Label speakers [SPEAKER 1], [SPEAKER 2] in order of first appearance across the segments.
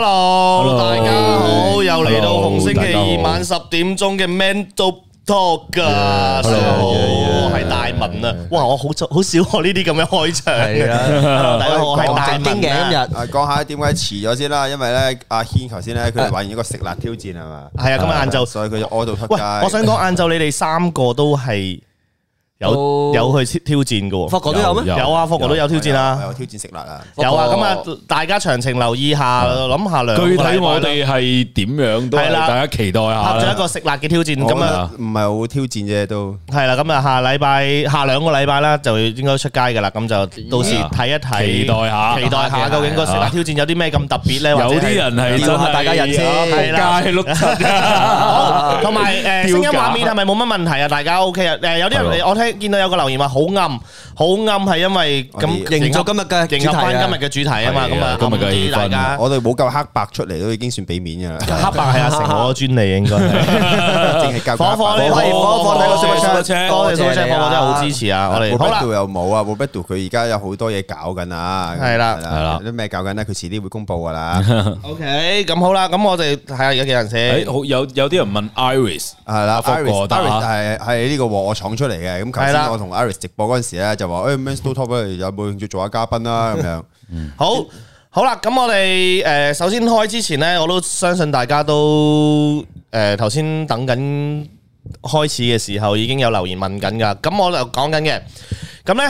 [SPEAKER 1] Hello，
[SPEAKER 2] Hello
[SPEAKER 1] 大家好，又嚟到
[SPEAKER 2] Hello，
[SPEAKER 1] 紅星期二晚
[SPEAKER 2] 大
[SPEAKER 1] 十點鐘嘅 Man Do Talk 噶，大家好，我係大文啊，哇，我好少好少我呢啲咁樣開場嘅，Hello，大家
[SPEAKER 2] Dạ.
[SPEAKER 1] 好，我係大文啊，
[SPEAKER 3] 啊，講下點解遲咗先啦，因為咧阿軒頭先咧佢哋玩完一個食辣挑戰係嘛，
[SPEAKER 1] 係啊，今日晏晝，
[SPEAKER 3] 所以佢就屙到出
[SPEAKER 1] 喂，
[SPEAKER 3] 街。
[SPEAKER 1] 我想講晏晝你哋三個都係有
[SPEAKER 4] 都
[SPEAKER 1] 有去挑戰嘅喎，
[SPEAKER 4] 法國都有咩？
[SPEAKER 2] 有
[SPEAKER 1] 有啊，霍哥都有挑戰啊
[SPEAKER 3] 係，有挑戰食辣啊，
[SPEAKER 1] 有啊，
[SPEAKER 4] 霍
[SPEAKER 1] 咁
[SPEAKER 4] 哥
[SPEAKER 1] 啊，大家詳情留意下，諗下兩個
[SPEAKER 2] 具體
[SPEAKER 1] 禮拜
[SPEAKER 2] 我
[SPEAKER 1] 啦
[SPEAKER 2] 哋係點樣都係
[SPEAKER 1] 係啦
[SPEAKER 2] 大家期待下
[SPEAKER 1] 拍咗一
[SPEAKER 2] 啦。
[SPEAKER 1] 個食辣嘅挑戰，咁啊。
[SPEAKER 3] 我覺得唔係好挑戰啫都。
[SPEAKER 1] 係啦，咁啊下禮拜下兩個禮拜啦，就應該出街噶啦，咁就到時睇一睇，
[SPEAKER 2] 期待下
[SPEAKER 1] 期待下究竟個食辣挑戰有啲咩咁特別咧？或者
[SPEAKER 2] 有
[SPEAKER 1] 係
[SPEAKER 2] 啲人係真
[SPEAKER 4] 吊
[SPEAKER 2] 係
[SPEAKER 4] 下大家人先
[SPEAKER 2] 係啦，街碌柒
[SPEAKER 1] 好
[SPEAKER 2] 啊，
[SPEAKER 1] 同埋誒聲
[SPEAKER 2] 丟
[SPEAKER 1] 音
[SPEAKER 2] 架
[SPEAKER 1] 畫面係咪冇乜問題啊？大家 OK 啊？誒有啲
[SPEAKER 2] 係
[SPEAKER 1] 人我聽見到有個留言話好暗，好暗係因為咁
[SPEAKER 3] 我
[SPEAKER 4] 哋迎合今日嘅
[SPEAKER 1] 迎合
[SPEAKER 4] 主題
[SPEAKER 1] 翻
[SPEAKER 4] 啊
[SPEAKER 1] 今日嘅主題啊嘛，
[SPEAKER 2] 係
[SPEAKER 1] 咁啊
[SPEAKER 2] 啊今日嘅
[SPEAKER 1] 暗啲
[SPEAKER 2] 氣氛
[SPEAKER 1] 大家
[SPEAKER 3] 我哋冇夠黑白出嚟都已經算俾面㗎 啦，
[SPEAKER 1] 黑白係阿成我嘅專利應該係。
[SPEAKER 3] 淨係教
[SPEAKER 1] 火火你
[SPEAKER 4] 火
[SPEAKER 1] 喂火火睇個 super
[SPEAKER 2] Super
[SPEAKER 1] chat，
[SPEAKER 2] Chat
[SPEAKER 1] 多謝 super
[SPEAKER 4] 多謝
[SPEAKER 1] chat，
[SPEAKER 4] 你
[SPEAKER 1] 火
[SPEAKER 4] 啊
[SPEAKER 1] 火真係好支持啊！我哋好
[SPEAKER 3] b
[SPEAKER 1] 啦
[SPEAKER 3] d。又冇啊 b o b 佢而家有好多嘢搞緊啊，
[SPEAKER 1] 係啦
[SPEAKER 2] 係啦
[SPEAKER 3] 有啲咩搞緊咧？佢遲啲會公佈㗎啦，
[SPEAKER 1] OK，咁好啦，咁我哋睇下有幾人
[SPEAKER 2] 誒。
[SPEAKER 1] 寫
[SPEAKER 2] 好有有啲人問 Iris
[SPEAKER 3] 係啦
[SPEAKER 2] 發覺
[SPEAKER 3] ，Iris
[SPEAKER 2] 得啊
[SPEAKER 3] Iris 係係呢個我廠出嚟嘅，咁頭
[SPEAKER 1] 係啦
[SPEAKER 3] 先我同 Iris 直播嗰陣時咧就話，誒 m a n s t o Top 不如有冇興趣做下嘉賓啦咁樣。
[SPEAKER 2] 嗯
[SPEAKER 1] 好。好啦，咁我哋誒、呃首先開之前呢，我都相信大家都誒頭先等緊開始嘅時候已經有留言問緊噶，咁我就講緊嘅，咁呢，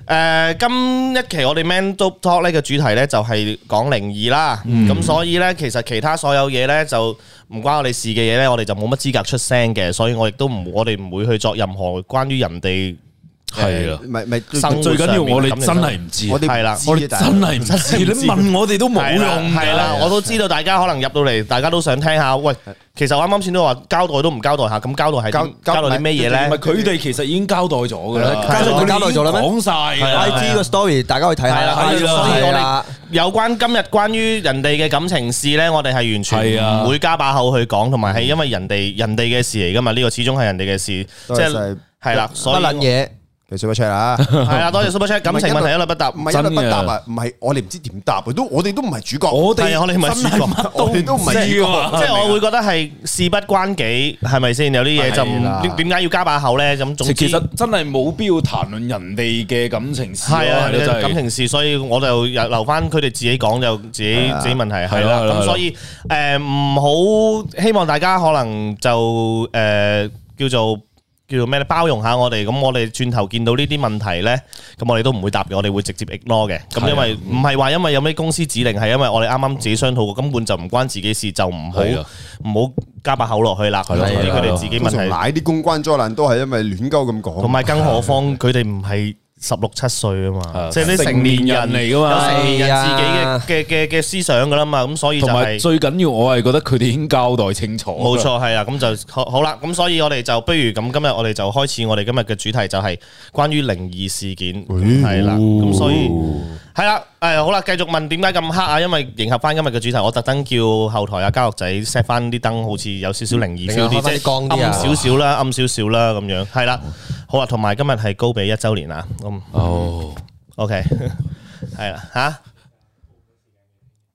[SPEAKER 1] 誒、呃今一期我哋 Man Do Talk 呢個主題呢，就係講
[SPEAKER 2] 嗯
[SPEAKER 1] 靈異啦，咁、所以呢，其實其他所有嘢呢，就唔關我哋事嘅嘢呢，我哋就冇乜資格出聲嘅，所以我亦都唔我哋唔會去作任何關於人哋呃
[SPEAKER 2] 係啊，
[SPEAKER 3] 咪咪最
[SPEAKER 1] 生活
[SPEAKER 2] 最緊要
[SPEAKER 1] 上面
[SPEAKER 2] 我哋
[SPEAKER 1] 嘅感情
[SPEAKER 2] 真係唔知啊
[SPEAKER 3] 我，哋
[SPEAKER 1] 係啦
[SPEAKER 2] 我
[SPEAKER 3] 我
[SPEAKER 2] 哋
[SPEAKER 3] 哋
[SPEAKER 2] 真係唔知，你問我哋都冇
[SPEAKER 1] 係啦
[SPEAKER 2] 用㗎，
[SPEAKER 1] 係啦，我都知道大家可能入到嚟，大家都想聽下。喂，其實我啱啱先都話交代都唔交代下，咁交代係
[SPEAKER 3] 交
[SPEAKER 1] 啲交代啲咩嘢
[SPEAKER 2] 唔係
[SPEAKER 1] 咧？
[SPEAKER 2] 佢哋其實已經交代咗㗎啦，
[SPEAKER 4] 係啊
[SPEAKER 2] 佢哋
[SPEAKER 4] 交代咗啦咩
[SPEAKER 2] 已經講晒
[SPEAKER 1] 係
[SPEAKER 2] 啦
[SPEAKER 1] 啊
[SPEAKER 4] I G 個 story 大家去睇下啦，
[SPEAKER 1] 係啦，
[SPEAKER 2] 係啦
[SPEAKER 1] 所以我
[SPEAKER 4] 係
[SPEAKER 1] 哋
[SPEAKER 4] 啦
[SPEAKER 1] 有關今日關於人哋嘅感情事咧，我哋係完
[SPEAKER 2] 係
[SPEAKER 1] 全
[SPEAKER 2] 啊
[SPEAKER 1] 唔會加把口去講，同埋係因為人哋人哋嘅事嚟噶嘛，呢個始終係人哋嘅事，即
[SPEAKER 3] 多謝
[SPEAKER 1] 係係啦，
[SPEAKER 4] 不
[SPEAKER 1] 所以
[SPEAKER 4] 撚嘢，
[SPEAKER 3] 其實 check 啊，
[SPEAKER 1] 係啦，多謝 Super Chat 感情問題一律不答，
[SPEAKER 3] 唔係一
[SPEAKER 2] 真
[SPEAKER 3] 律不
[SPEAKER 2] 嘅
[SPEAKER 3] 答啊，唔係我哋唔知點答啊，都我哋都唔係主角，
[SPEAKER 2] 我
[SPEAKER 1] 係
[SPEAKER 2] 哋
[SPEAKER 1] 啊我哋唔係
[SPEAKER 2] 真
[SPEAKER 1] 主角
[SPEAKER 2] 乜
[SPEAKER 3] 我哋都唔係
[SPEAKER 2] 知
[SPEAKER 3] 主角
[SPEAKER 2] 啊嘛
[SPEAKER 1] 即係我會覺得係事不關己，係咪先？有啲嘢就
[SPEAKER 3] 係啦
[SPEAKER 1] 唔點解要加把口咧？咁總之
[SPEAKER 2] 其實真係冇必要談論人哋嘅感情事咯，
[SPEAKER 1] 係啊，
[SPEAKER 2] 係咯，真係
[SPEAKER 1] 感情事，所以我就留翻佢哋自己講，就自己
[SPEAKER 3] 係啊
[SPEAKER 1] 自己問題係
[SPEAKER 2] 係
[SPEAKER 1] 啦。
[SPEAKER 2] 啦係啦
[SPEAKER 1] 咁所以誒唔好希望大家可能就誒叫做叫做咩咧，包容下我哋。咁我哋轉頭見到呢啲問題咧，咁我哋都唔會答嘅，我哋會直接 ignore 嘅。
[SPEAKER 2] 係
[SPEAKER 1] 咁
[SPEAKER 2] 啊
[SPEAKER 1] 因為唔係話因為有咩公司指令，係因為我哋啱啱自己商討過，根本就唔關自己事，就唔好
[SPEAKER 2] 係啊
[SPEAKER 1] 唔好加把口落去啦。
[SPEAKER 2] 係咯
[SPEAKER 1] 總之
[SPEAKER 2] 係咯
[SPEAKER 1] 佢哋自己問
[SPEAKER 3] 通常
[SPEAKER 1] 題。
[SPEAKER 3] 奶啲公關災難都係因為亂鳩咁講，
[SPEAKER 1] 同埋更何況佢哋唔係十六七歲啊嘛，
[SPEAKER 2] 啊
[SPEAKER 1] 即係啲成
[SPEAKER 2] 成
[SPEAKER 1] 年
[SPEAKER 2] 年
[SPEAKER 1] 人
[SPEAKER 2] 人嚟㗎嘛
[SPEAKER 1] 有成年人自己
[SPEAKER 4] 係啊
[SPEAKER 1] 嘅嘅嘅嘅思想噶啦嘛，咁所以就
[SPEAKER 2] 同埋
[SPEAKER 1] 係
[SPEAKER 2] 最緊要，我係覺得佢哋已經交代清楚。
[SPEAKER 1] 冇，錯係啦，咁就好好啦，咁所以我哋就不如咁今日我哋就開始我哋今日嘅主題就係關於靈異事件係啦，咁所以。係啦，誒好啦，繼續問點解咁黑啊？因為迎合翻今日嘅主題，我特登叫後台啊家樂仔 set 翻啲燈，好似有少少靈異 feel
[SPEAKER 4] 定係開返
[SPEAKER 1] 啲，即
[SPEAKER 4] 啲
[SPEAKER 1] 係
[SPEAKER 4] 光啲啊
[SPEAKER 1] 暗少少啦，暗少少啦咁樣。係啦，好啊，同埋今日係高比一週年啊，咁
[SPEAKER 2] 哦，
[SPEAKER 1] OK 係啦吓？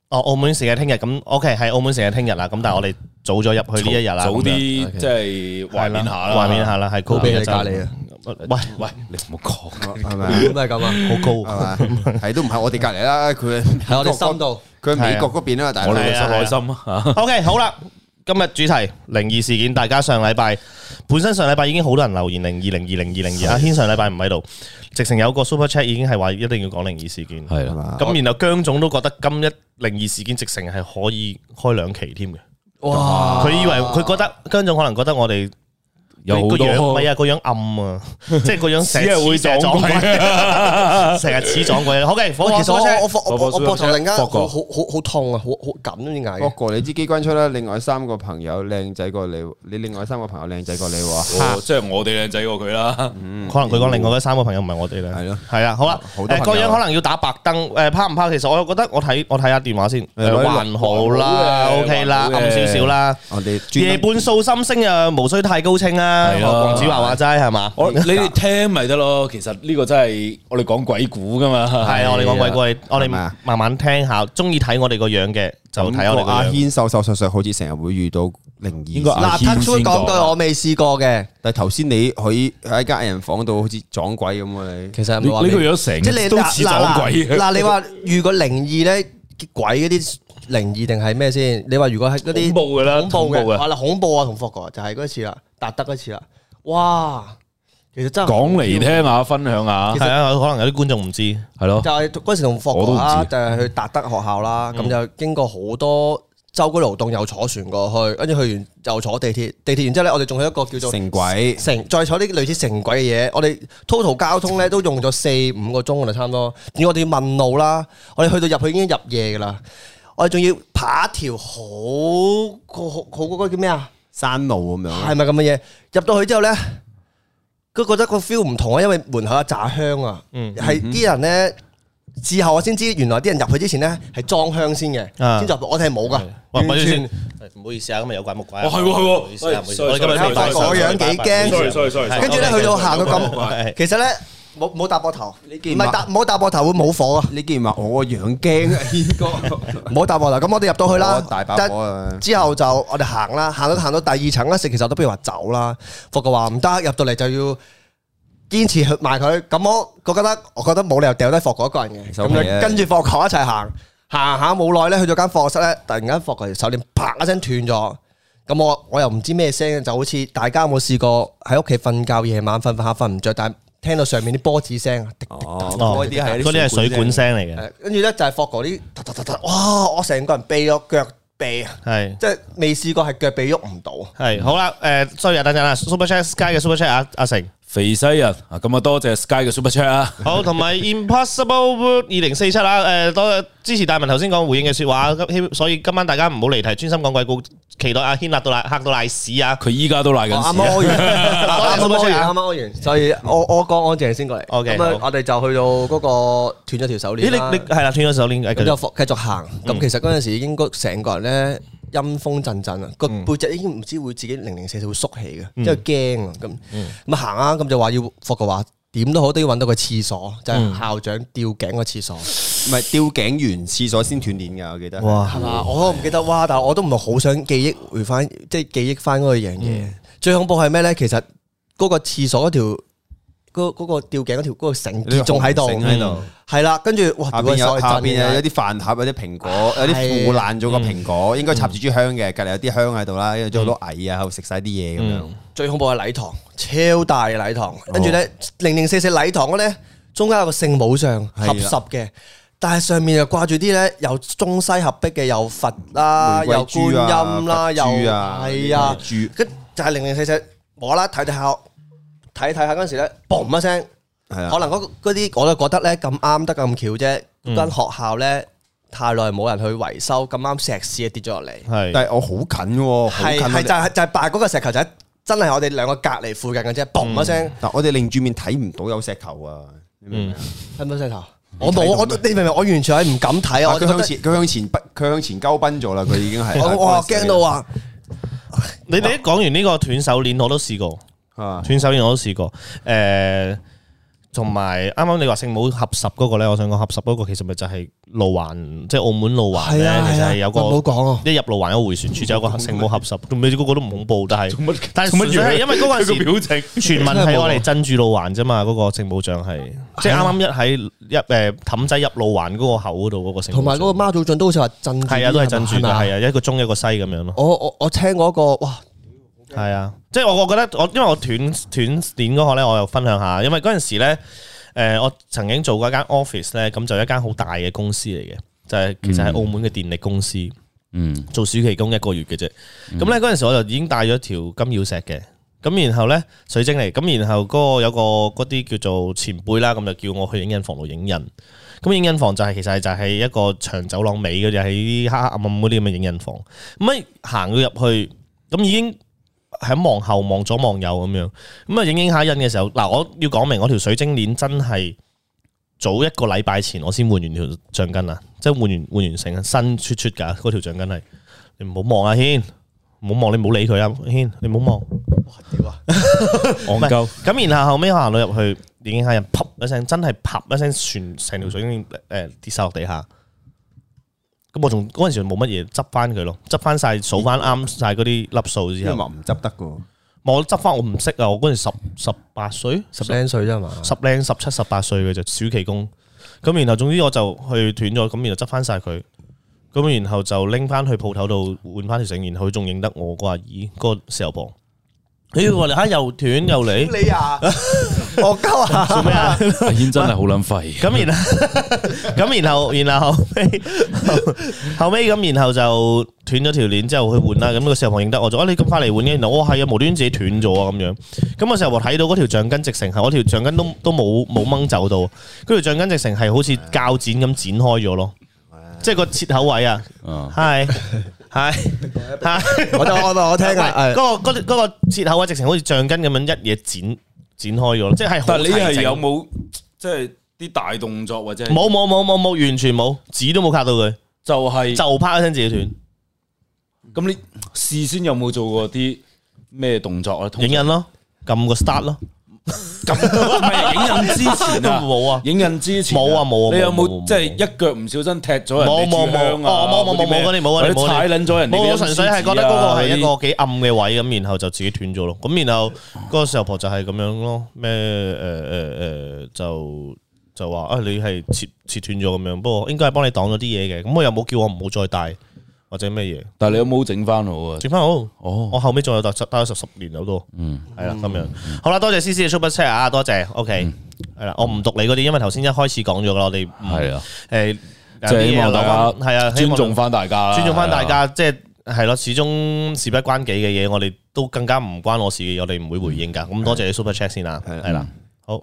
[SPEAKER 1] 哦，澳門成日聽日咁 OK 係澳門成日聽日啦，咁但係我哋早咗入去呢一日啦，
[SPEAKER 2] 早
[SPEAKER 1] 咁樣
[SPEAKER 2] 啲即係懷念下啦，
[SPEAKER 1] 懷念下啦，係高
[SPEAKER 4] 高
[SPEAKER 1] 比
[SPEAKER 4] 比
[SPEAKER 1] 一
[SPEAKER 4] 你隔
[SPEAKER 1] 週
[SPEAKER 4] 離
[SPEAKER 1] 年
[SPEAKER 4] 啊，
[SPEAKER 1] 喂，
[SPEAKER 2] 喂，你唔好講，
[SPEAKER 3] 係咪啊？
[SPEAKER 4] 咁都係咁啊，
[SPEAKER 1] 好高啊！
[SPEAKER 3] 係咪啊？係都唔係我哋隔離啦，佢喺
[SPEAKER 4] 喺我哋心度，
[SPEAKER 3] 佢喺美國嗰邊啊嘛，大佬
[SPEAKER 2] 我哋
[SPEAKER 1] 係啊
[SPEAKER 2] 嘅心內心啊，
[SPEAKER 1] OK，好啦，今日主題靈異事件，大家上禮拜本身上禮拜已經好多人留言靈異靈異靈異靈異，阿軒上禮拜唔喺度，直情有個 super chat 已經係話一定要講靈異事件，
[SPEAKER 2] 係
[SPEAKER 3] 係，嘛？
[SPEAKER 1] 咁然後姜總都覺得今一靈異事件直情係可以開兩期添嘅，
[SPEAKER 2] 哦
[SPEAKER 4] 哇！
[SPEAKER 1] 佢以為佢覺得姜總可能覺得我哋
[SPEAKER 2] 有好
[SPEAKER 1] 個樣唔
[SPEAKER 2] 多
[SPEAKER 1] 係啊個樣暗啊， 即 係個樣成日
[SPEAKER 2] 只係會
[SPEAKER 1] 成日
[SPEAKER 2] 撞鬼
[SPEAKER 1] 鬼 成日似撞鬼。OK，火
[SPEAKER 4] 喂
[SPEAKER 1] 火
[SPEAKER 4] 其實我
[SPEAKER 1] super chat
[SPEAKER 4] 我我我我膊頭突然間
[SPEAKER 2] 霍
[SPEAKER 4] 好
[SPEAKER 2] 哥
[SPEAKER 4] 好好好痛啊，好好緊都點解
[SPEAKER 3] 不
[SPEAKER 4] 嘅？
[SPEAKER 3] 哦過你知機關出啦，另外三個朋友靚仔過你，你另外三個朋友靚仔過你喎，
[SPEAKER 2] 哦即係我哋靚仔過佢啦，
[SPEAKER 1] 可能佢講另外嗰三個朋友唔係我哋咧，
[SPEAKER 3] 係咯，
[SPEAKER 1] 係啊，好啦，
[SPEAKER 3] 好多
[SPEAKER 1] 誒
[SPEAKER 3] 朋
[SPEAKER 1] 個
[SPEAKER 3] 友
[SPEAKER 1] 樣可能要打白燈，誒怕唔怕？其實我又覺得我睇我睇下電話先，誒
[SPEAKER 3] 女
[SPEAKER 1] 還好啦
[SPEAKER 2] 還好嘅
[SPEAKER 1] ，OK 啦，
[SPEAKER 2] 還好嘅
[SPEAKER 1] 暗少少啦。
[SPEAKER 3] 我哋專
[SPEAKER 1] 夜
[SPEAKER 3] 登
[SPEAKER 1] 半數心聲啊，無需太高清啊，啦，
[SPEAKER 2] 係啊
[SPEAKER 1] 黃子華話齋係嘛？
[SPEAKER 2] 我你哋聽咪得咯，其實呢個真係我哋講鬼故噶嘛，
[SPEAKER 1] 係啊，我哋講鬼故，我
[SPEAKER 3] 係咪
[SPEAKER 1] 哋
[SPEAKER 3] 啊
[SPEAKER 1] 慢慢聽下，中意睇我哋個樣嘅就睇我哋個
[SPEAKER 3] 阿
[SPEAKER 1] 樣。
[SPEAKER 3] 軒瘦瘦削削，好似成日會遇到靈
[SPEAKER 2] 應
[SPEAKER 3] 異
[SPEAKER 2] 該
[SPEAKER 3] 事。
[SPEAKER 2] 阿
[SPEAKER 4] 嗱
[SPEAKER 2] 軒
[SPEAKER 4] ，touch
[SPEAKER 2] 先
[SPEAKER 4] wood 講
[SPEAKER 2] 講
[SPEAKER 4] 句
[SPEAKER 2] 啊
[SPEAKER 4] 我未試過嘅，
[SPEAKER 3] 但係頭先你喺喺間人房度，好似撞鬼咁啊！你
[SPEAKER 4] 其實有
[SPEAKER 2] 你
[SPEAKER 4] 冇話
[SPEAKER 2] 呢個
[SPEAKER 4] 未
[SPEAKER 2] 樣成
[SPEAKER 4] 即係你
[SPEAKER 2] 日都似撞鬼
[SPEAKER 4] 嗱嗱嗱，你話如果靈異咧，鬼嗰啲靈異定係咩先？你話如果係嗰啲
[SPEAKER 2] 恐怖㗎啦
[SPEAKER 4] 恐怖
[SPEAKER 2] 恐怖
[SPEAKER 4] 嘅，
[SPEAKER 2] 嘅
[SPEAKER 4] 話啦恐怖啊，同霍哥就係嗰次啦，達德嗰次啦，哇！其實真 係
[SPEAKER 2] 講嚟聽下，分享下，
[SPEAKER 1] 係啊，可能有啲觀眾唔知，
[SPEAKER 2] 係咯
[SPEAKER 4] 就，係嗰時同霍
[SPEAKER 2] 我都
[SPEAKER 4] 哥
[SPEAKER 2] 唔
[SPEAKER 4] 啦，
[SPEAKER 2] 知
[SPEAKER 4] 就係去達德學校啦，咁就經過好多周居勞動，又坐船過去，跟住去完又坐地鐵，地鐵完之後咧，我哋仲去一個叫做
[SPEAKER 3] 成鬼
[SPEAKER 4] 城，再坐啲類似城軌嘅嘢，我哋 total 交通咧都用咗四五個鐘我哋差唔多，而我哋要問路啦，我哋去到入去已經入夜噶啦，我哋仲要爬一條好好好好嗰個叫咩啊？
[SPEAKER 3] 山路咁樣，啊
[SPEAKER 4] 係咪咁嘅嘢？入到去之後咧，都覺得個 feel 唔同啊，因為門口有炸香啊，係啲人咧。之後我先知，原來啲人入去之前咧係裝香先嘅，
[SPEAKER 1] 啊
[SPEAKER 4] 先入去。我哋係冇噶，
[SPEAKER 1] 喂，咪
[SPEAKER 4] 完
[SPEAKER 1] 住
[SPEAKER 4] 全
[SPEAKER 1] 先，唔好意思啊，今日有鬼木鬼啊。
[SPEAKER 2] 哦係喎係喎
[SPEAKER 1] 唔好意思
[SPEAKER 2] 喂
[SPEAKER 1] 啊唔好意思
[SPEAKER 2] sorry，
[SPEAKER 1] 我哋今日
[SPEAKER 2] sorry，
[SPEAKER 1] 拜拜
[SPEAKER 2] sorry，sorry，
[SPEAKER 4] 個樣
[SPEAKER 1] 拜拜
[SPEAKER 4] 幾
[SPEAKER 1] 拜拜
[SPEAKER 4] 驚
[SPEAKER 2] sorry，sorry，sorry，
[SPEAKER 1] 係
[SPEAKER 4] 跟住咧去到行到咁
[SPEAKER 1] 係，
[SPEAKER 4] 其實咧冇冇搭膊頭，唔
[SPEAKER 3] 件
[SPEAKER 4] 係搭冇搭膊頭會冇火啊，
[SPEAKER 3] 你竟然話我個樣驚啊，軒哥，
[SPEAKER 4] 冇搭膊頭。咁我哋入到去啦
[SPEAKER 3] 我，大把
[SPEAKER 4] 但
[SPEAKER 3] 火啊！
[SPEAKER 4] 之後就我哋行啦，行到行到第二層嗰時，其實我都不如話走啦。霍哥話唔得，入到嚟就要堅持去埋佢。咁我我覺得我覺得冇理由掉低霍哥一個人嘅，咁
[SPEAKER 3] 收皮啊
[SPEAKER 4] 就跟住霍哥一齊行行下冇耐咧，去咗間課室咧，突然間霍哥條手鏈啪一聲斷咗。咁我我又唔知咩聲，就好似大家有冇試過喺屋企瞓覺，夜晚瞓瞓下瞓唔着，但係聽到上面啲波子聲，滴
[SPEAKER 3] 哦，
[SPEAKER 1] 哦
[SPEAKER 3] 嗰啲係
[SPEAKER 1] 嗰啲係水管，聲嚟嘅，
[SPEAKER 4] 誒跟住咧就係霍哥啲突突突突，哇！我成個人痹咗腳痹啊！
[SPEAKER 1] 係。
[SPEAKER 4] 即係未試過係腳臂喐唔到。
[SPEAKER 1] 系好啦，诶、s o r r y 啊，等陣啊，Super Chat Sky 嘅 Super Chat 啊，阿成，
[SPEAKER 2] 肥西人啊，咁啊多謝 Sky 嘅 Super Chat 啊，
[SPEAKER 1] 好，同埋 Impossible World 二零四七啊，诶、多支持大文頭先講回應嘅说話，咁所以今晚大家唔好離題，專心講鬼故，期待阿軒辣到賴嚇到賴屎啊！
[SPEAKER 2] 佢依家都 賴緊
[SPEAKER 4] 我哦
[SPEAKER 2] 屎
[SPEAKER 4] 啱啱
[SPEAKER 2] 啊，
[SPEAKER 4] 屙完，啱啱屙
[SPEAKER 1] 多謝多謝
[SPEAKER 4] 完，啱啱屙完，所以我我講安靜先過嚟。
[SPEAKER 1] OK，
[SPEAKER 4] 咁啊
[SPEAKER 1] 好
[SPEAKER 4] 我哋就去到嗰個斷咗條手
[SPEAKER 1] 咦，
[SPEAKER 4] 鏈啦
[SPEAKER 1] 你你嗯係啦，斷咗手鏈，誒繼
[SPEAKER 4] 咁
[SPEAKER 1] 續
[SPEAKER 4] 就繼續行。咁其實嗰陣時應該成個人咧陰風陣陣啊，
[SPEAKER 1] 嗯
[SPEAKER 4] 個背脊已經唔知會自己零零四四會縮起嘅，因為驚啊咁。
[SPEAKER 1] 嗯
[SPEAKER 4] 咁行啊，咁就話要霍嘅話。點都好都要揾到個廁所，就
[SPEAKER 1] 嗯
[SPEAKER 4] 係校長吊頸個廁所，
[SPEAKER 3] 唔係吊頸完廁所先斷鏈㗎，我記得。
[SPEAKER 1] 哇
[SPEAKER 4] 係嘛？我唔記得哇，但係我都唔係好想記憶回翻，即係記憶翻嗰樣嘢。最恐怖係咩咧？其實嗰個廁所嗰條，嗰嗰個吊頸嗰條嗰個繩結仲喺度，
[SPEAKER 3] 繩喺度
[SPEAKER 4] 係啦。跟住哇，
[SPEAKER 3] 下邊
[SPEAKER 4] 屌
[SPEAKER 3] 有
[SPEAKER 4] 個手係
[SPEAKER 3] 下
[SPEAKER 4] 震
[SPEAKER 3] 邊
[SPEAKER 4] 嘅
[SPEAKER 3] 有有啲飯盒，有啲蘋果，有啲
[SPEAKER 4] 係
[SPEAKER 3] 腐爛咗個蘋果，應該插住支香嘅，隔離有啲香喺度啦，因為仲有好多蟻啊喺度食晒啲嘢咁樣。
[SPEAKER 4] 最恐怖係禮堂，超大嘅禮堂，
[SPEAKER 3] 哦
[SPEAKER 4] 跟住咧零零四四禮堂嗰咧，中間有個聖母像
[SPEAKER 3] 係啦
[SPEAKER 4] 合十嘅，但係上面又掛住啲咧，又中西合璧嘅，又佛啦，
[SPEAKER 3] 玫瑰
[SPEAKER 4] 又觀
[SPEAKER 3] 珠啊
[SPEAKER 4] 音啦，
[SPEAKER 3] 佛
[SPEAKER 4] 又
[SPEAKER 3] 珠啊
[SPEAKER 4] 係啊，
[SPEAKER 3] 珠
[SPEAKER 4] 跟就係零零四四，無啦啦睇睇下，睇睇下嗰陣時咧，嘣一聲，
[SPEAKER 3] 係啊
[SPEAKER 4] 可能嗰嗰啲我就覺得咧咁啱得咁巧啫，
[SPEAKER 3] 嗯
[SPEAKER 4] 間學校咧太耐冇人去維修，咁啱石屎啊跌咗落嚟。
[SPEAKER 1] 係
[SPEAKER 3] 但係我好近喎，好
[SPEAKER 4] 係
[SPEAKER 3] 近
[SPEAKER 4] 係
[SPEAKER 3] 我
[SPEAKER 4] 就
[SPEAKER 3] 哋。
[SPEAKER 4] 係就係拜嗰個石球仔，真係我哋兩個隔離附近嘅啫，嘣一聲，
[SPEAKER 3] 但我哋擰住面睇唔到有石頭啊！你明唔明啊
[SPEAKER 4] 睇唔到石頭。我冇，我都你明唔明？我完全係唔敢睇啊！我
[SPEAKER 3] 但佢
[SPEAKER 4] 覺得
[SPEAKER 3] 向前，佢向前不，佢向前鳩奔咗啦！佢已經 係
[SPEAKER 4] 我 我驚到啊！
[SPEAKER 1] 你哋一講完呢個斷手鏈，我都試過。
[SPEAKER 3] 啊！
[SPEAKER 1] 斷手鏈我都試過，誒、同埋啱啱你話聖母合十嗰個咧，我想講合十嗰個其實咪就係路環，即係澳門路環
[SPEAKER 4] 係
[SPEAKER 1] 咧，
[SPEAKER 4] 啊
[SPEAKER 1] 其實
[SPEAKER 4] 係啊
[SPEAKER 1] 係有個
[SPEAKER 4] 唔好講啊
[SPEAKER 1] 一入路環有個迴旋處就有個聖 母合十，唔知嗰個都唔恐怖，但係但係純粹係因為嗰陣時
[SPEAKER 2] 表情。
[SPEAKER 1] 傳聞係我哋鎮住路環啫嘛，嗰、個聖母像係即係啱啱一喺一誒氹仔入路環嗰個口嗰度嗰個聖母像，
[SPEAKER 4] 同埋嗰個媽祖像都好似話震住啲，
[SPEAKER 1] 係啊都係鎮住
[SPEAKER 4] 係
[SPEAKER 1] 㗎，
[SPEAKER 4] 咪啊
[SPEAKER 1] 係啊一個中一個西咁樣咯。
[SPEAKER 4] 我我我聽嗰個哇，
[SPEAKER 1] 系啊，即系我我觉得我因為我斷斷鏈嗰個咧，我又分享下，因為嗰陣時咧，诶、我曾經做過一間 office 咧，咁就一間好大嘅公司嚟嘅，就係其實係澳門嘅電力公司，
[SPEAKER 2] 嗯，
[SPEAKER 1] 做暑期工一個月嘅啫。咁咧嗰陣時我就已經帶咗條金曜石嘅，咁然後咧水晶嚟，咁然後嗰個有個嗰啲叫做前輩啦，咁就叫我去影印房度影印。咁影印房就係、其實就係一個長走廊尾嘅，就係啲黑黑暗暗嗰啲咁嘅影印房。咁啊行到入去，咁已經喺望後望左望右咁樣。咁啊影影下印嘅時候，嗱我要講明，我條水晶鏈真係早一個禮拜前我先換完條橡筋啊，即係換完換完成新出出㗎嗰條橡筋係。你唔好望阿軒，唔好望你唔好理佢啊，軒你唔好望。
[SPEAKER 4] 哇屌啊！
[SPEAKER 2] 戇鳩。
[SPEAKER 1] 咁然後後尾行到入去，已經係人啪一聲，真係啪一聲，全成條水已經誒跌晒落地下。咁我仲嗰陣時冇乜嘢，執翻佢咯，執翻晒數翻啱晒嗰啲粒數之
[SPEAKER 3] 因為
[SPEAKER 1] 後，
[SPEAKER 3] 話唔執得噶，
[SPEAKER 1] 我執翻我唔識啊！我嗰陣時十十八歲，
[SPEAKER 4] 十零歲啫嘛，
[SPEAKER 1] 十零十七十八歲嘅就暑期工。咁然後總之我就去斷咗，咁然後執翻晒佢。咁然後就拎翻去鋪頭度換翻條繩，然後佢仲認得我個阿姨嗰個石油磅。咦！我哋嚇又斷又嚟。
[SPEAKER 3] 你 啊，我鳩啊，做咩啊？
[SPEAKER 2] 阿軒真係好撚廢。
[SPEAKER 1] 咁然後咁然後然後後尾後尾咁然後就斷咗條鏈之後去換啦，咁個石油王認得我咗，啊你咁快嚟換嘅，原來我係啊無端端自己斷咗啊咁樣，咁個石油王睇到嗰條橡筋直成係我條橡筋都都冇冇掹走到，嗰條橡筋直成係好似鉸剪咁剪開咗咯，即係個切口位啊，
[SPEAKER 2] 嗯
[SPEAKER 1] 係係係。
[SPEAKER 4] 我就我我聽
[SPEAKER 1] 唔係，
[SPEAKER 4] 啊，係
[SPEAKER 1] 嗰個嗰嗰個切口位直成好似橡筋咁樣一嘢剪剪開咗咯，即係好
[SPEAKER 2] 但係你
[SPEAKER 1] 齊
[SPEAKER 2] 係
[SPEAKER 1] 整
[SPEAKER 2] 有冇即係啲大動作或者係
[SPEAKER 1] 冇冇冇冇冇，完全冇，紙都冇卡到佢，
[SPEAKER 2] 就係
[SPEAKER 1] 就啪一聲自己斷，
[SPEAKER 2] 咁你事先有冇做過啲咩動作啊？通
[SPEAKER 1] 影印咯，撳個 start 咯，
[SPEAKER 2] 咁唔係影印之前
[SPEAKER 1] 都
[SPEAKER 2] 啊，
[SPEAKER 1] 冇啊，
[SPEAKER 2] 影印之前啊
[SPEAKER 1] 冇啊冇啊
[SPEAKER 2] 你有
[SPEAKER 1] 冇冇冇
[SPEAKER 2] 冇即係一腳唔小心踢咗人哋
[SPEAKER 1] 冇冇
[SPEAKER 2] 支
[SPEAKER 1] 冇，
[SPEAKER 2] 香啊？
[SPEAKER 1] 哦冇冇冇冇嗰
[SPEAKER 2] 嗰
[SPEAKER 1] 啲
[SPEAKER 2] 啲咩
[SPEAKER 1] 冇嗰啲
[SPEAKER 2] 或者
[SPEAKER 1] 冇嗰啲
[SPEAKER 2] 踩撚咗人哋
[SPEAKER 1] 冇，
[SPEAKER 2] 啲啊
[SPEAKER 1] 我純粹係覺得嗰個係一
[SPEAKER 2] 嗰啲
[SPEAKER 1] 個幾暗嘅位咁，然後就自己斷咗咯。咁然後嗰個石油婆就係咁樣咯，咩誒誒誒就就話啊你係切切斷咗咁樣，不過應該係幫你擋咗啲嘢嘅。咁我又冇叫我唔好再戴或者咩嘢，
[SPEAKER 2] 但係你有冇整翻好啊？
[SPEAKER 1] 整翻好。
[SPEAKER 2] 哦，
[SPEAKER 1] 我後尾仲有戴戴咗十十年有多，嗯，係啦咁樣。好啦，多謝 C C 嘅 super chat 啊，多謝，OK，係
[SPEAKER 2] 嗯
[SPEAKER 1] 啦，我唔讀你嗰啲，因為頭先一開始講咗噶啦，我哋唔
[SPEAKER 2] 係啊，
[SPEAKER 1] 誒，
[SPEAKER 2] 即係希望大家
[SPEAKER 1] 係啊，嗯希
[SPEAKER 2] 尊
[SPEAKER 1] 望
[SPEAKER 2] 重翻大家啦，
[SPEAKER 1] 尊重翻
[SPEAKER 2] 係
[SPEAKER 1] 大
[SPEAKER 2] 啊。
[SPEAKER 1] 家，即係係咯，始終事不關己嘅嘢，我哋都更加唔關我事嘅，我哋唔會回應噶。咁多謝你 super chat 先啦，嗯係啦，好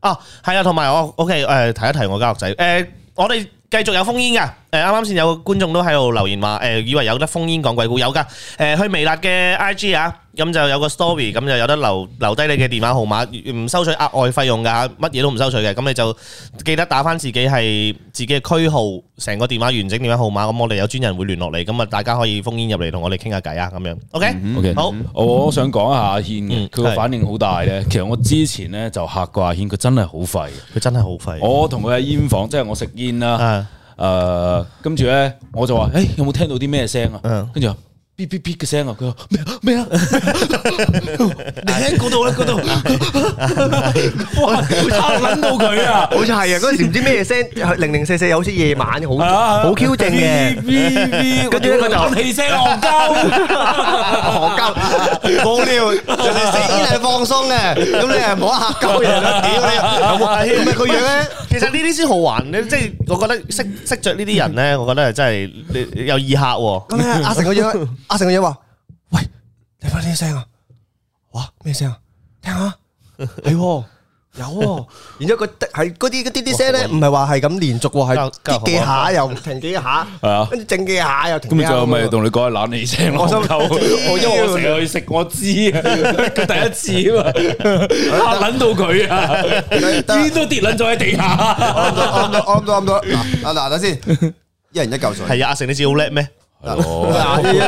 [SPEAKER 1] 啊，係啊，同埋我 OK 誒，提一提我家學仔誒，我哋。繼續有封煙噶，誒啱啱先有個觀眾都喺度留言話，誒、以為有得封煙講鬼故，有噶，誒、去微辣嘅 IG 啊，咁就有個 story，咁就有得留留低你嘅電話號碼，唔收取額外費用噶，乜嘢都唔收取嘅，咁你就記得打翻自己係自己嘅區號，成個電話完整電話號碼，咁我哋有專人會聯絡你，咁啊大家可以封煙入嚟同我哋傾下偈啊，咁樣，OK，
[SPEAKER 2] 嗯 OK，
[SPEAKER 1] 好，
[SPEAKER 2] 我我想講一下阿軒嘅
[SPEAKER 1] 嗯，
[SPEAKER 2] 佢個
[SPEAKER 1] 係
[SPEAKER 2] 反應好大咧。其實我之前咧就嚇過阿軒，佢真係好廢嘅。
[SPEAKER 1] 佢真係好廢，
[SPEAKER 2] 我同佢喺煙房，即係我食煙 啦。
[SPEAKER 1] 啊，
[SPEAKER 2] 誒，呃跟住咧我就話：，誒，有冇聽到啲咩聲啊
[SPEAKER 1] 嗯？
[SPEAKER 2] 跟住話。嗶嗶嗶嘅聲啊！佢話咩啊咩啊？你喺嗰度啦，嗰度哇！嚇撚到佢啊！
[SPEAKER 4] 好似係啊，嗰陣時唔知咩聲，零零四四好似夜晚好
[SPEAKER 2] 啊
[SPEAKER 4] 好 Q 靜嘅，
[SPEAKER 2] 嗶嗶，
[SPEAKER 4] 跟住咧佢就
[SPEAKER 2] 冷氣聲戇鳩，
[SPEAKER 4] 何鳩
[SPEAKER 3] 冇料，人 哋食煙係放鬆嘅，咁你係唔好嚇鳩人
[SPEAKER 4] 啊
[SPEAKER 3] 啦，屌你，有冇係咪個樣咧？
[SPEAKER 1] 其實呢啲先好玩，咧，即係我覺得識識着呢啲人咧，我覺得係真係你有意客喎。
[SPEAKER 4] 咁咧，阿成個樣，阿成個樣話：，喂，你翻呢啲聲啊！哇，咩聲啊？聽下，係喎，有喎。然之後佢的係嗰啲嗰啲啲聲咧，唔係話係咁連續喎，係
[SPEAKER 1] 交交
[SPEAKER 4] 啲幾
[SPEAKER 1] 學啊
[SPEAKER 4] 下又停幾下
[SPEAKER 2] 係啊，
[SPEAKER 4] 跟住靜幾下又停幾
[SPEAKER 2] 咁
[SPEAKER 4] 下。
[SPEAKER 2] 最後咪同你講係冷氣聲咯，
[SPEAKER 4] 我心
[SPEAKER 2] 戇鳩我因為我成日去食，我知啊，佢第一次啊嘛，嚇撚到佢啊，煙都跌撚咗喺地下。
[SPEAKER 3] 啱到啱到啱到啱到，嗱啊嗱等先，一人一嚿水，
[SPEAKER 1] 係啊，阿成你知好叻咩？
[SPEAKER 3] 嗱一一一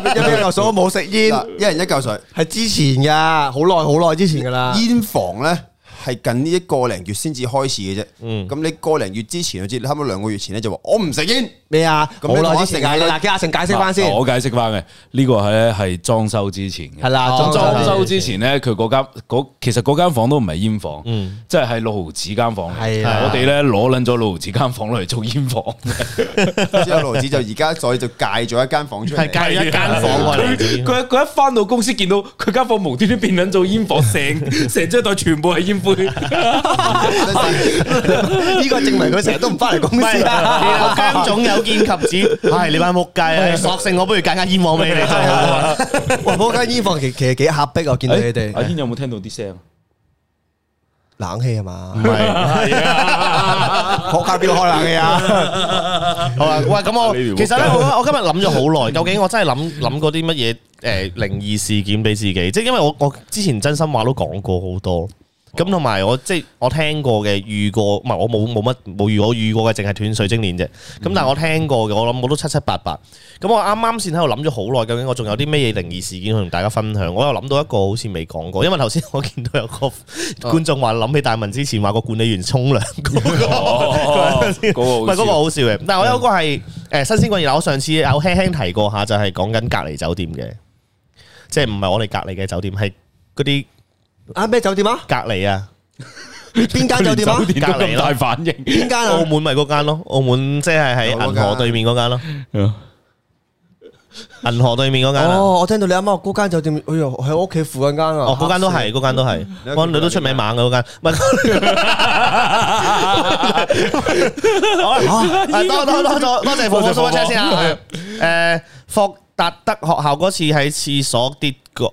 [SPEAKER 3] 嚿水我冇食煙，一人一嚿水。
[SPEAKER 4] 係之前噶，好耐好耐之前噶啦。
[SPEAKER 3] 煙房咧係近呢一個零月先至開始嘅啫。咁你個零月之前，好似差唔多兩個月前咧就話我唔食煙，
[SPEAKER 4] 咩啊？
[SPEAKER 3] 咁
[SPEAKER 4] 好
[SPEAKER 3] 你
[SPEAKER 4] 耐
[SPEAKER 3] 同
[SPEAKER 4] 之
[SPEAKER 3] 阿
[SPEAKER 4] 前
[SPEAKER 3] 成
[SPEAKER 4] 啊！
[SPEAKER 3] 嗌佢
[SPEAKER 4] 嗱，叫阿成解釋翻先
[SPEAKER 2] 哦嗱。我解釋翻嘅，呢個係咧係裝修之前嘅。
[SPEAKER 4] 係啦，
[SPEAKER 2] 咁
[SPEAKER 4] 裝
[SPEAKER 2] 裝
[SPEAKER 4] 修
[SPEAKER 2] 修之前咧，佢嗰間嗰其實嗰間房都唔係煙房，即係係六毫子間房嚟嘅。
[SPEAKER 4] 嗯係啊
[SPEAKER 2] 我哋咧攞撚咗六毫子間房攞嚟做煙 房。
[SPEAKER 3] 之後羅子就而家所以就戒咗一間房出嚟。
[SPEAKER 1] 係戒咗一間房
[SPEAKER 4] 啊
[SPEAKER 1] 我
[SPEAKER 2] 啊佢
[SPEAKER 1] 哋。
[SPEAKER 2] 佢佢一翻到公司見到佢間房無端端變撚做煙房，成 成張台全部係煙灰。
[SPEAKER 4] 呢個證明佢成日都唔翻嚟公
[SPEAKER 1] 唔係，
[SPEAKER 4] 司啊！
[SPEAKER 1] 姜總有見及此，係你班仆街啊！索性我不如揀間煙網俾你哋做好啊！
[SPEAKER 4] 哇，嗰間煙房其其實幾壓迫啊！我見到你
[SPEAKER 2] 誒哎阿
[SPEAKER 4] 哋
[SPEAKER 2] 軒有冇聽到啲 聲？啊
[SPEAKER 4] 冷氣係嘛？
[SPEAKER 1] 唔係，係啊，
[SPEAKER 3] 學校邊度開冷氣啊？
[SPEAKER 1] 好啊！喂，咁我
[SPEAKER 2] 你條仆街
[SPEAKER 1] 其實咧，我我今日諗咗好耐，究竟我真係諗諗過啲乜嘢誒靈異事件俾自己，即係因為我我之前真心話都講過好多，咁同埋我即係我聽過嘅遇過，唔係我冇冇乜冇遇我遇過嘅，淨係斷水晶鏈啫。咁但係我聽過嘅，我諗我都七七八八。咁我啱啱先喺度諗咗好耐，究竟我仲有啲咩嘢靈異事件去同大家分享？我又諗到一個好似未講過，因為頭先我見到有個 觀眾話諗起大文之前話個管理員沖涼嗰
[SPEAKER 4] 哦
[SPEAKER 1] 個，
[SPEAKER 2] 嗰個好
[SPEAKER 1] 唔係嗰個
[SPEAKER 2] 笑
[SPEAKER 1] 好笑嘅。但係我有一個係誒新鮮滾熱，我上次有輕輕提過下，就係講緊隔離酒店嘅，即係唔係我哋隔離嘅酒店，係嗰啲
[SPEAKER 4] 啊咩酒店 啊？
[SPEAKER 1] 隔離啊。
[SPEAKER 4] 邊間酒店啊？
[SPEAKER 2] 連酒店都咁大反 應。
[SPEAKER 4] 邊間
[SPEAKER 1] 澳
[SPEAKER 4] 啊？
[SPEAKER 1] 門咪嗰間咯，澳門即係喺銀河對面嗰間咯，銀河對面嗰間啊。
[SPEAKER 4] 哦，我聽到你啱啱話嗰間酒店，哎呦，喺我屋企附近間啊。
[SPEAKER 1] 哦，嗰間都係，嗰間都係，安女都出名猛嘅嗰間，唔係。好啊多多多多多謝火火 super chat 先啊！誒，霍達德學校嗰次喺廁所跌過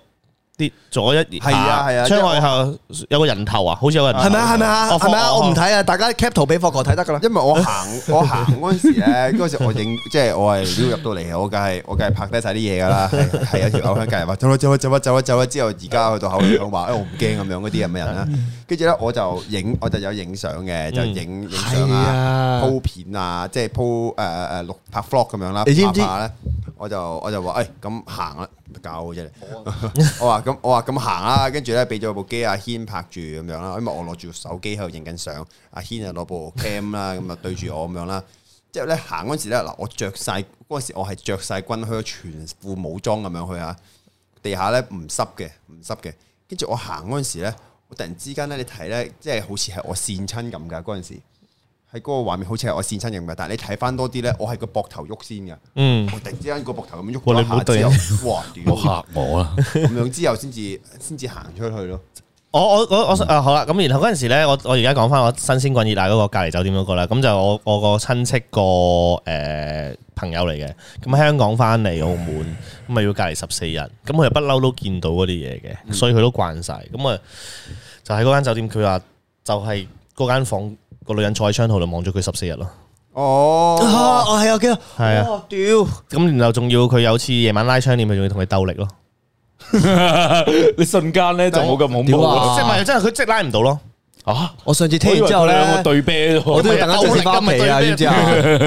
[SPEAKER 1] 跌咗一
[SPEAKER 3] 係啊係啊
[SPEAKER 1] 窗外後有個人頭啊，好似有個人頭
[SPEAKER 4] 係咪啊？係咪啊？
[SPEAKER 1] 哦
[SPEAKER 4] 係咪啊？
[SPEAKER 1] 霍
[SPEAKER 4] 我唔睇啊，大家 cap 圖俾霍哥睇得噶啦。
[SPEAKER 3] 因為我 行我行嗰陣時咧，嗰陣時我影 即係我係撩入到嚟，我梗係我梗係拍低晒啲嘢㗎啦，係係有條友喺隔離話走啦走啦走啦走啦走啦，之後而家去到口裏講話，誒 哎我唔驚咁樣嗰啲咁嘅人啦，
[SPEAKER 4] 嗯
[SPEAKER 3] 跟住咧我就影我就有影相嘅，就影影相啊
[SPEAKER 4] 係啊，
[SPEAKER 3] 鋪片啊，即係鋪誒誒錄拍 vlog 咁樣啦，
[SPEAKER 4] 你知唔知
[SPEAKER 3] 拍下咧？我就我就話誒咁行啦，教嘅啫你。
[SPEAKER 4] 啊
[SPEAKER 3] 我話咁我話咁行啦，跟住咧俾咗部機阿軒拍住咁樣啦，因為我攞住手機喺度影緊相，阿軒就攞部 cam 啦，咁啊對住我咁樣啦。之後咧行嗰陣時咧，嗱我着晒嗰陣時我係着晒軍靴，全副武裝咁樣去啊，地下咧唔濕嘅，唔濕嘅。跟住我行嗰陣時咧，我突然之間咧，你睇咧，即係好似係我跣親咁㗎嗰陣時。喺嗰個畫面好似係我跣親咁嘅，但係你睇翻多啲咧，我係個膊頭喐先嘅。
[SPEAKER 1] 嗯，
[SPEAKER 3] 我突然之間個膊頭咁樣喐
[SPEAKER 1] 哇
[SPEAKER 3] 咗
[SPEAKER 1] 你唔好
[SPEAKER 3] 一下之後，哇
[SPEAKER 2] 唔
[SPEAKER 3] 屌！
[SPEAKER 2] 好嚇我 啊！
[SPEAKER 3] 咁樣之後先至先至行出去咯。
[SPEAKER 1] 我我我我啊好啦，咁然後嗰陣時咧，我我而家講翻我新鮮滾熱辣嗰個隔離酒店嗰個啦，咁就我我個親戚個誒、呃朋友嚟嘅，咁喺香港翻嚟澳門，咁啊咪要隔離十四日，咁佢又不嬲都見到嗰啲嘢
[SPEAKER 4] 嗯
[SPEAKER 1] 嘅，所以佢都慣晒。咁啊就喺嗰間酒店，佢話就係嗰間房個女人坐喺窗台度望咗佢十四日咯，
[SPEAKER 4] 啊，
[SPEAKER 3] 哦，
[SPEAKER 4] 我係啊，見到。
[SPEAKER 1] 係啊
[SPEAKER 4] 哦，屌！
[SPEAKER 1] 咁然後仲要佢有次夜晚拉窗簾，佢仲要同佢鬥力咯，
[SPEAKER 2] 你瞬間咧就冇咁恐怖
[SPEAKER 4] 屌
[SPEAKER 2] 啦
[SPEAKER 4] 啊
[SPEAKER 1] 即係咪真係佢即係拉唔到咯，
[SPEAKER 2] 啊！
[SPEAKER 4] 我上次
[SPEAKER 2] 我
[SPEAKER 4] 聽
[SPEAKER 2] 以為
[SPEAKER 4] 完之後
[SPEAKER 2] 佢
[SPEAKER 4] 咧，
[SPEAKER 2] 兩個對啤
[SPEAKER 4] 我
[SPEAKER 2] 啫
[SPEAKER 4] 都要等一陣先翻屋企啊，知唔知啊？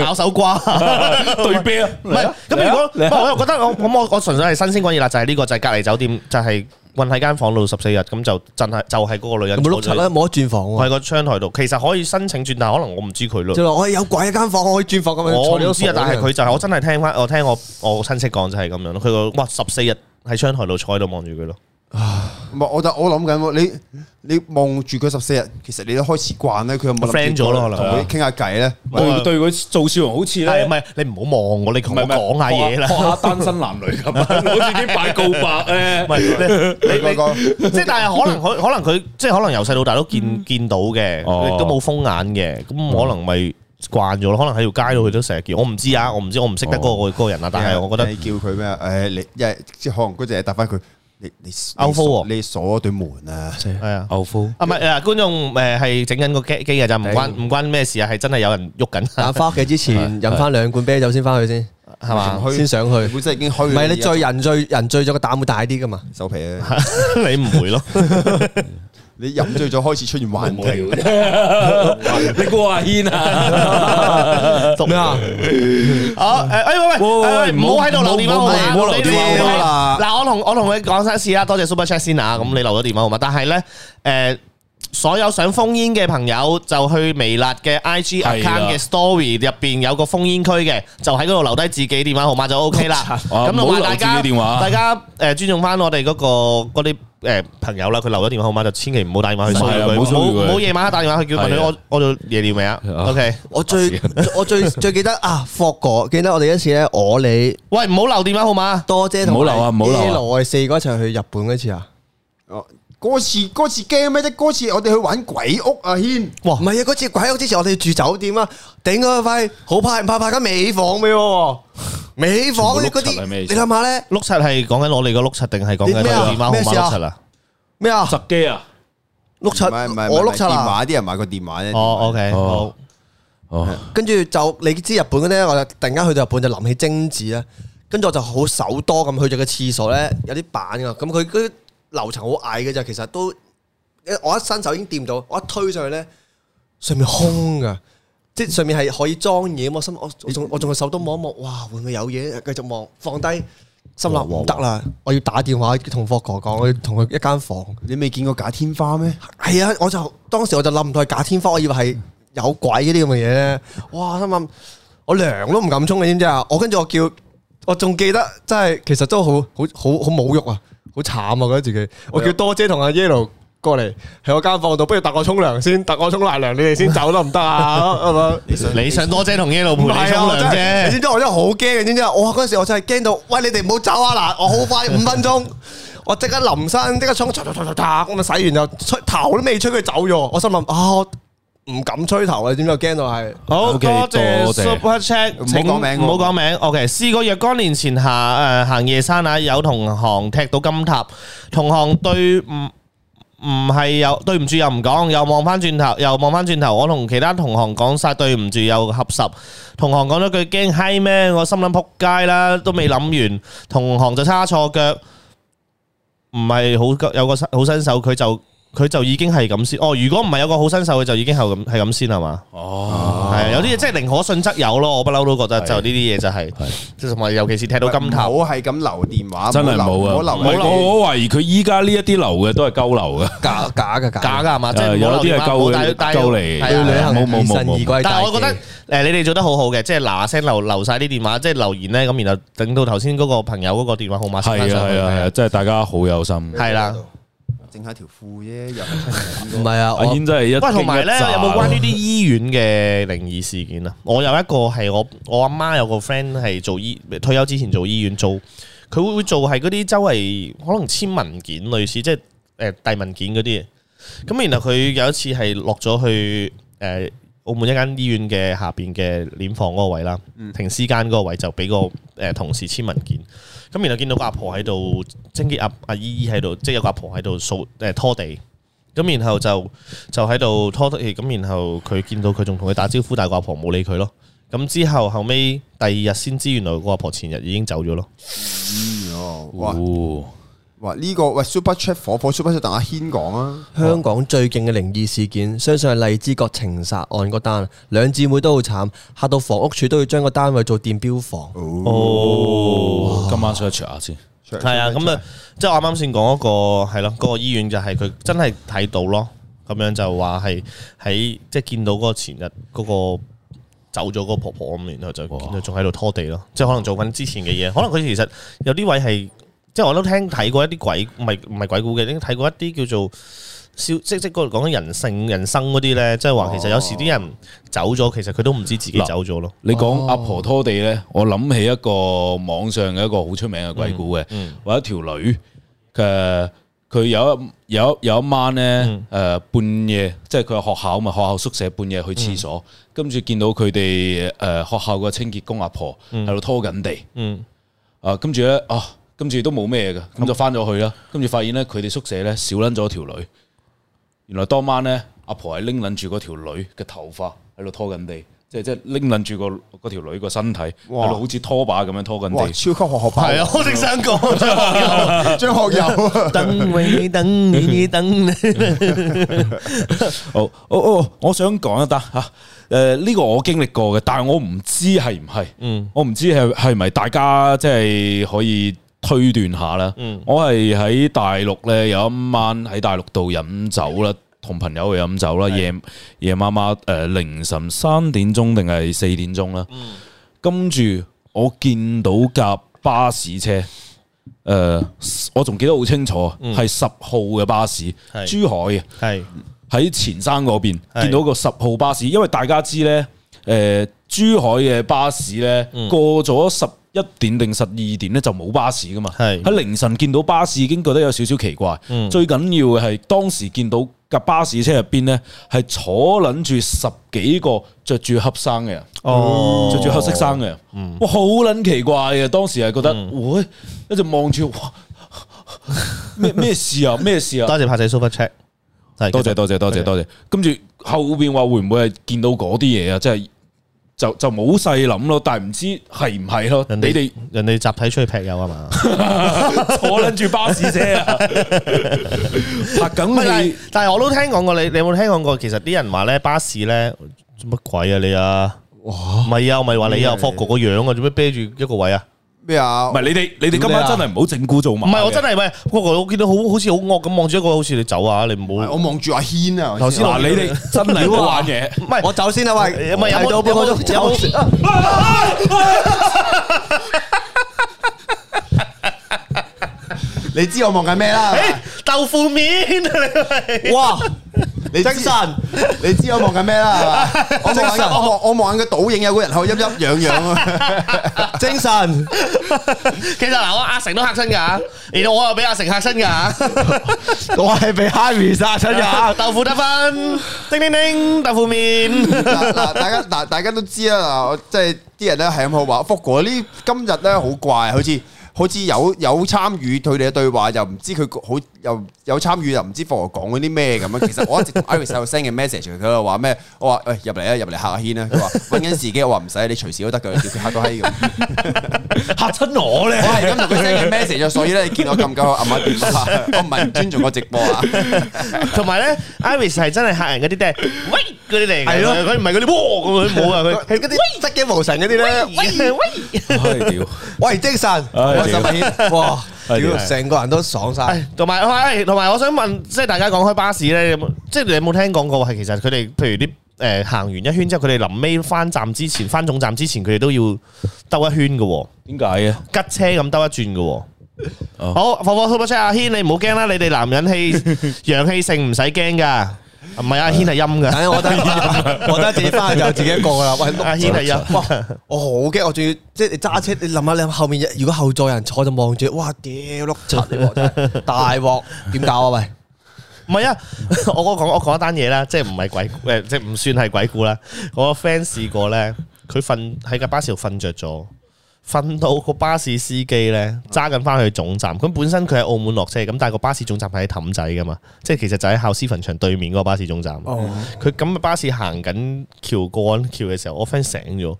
[SPEAKER 1] 咬手瓜。
[SPEAKER 2] 喎， 對啤啊！
[SPEAKER 1] 唔係，咁如果唔係我又覺得我咁我我純粹係新鮮滾熱辣，就係呢個就係隔離酒店就係困喺間房度十四日，咁就真係就係嗰個女
[SPEAKER 4] 有
[SPEAKER 1] 人
[SPEAKER 4] 冇碌
[SPEAKER 1] 坐
[SPEAKER 4] 柒
[SPEAKER 1] 咗
[SPEAKER 4] 咧？冇得轉房
[SPEAKER 1] 喺
[SPEAKER 4] 喎。
[SPEAKER 1] 個窗台度，其實可以申請轉，但可能我唔知佢
[SPEAKER 4] 就
[SPEAKER 1] 咯。
[SPEAKER 4] 話我有鬼一間房，我可以轉房咁樣。
[SPEAKER 1] 我
[SPEAKER 4] 坐你
[SPEAKER 1] 唔
[SPEAKER 4] 都
[SPEAKER 1] 知
[SPEAKER 4] 傻
[SPEAKER 1] 啊，但 係
[SPEAKER 4] 嘅
[SPEAKER 1] 佢就係我真係聽翻，我聽我我親戚講就係咁樣咯。佢個哇十四日喺窗台度坐喺度望住佢咯。
[SPEAKER 3] 唔係我就我諗緊喎，你你望住佢十四日，其實你都開始慣咧，佢有冇諗
[SPEAKER 1] friend 咗咯可能
[SPEAKER 3] 同佢傾下偈 咧？
[SPEAKER 2] 對對佢做笑容好似
[SPEAKER 1] 係
[SPEAKER 2] 咧
[SPEAKER 1] 唔。係你唔好望我，你同我講下嘢啦
[SPEAKER 2] 學。下單身男女咁，啊 好似啲拜告白咧
[SPEAKER 1] 唔。 係你
[SPEAKER 3] 你
[SPEAKER 1] 你
[SPEAKER 3] 嗰
[SPEAKER 1] 你。
[SPEAKER 3] 個
[SPEAKER 1] 即係但係可 能佢可能佢即係可能由細到大都見見到嘅，
[SPEAKER 2] 哦
[SPEAKER 1] 亦都冇風眼嘅，咁可能咪慣咗咯。可能喺條街度佢都成日見，我唔知啊，我唔知，我唔識得嗰個嗰個人啊。但係我覺得
[SPEAKER 3] 你叫佢咩？誒，你一係即係可能嗰隻嘢答翻佢，你你
[SPEAKER 1] 歐科喎
[SPEAKER 3] 你鎖咗對門啊！
[SPEAKER 1] 係啊。
[SPEAKER 2] 牛夫
[SPEAKER 1] 啊，唔係啊，觀眾誒係整緊個機機嘅咋，唔關唔關咩事啊，係真係有人喐緊，
[SPEAKER 4] 但翻屋企之前飲翻兩罐啤酒先翻去先，
[SPEAKER 1] 係嘛？
[SPEAKER 3] 虛
[SPEAKER 4] 先上去。
[SPEAKER 3] 你本身已經虛，
[SPEAKER 4] 唔係你醉人醉人醉咗個膽會大啲噶嘛？
[SPEAKER 3] 手皮啊！
[SPEAKER 1] 你唔會咯？
[SPEAKER 3] 你飲醉咗開始出現 幻
[SPEAKER 2] 無聊
[SPEAKER 3] 聽，
[SPEAKER 2] 啫， 你估阿軒啊？
[SPEAKER 4] 咩啊？
[SPEAKER 1] 哦，誒，哎喂
[SPEAKER 2] 喂喂
[SPEAKER 1] 喂，
[SPEAKER 2] 喂
[SPEAKER 1] 誒唔好喺度留電話號
[SPEAKER 2] 唔好唔好
[SPEAKER 1] 碼，
[SPEAKER 2] 留
[SPEAKER 1] 你
[SPEAKER 2] 電
[SPEAKER 3] 話號碼啦
[SPEAKER 1] 嗱，我同我同佢講聲事啦，多謝 Super Chat 先啊，咁你留咗電話號碼，但係咧，誒。所有想封煙嘅朋友就去微辣嘅 IG
[SPEAKER 2] 係
[SPEAKER 1] account
[SPEAKER 2] 啦
[SPEAKER 1] 嘅 story 入邊有個封煙區嘅，就喺嗰度留低自己電話號碼就 OK 啦。
[SPEAKER 2] 哇
[SPEAKER 1] 咁
[SPEAKER 2] 唔
[SPEAKER 1] 同
[SPEAKER 2] 好
[SPEAKER 1] 埋
[SPEAKER 2] 留
[SPEAKER 1] 大家，
[SPEAKER 2] 自己電話
[SPEAKER 1] 大家誒尊重翻我哋嗰個嗰啲誒朋友啦，佢留咗電話號碼就千祈唔好打電話去騷擾
[SPEAKER 2] 係啊
[SPEAKER 1] 佢，
[SPEAKER 2] 唔好騷擾
[SPEAKER 1] 唔
[SPEAKER 2] 佢
[SPEAKER 1] 好夜晚黑打電話去叫問
[SPEAKER 2] 係
[SPEAKER 1] 佢
[SPEAKER 2] 啊
[SPEAKER 1] 我我做夜尿未啊
[SPEAKER 2] 係啊
[SPEAKER 1] ？OK，
[SPEAKER 4] 我最我最最記得啊，霍哥記得我哋一次咧，我你
[SPEAKER 1] 喂唔好留電話號碼。
[SPEAKER 4] 多姐同
[SPEAKER 2] 唔好留啊唔好留啊
[SPEAKER 4] A 羅我哋四個一齊去日本嗰次啊，
[SPEAKER 3] 哦嗰次嗰次驚咩啫？嗰次我哋去玩鬼屋啊，軒。
[SPEAKER 4] 哇！唔係啊，嗰次鬼屋之前我哋住酒店啊，頂嗰塊好派唔派派緊美房俾我喎，美房
[SPEAKER 2] 全
[SPEAKER 4] 嗰啲
[SPEAKER 2] 部碌柒
[SPEAKER 4] 嗰
[SPEAKER 2] 係
[SPEAKER 4] 啲，
[SPEAKER 2] 咩意思
[SPEAKER 4] 你諗下咧
[SPEAKER 1] 碌柒係講緊我哋個碌柒，定係講緊
[SPEAKER 4] 你咩啊
[SPEAKER 1] 電話號碼
[SPEAKER 4] 咩事
[SPEAKER 1] 碌
[SPEAKER 4] 啊
[SPEAKER 1] 柒啊？
[SPEAKER 4] 咩啊？
[SPEAKER 2] 十機啊！
[SPEAKER 4] 碌柒
[SPEAKER 3] 唔係唔係，
[SPEAKER 4] 我
[SPEAKER 3] 唔係
[SPEAKER 4] 碌柒
[SPEAKER 3] 電
[SPEAKER 4] 啊！
[SPEAKER 3] 話啲人買個電話啫。
[SPEAKER 1] 哦，OK，好
[SPEAKER 2] 哦，哦，
[SPEAKER 4] 跟住就你知日本嗰啲咧，我就突然間去到日本就諗起精子咧，跟住我就好手多咁去咗個廁所咧，有啲板噶，咁佢嗰啲樓層好矮嘅咋，其實都一我一伸手已經掂到，我一推上去咧，上面空噶，即係上面係可以裝嘢。我心我我仲我仲個手都望一望，哇，會唔會有嘢？繼續望，放低，心諗唔得啦，我要打電話同霍哥講，我要同佢一間房。
[SPEAKER 3] 你未見過假天花咩？
[SPEAKER 4] 係啊，我就當時我就諗唔到係假天花，我以為係有鬼嗰啲咁嘅嘢咧。哇！心諗我涼都唔敢沖嘅，知唔知啊？我跟住我叫，我仲記得真係其實都好好好好侮辱啊，好慘啊！覺得自己，我叫多姐同阿 Yellow 過嚟喺我間房度，不如搭我沖涼先，搭我沖大涼，你哋先走得唔得啊？係咪？
[SPEAKER 1] 你想多姐同 Yellow 陪
[SPEAKER 4] 唔
[SPEAKER 1] 你
[SPEAKER 4] 係啊！
[SPEAKER 1] 沖
[SPEAKER 4] 我真
[SPEAKER 1] 涼
[SPEAKER 4] 係，你知唔。
[SPEAKER 1] 啫
[SPEAKER 4] 知我真係好驚嘅？知唔知啊？我嗰陣時我真係驚到，喂你哋唔好走啊！嗱，我好快五分鐘，我即刻臨身，即刻衝，嚓嚓嚓嚓嚓咁啊洗完就吹頭都未吹佢走咗，我心諗啊，我唔敢吹頭啊！知唔知我驚到係？
[SPEAKER 1] 好
[SPEAKER 2] OK，
[SPEAKER 1] 多謝
[SPEAKER 2] 多謝
[SPEAKER 1] Super Chat，
[SPEAKER 3] 唔好
[SPEAKER 1] 請
[SPEAKER 3] 講名喎
[SPEAKER 1] 唔好講名。OK，試過若干年前下誒、呃行夜山啊，有同行踢到金塔，同行對唔唔係又對唔住又唔講，又望翻轉頭，又望翻轉頭。我同其他同行講晒對唔住又合十，同行講咗句驚閪咩？我心諗撲街啦，都未諗完，同行就叉錯腳，唔係好有個新好新手，佢就佢就已經係咁先。哦，如果唔係有個好新手，佢就已經係咁係咁先係嘛？
[SPEAKER 2] 哦，
[SPEAKER 1] 係啊，有啲嘢即係寧可信則有咯，我不嬲都覺得就呢啲嘢就係，即係同埋尤其是踢到金頭，
[SPEAKER 3] 唔好係咁留電話，
[SPEAKER 2] 真係冇啊！
[SPEAKER 3] 唔好
[SPEAKER 2] 唔
[SPEAKER 3] 留
[SPEAKER 2] 係
[SPEAKER 3] 留
[SPEAKER 2] 我我懷疑佢依家呢一啲流嘅都係鳩流嘅，
[SPEAKER 4] 假假嘅假
[SPEAKER 1] 假
[SPEAKER 4] 嘅，
[SPEAKER 1] 㗎係嘛？即
[SPEAKER 2] 誒
[SPEAKER 1] 係
[SPEAKER 2] 有啲係
[SPEAKER 1] 係
[SPEAKER 2] 鳩
[SPEAKER 1] 但係但係
[SPEAKER 2] 鳩嚟
[SPEAKER 1] 係
[SPEAKER 4] 要
[SPEAKER 1] 啊
[SPEAKER 4] 旅行
[SPEAKER 2] 冇冇冇
[SPEAKER 4] 疑神
[SPEAKER 2] 冇
[SPEAKER 4] 疑鬼大
[SPEAKER 1] 但
[SPEAKER 4] 忌。
[SPEAKER 1] 係我覺得誒你哋做得好好嘅，即係嗱嗱聲留留曬啲電話，即係留言咧，咁然後等到頭先嗰個朋友嗰個電話號
[SPEAKER 2] 係
[SPEAKER 1] 碼先
[SPEAKER 2] 啊
[SPEAKER 1] 翻上去
[SPEAKER 2] 係啊係啊，
[SPEAKER 1] 係
[SPEAKER 2] 真係大家好有心。
[SPEAKER 1] 係啊啦。
[SPEAKER 3] 整下條褲啫，又 係
[SPEAKER 4] 唔係啊，
[SPEAKER 2] 阿
[SPEAKER 4] 我
[SPEAKER 2] 軒真係一
[SPEAKER 1] 喂，同埋咧，
[SPEAKER 2] 驚一乍
[SPEAKER 1] 有冇關於啲醫院嘅靈異事件啊？我有一個係我我阿媽有個 friend 係做醫退休之前做醫院做，佢會會做係嗰啲周圍可能簽文件類似，即係誒遞文件嗰啲嘢。咁然後佢有一次係落咗去誒、呃澳門一間醫院嘅下邊嘅殮房嗰個位啦，停屍間嗰個位就俾個誒、呃同事簽文件。咁然後見到個阿婆喺度清潔阿阿姨姨喺度，即係有個阿婆喺度掃誒拖地。咁然後就就喺度拖地，咁然後佢見到佢仲同佢打招呼，但係個阿婆冇理佢咯。咁之後後尾第二日先知，原來個阿婆前日已經走咗咯。
[SPEAKER 3] 哦，哇
[SPEAKER 2] 哦
[SPEAKER 3] 哇呢個喂 Super Chat 火火 Super Chat 等阿軒講啊，
[SPEAKER 4] 香港最勁嘅靈異事件，相信係荔枝角情殺案嗰單，兩姊妹都好慘，嚇到房屋署都要將個單位做電標房。
[SPEAKER 2] 哦，今晚 search 下先。
[SPEAKER 1] 係啊，咁啊，即係我啱啱先講嗰個係咯，嗰個醫院就係佢真係睇到咯，咁樣就話係喺即係見到嗰個前日嗰個走咗嗰個婆婆咁，然後就見到仲喺度拖地咯，即係可能做緊之前嘅嘢，可能佢其實有啲位係即係我都聽睇過一啲鬼，唔係唔係鬼故嘅，已經睇過一啲叫做。消即即嗰度講緊人性人生嗰啲咧，即係話其實有時啲人走咗，其實佢都唔知自己
[SPEAKER 2] 嗱
[SPEAKER 1] 走咗咯。
[SPEAKER 2] 你講阿婆拖地呢，我諗起一個網上嘅一個好出名嘅鬼故嘅，
[SPEAKER 1] 嗯
[SPEAKER 2] 話一條女嘅佢有一有一有一晚呢，誒、半夜即係佢係學校啊嘛，學校宿舍半夜去廁所，跟住見到佢哋誒學校個清潔工阿婆喺度拖緊地，
[SPEAKER 1] 嗯
[SPEAKER 2] 啊跟住呢，啊跟住都冇咩嘅，咁就翻咗去啦，跟住發現呢，佢哋宿舍呢少撚咗條女，原來當晚呢，阿婆係拎撚住嗰條女嘅頭髮喺度拖緊地，即係即係拎撚住個嗰條女個身體，
[SPEAKER 3] 哇
[SPEAKER 2] 喺度好似拖把咁樣拖緊
[SPEAKER 3] 哇
[SPEAKER 2] 地。
[SPEAKER 3] 超級學學派
[SPEAKER 1] 係啊，我正想講
[SPEAKER 3] 張學友啊
[SPEAKER 1] 等你等你等你。
[SPEAKER 2] 哦哦哦，我想講一單嚇，誒、呢個我經歷過嘅，但係我唔知係唔係，嗯，我唔知係係咪大家即係可以推斷下啦。嗯，我係喺大陸咧，有一晚喺大陸度飲酒啦。同朋友去飲酒啦，夜夜媽媽誒凌晨三點鐘定係四點鐘啦，跟住我見到架巴士車，誒、我仲記得好清楚，係十號嘅巴士，
[SPEAKER 1] 係
[SPEAKER 2] 珠海嘅，
[SPEAKER 1] 系
[SPEAKER 2] 喺前山嗰邊
[SPEAKER 1] 係
[SPEAKER 2] 見到個十號巴士，因為大家知呢，誒、珠海嘅巴士呢，
[SPEAKER 1] 嗯
[SPEAKER 2] 過咗十一點定十二點呢，就冇巴士噶嘛。
[SPEAKER 1] 係嗯
[SPEAKER 2] 喺凌晨見到巴士已經覺得有少少奇怪。最緊要嘅係當時見到架巴士車入邊呢，係坐撚住十幾個着住黑衫嘅人。
[SPEAKER 1] 哦嗯
[SPEAKER 2] 着住黑色衫嘅，哇，好撚奇怪嘅。當時係覺得，喂，一直望住，哇，咩咩事啊，咩事啊？
[SPEAKER 1] 多謝拍仔 super check，係
[SPEAKER 2] 多謝多謝多謝多謝。跟住後邊話會唔會係見到嗰啲嘢啊？即係就就冇細諗咯，但係唔知係唔係咯？你
[SPEAKER 1] 人哋
[SPEAKER 2] 哋
[SPEAKER 1] 人哋集體出去劈友啊 嘛？
[SPEAKER 2] 坐撚住巴士車啊，拍
[SPEAKER 1] 唔係但
[SPEAKER 2] 緊
[SPEAKER 1] 係
[SPEAKER 2] 你
[SPEAKER 1] 但係我都聽講過你，你有冇聽講過？其實啲人話咧巴士咧做乜鬼啊你啊？唔係啊，我咪話你
[SPEAKER 3] 咩
[SPEAKER 1] 啊，
[SPEAKER 3] 嚟
[SPEAKER 1] 霍哥個樣啊，做咩啤住一個位啊？
[SPEAKER 3] 咩啊？
[SPEAKER 2] 唔係你哋你哋今晚真係唔好整蠱做
[SPEAKER 1] 唔
[SPEAKER 2] 馬嘅。
[SPEAKER 1] 係我真係喂，霍哥我見到好好似好惡咁望住一個，好似你走啊，你唔好
[SPEAKER 3] 我。望住阿軒啊，
[SPEAKER 1] 頭先
[SPEAKER 2] 嗱，你哋真係唔好玩嘢。
[SPEAKER 1] 唔係
[SPEAKER 4] 我走先啦，喂，
[SPEAKER 1] 唔係有冇
[SPEAKER 4] 提到半個鐘
[SPEAKER 1] 有冇
[SPEAKER 4] 走先
[SPEAKER 3] 你知我望緊咩啦？
[SPEAKER 1] 豆腐面，
[SPEAKER 4] 哇，
[SPEAKER 3] 你精神， 你知我望緊咩啦？ 係嘛我望緊我望我望緊個倒影，有個人喺度陰陰樣 樣啊！
[SPEAKER 4] 精神，
[SPEAKER 1] 其實嗱，我阿成都嚇親㗎，然後我又俾阿成嚇親 㗎。
[SPEAKER 4] 我係被 Harry 殺
[SPEAKER 2] 哎
[SPEAKER 4] 親 㗎。
[SPEAKER 1] 豆腐得分，叮叮叮，豆腐面。
[SPEAKER 3] 嗱嗱，大家嗱大家都知啦，嗱，我即係啲人咧係咁好話，福哥呢今日咧好怪，好似好似有有參與佢哋嘅對話，又唔知佢好又有參與，又唔知福哥講嗰啲咩咁樣。其實我一直同 Iris 喺度 send 嘅 message，佢又話咩？我話喂入嚟啊，入嚟嚇下軒啊！佢話揾緊時機，我話唔使，你隨時都得㗎，你叫佢嚇到 閪咁。
[SPEAKER 2] 嚇親我咧
[SPEAKER 3] 我係咁同佢 send 嘅 message，所以咧你見我咁鳩口暗一電話，我唔係唔尊重個直播啊！
[SPEAKER 1] 同埋咧，Iris 係真係嚇人嗰啲，即係喂嗰啲嚟㗎。
[SPEAKER 4] 係咯
[SPEAKER 1] 佢唔係嗰啲喎咁樣冇啊，佢
[SPEAKER 4] 係嗰啲得嘅無神嗰啲咧，
[SPEAKER 1] 喂 喂。
[SPEAKER 2] 唉屌！
[SPEAKER 4] 喂精神，
[SPEAKER 2] 唉屌
[SPEAKER 3] 我十八軒。
[SPEAKER 4] 哇，
[SPEAKER 2] 係
[SPEAKER 4] 屌
[SPEAKER 2] 係
[SPEAKER 4] 成個人都爽晒
[SPEAKER 1] 係，同埋係，同埋我想問，即係大家講開巴士咧，有冇即係你有冇聽講過係其實佢哋譬如啲誒行完一圈之後，佢哋臨尾翻站之前，翻總站之前，佢哋都要兜一圈嘅喎。
[SPEAKER 2] 點解嘅？
[SPEAKER 1] 吉車咁兜一轉嘅喎。
[SPEAKER 2] 哦
[SPEAKER 1] 好，火火 super chat 阿軒，你唔好驚啦，你哋男人氣陽氣盛唔使驚噶，唔係阿軒係陰
[SPEAKER 4] 但
[SPEAKER 1] 嘅，
[SPEAKER 4] 係我覺得，我覺得自己翻去就自己一個㗎啦。喂，
[SPEAKER 1] 阿軒係陰。
[SPEAKER 4] 哇！我好驚，我仲要即係你揸車，你諗下你後面如果後座有人坐就望住，哇！屌碌柒你喎，真係大鑊，點搞啊？喂，
[SPEAKER 1] 唔係啊， 我我講我講一單嘢啦，即係唔係鬼誒，即係唔算係鬼故啦。我個 friend 試過咧，佢瞓喺架巴士度瞓着咗，瞓到個巴士司機咧揸緊翻去總站。咁本身佢喺澳門落車，咁但係個巴士總站係喺氹仔噶嘛，即係其實就喺孝思墳場對面嗰個巴士總站。佢咁嘅巴士行緊橋過緊橋嘅時候，我 friend 醒咗，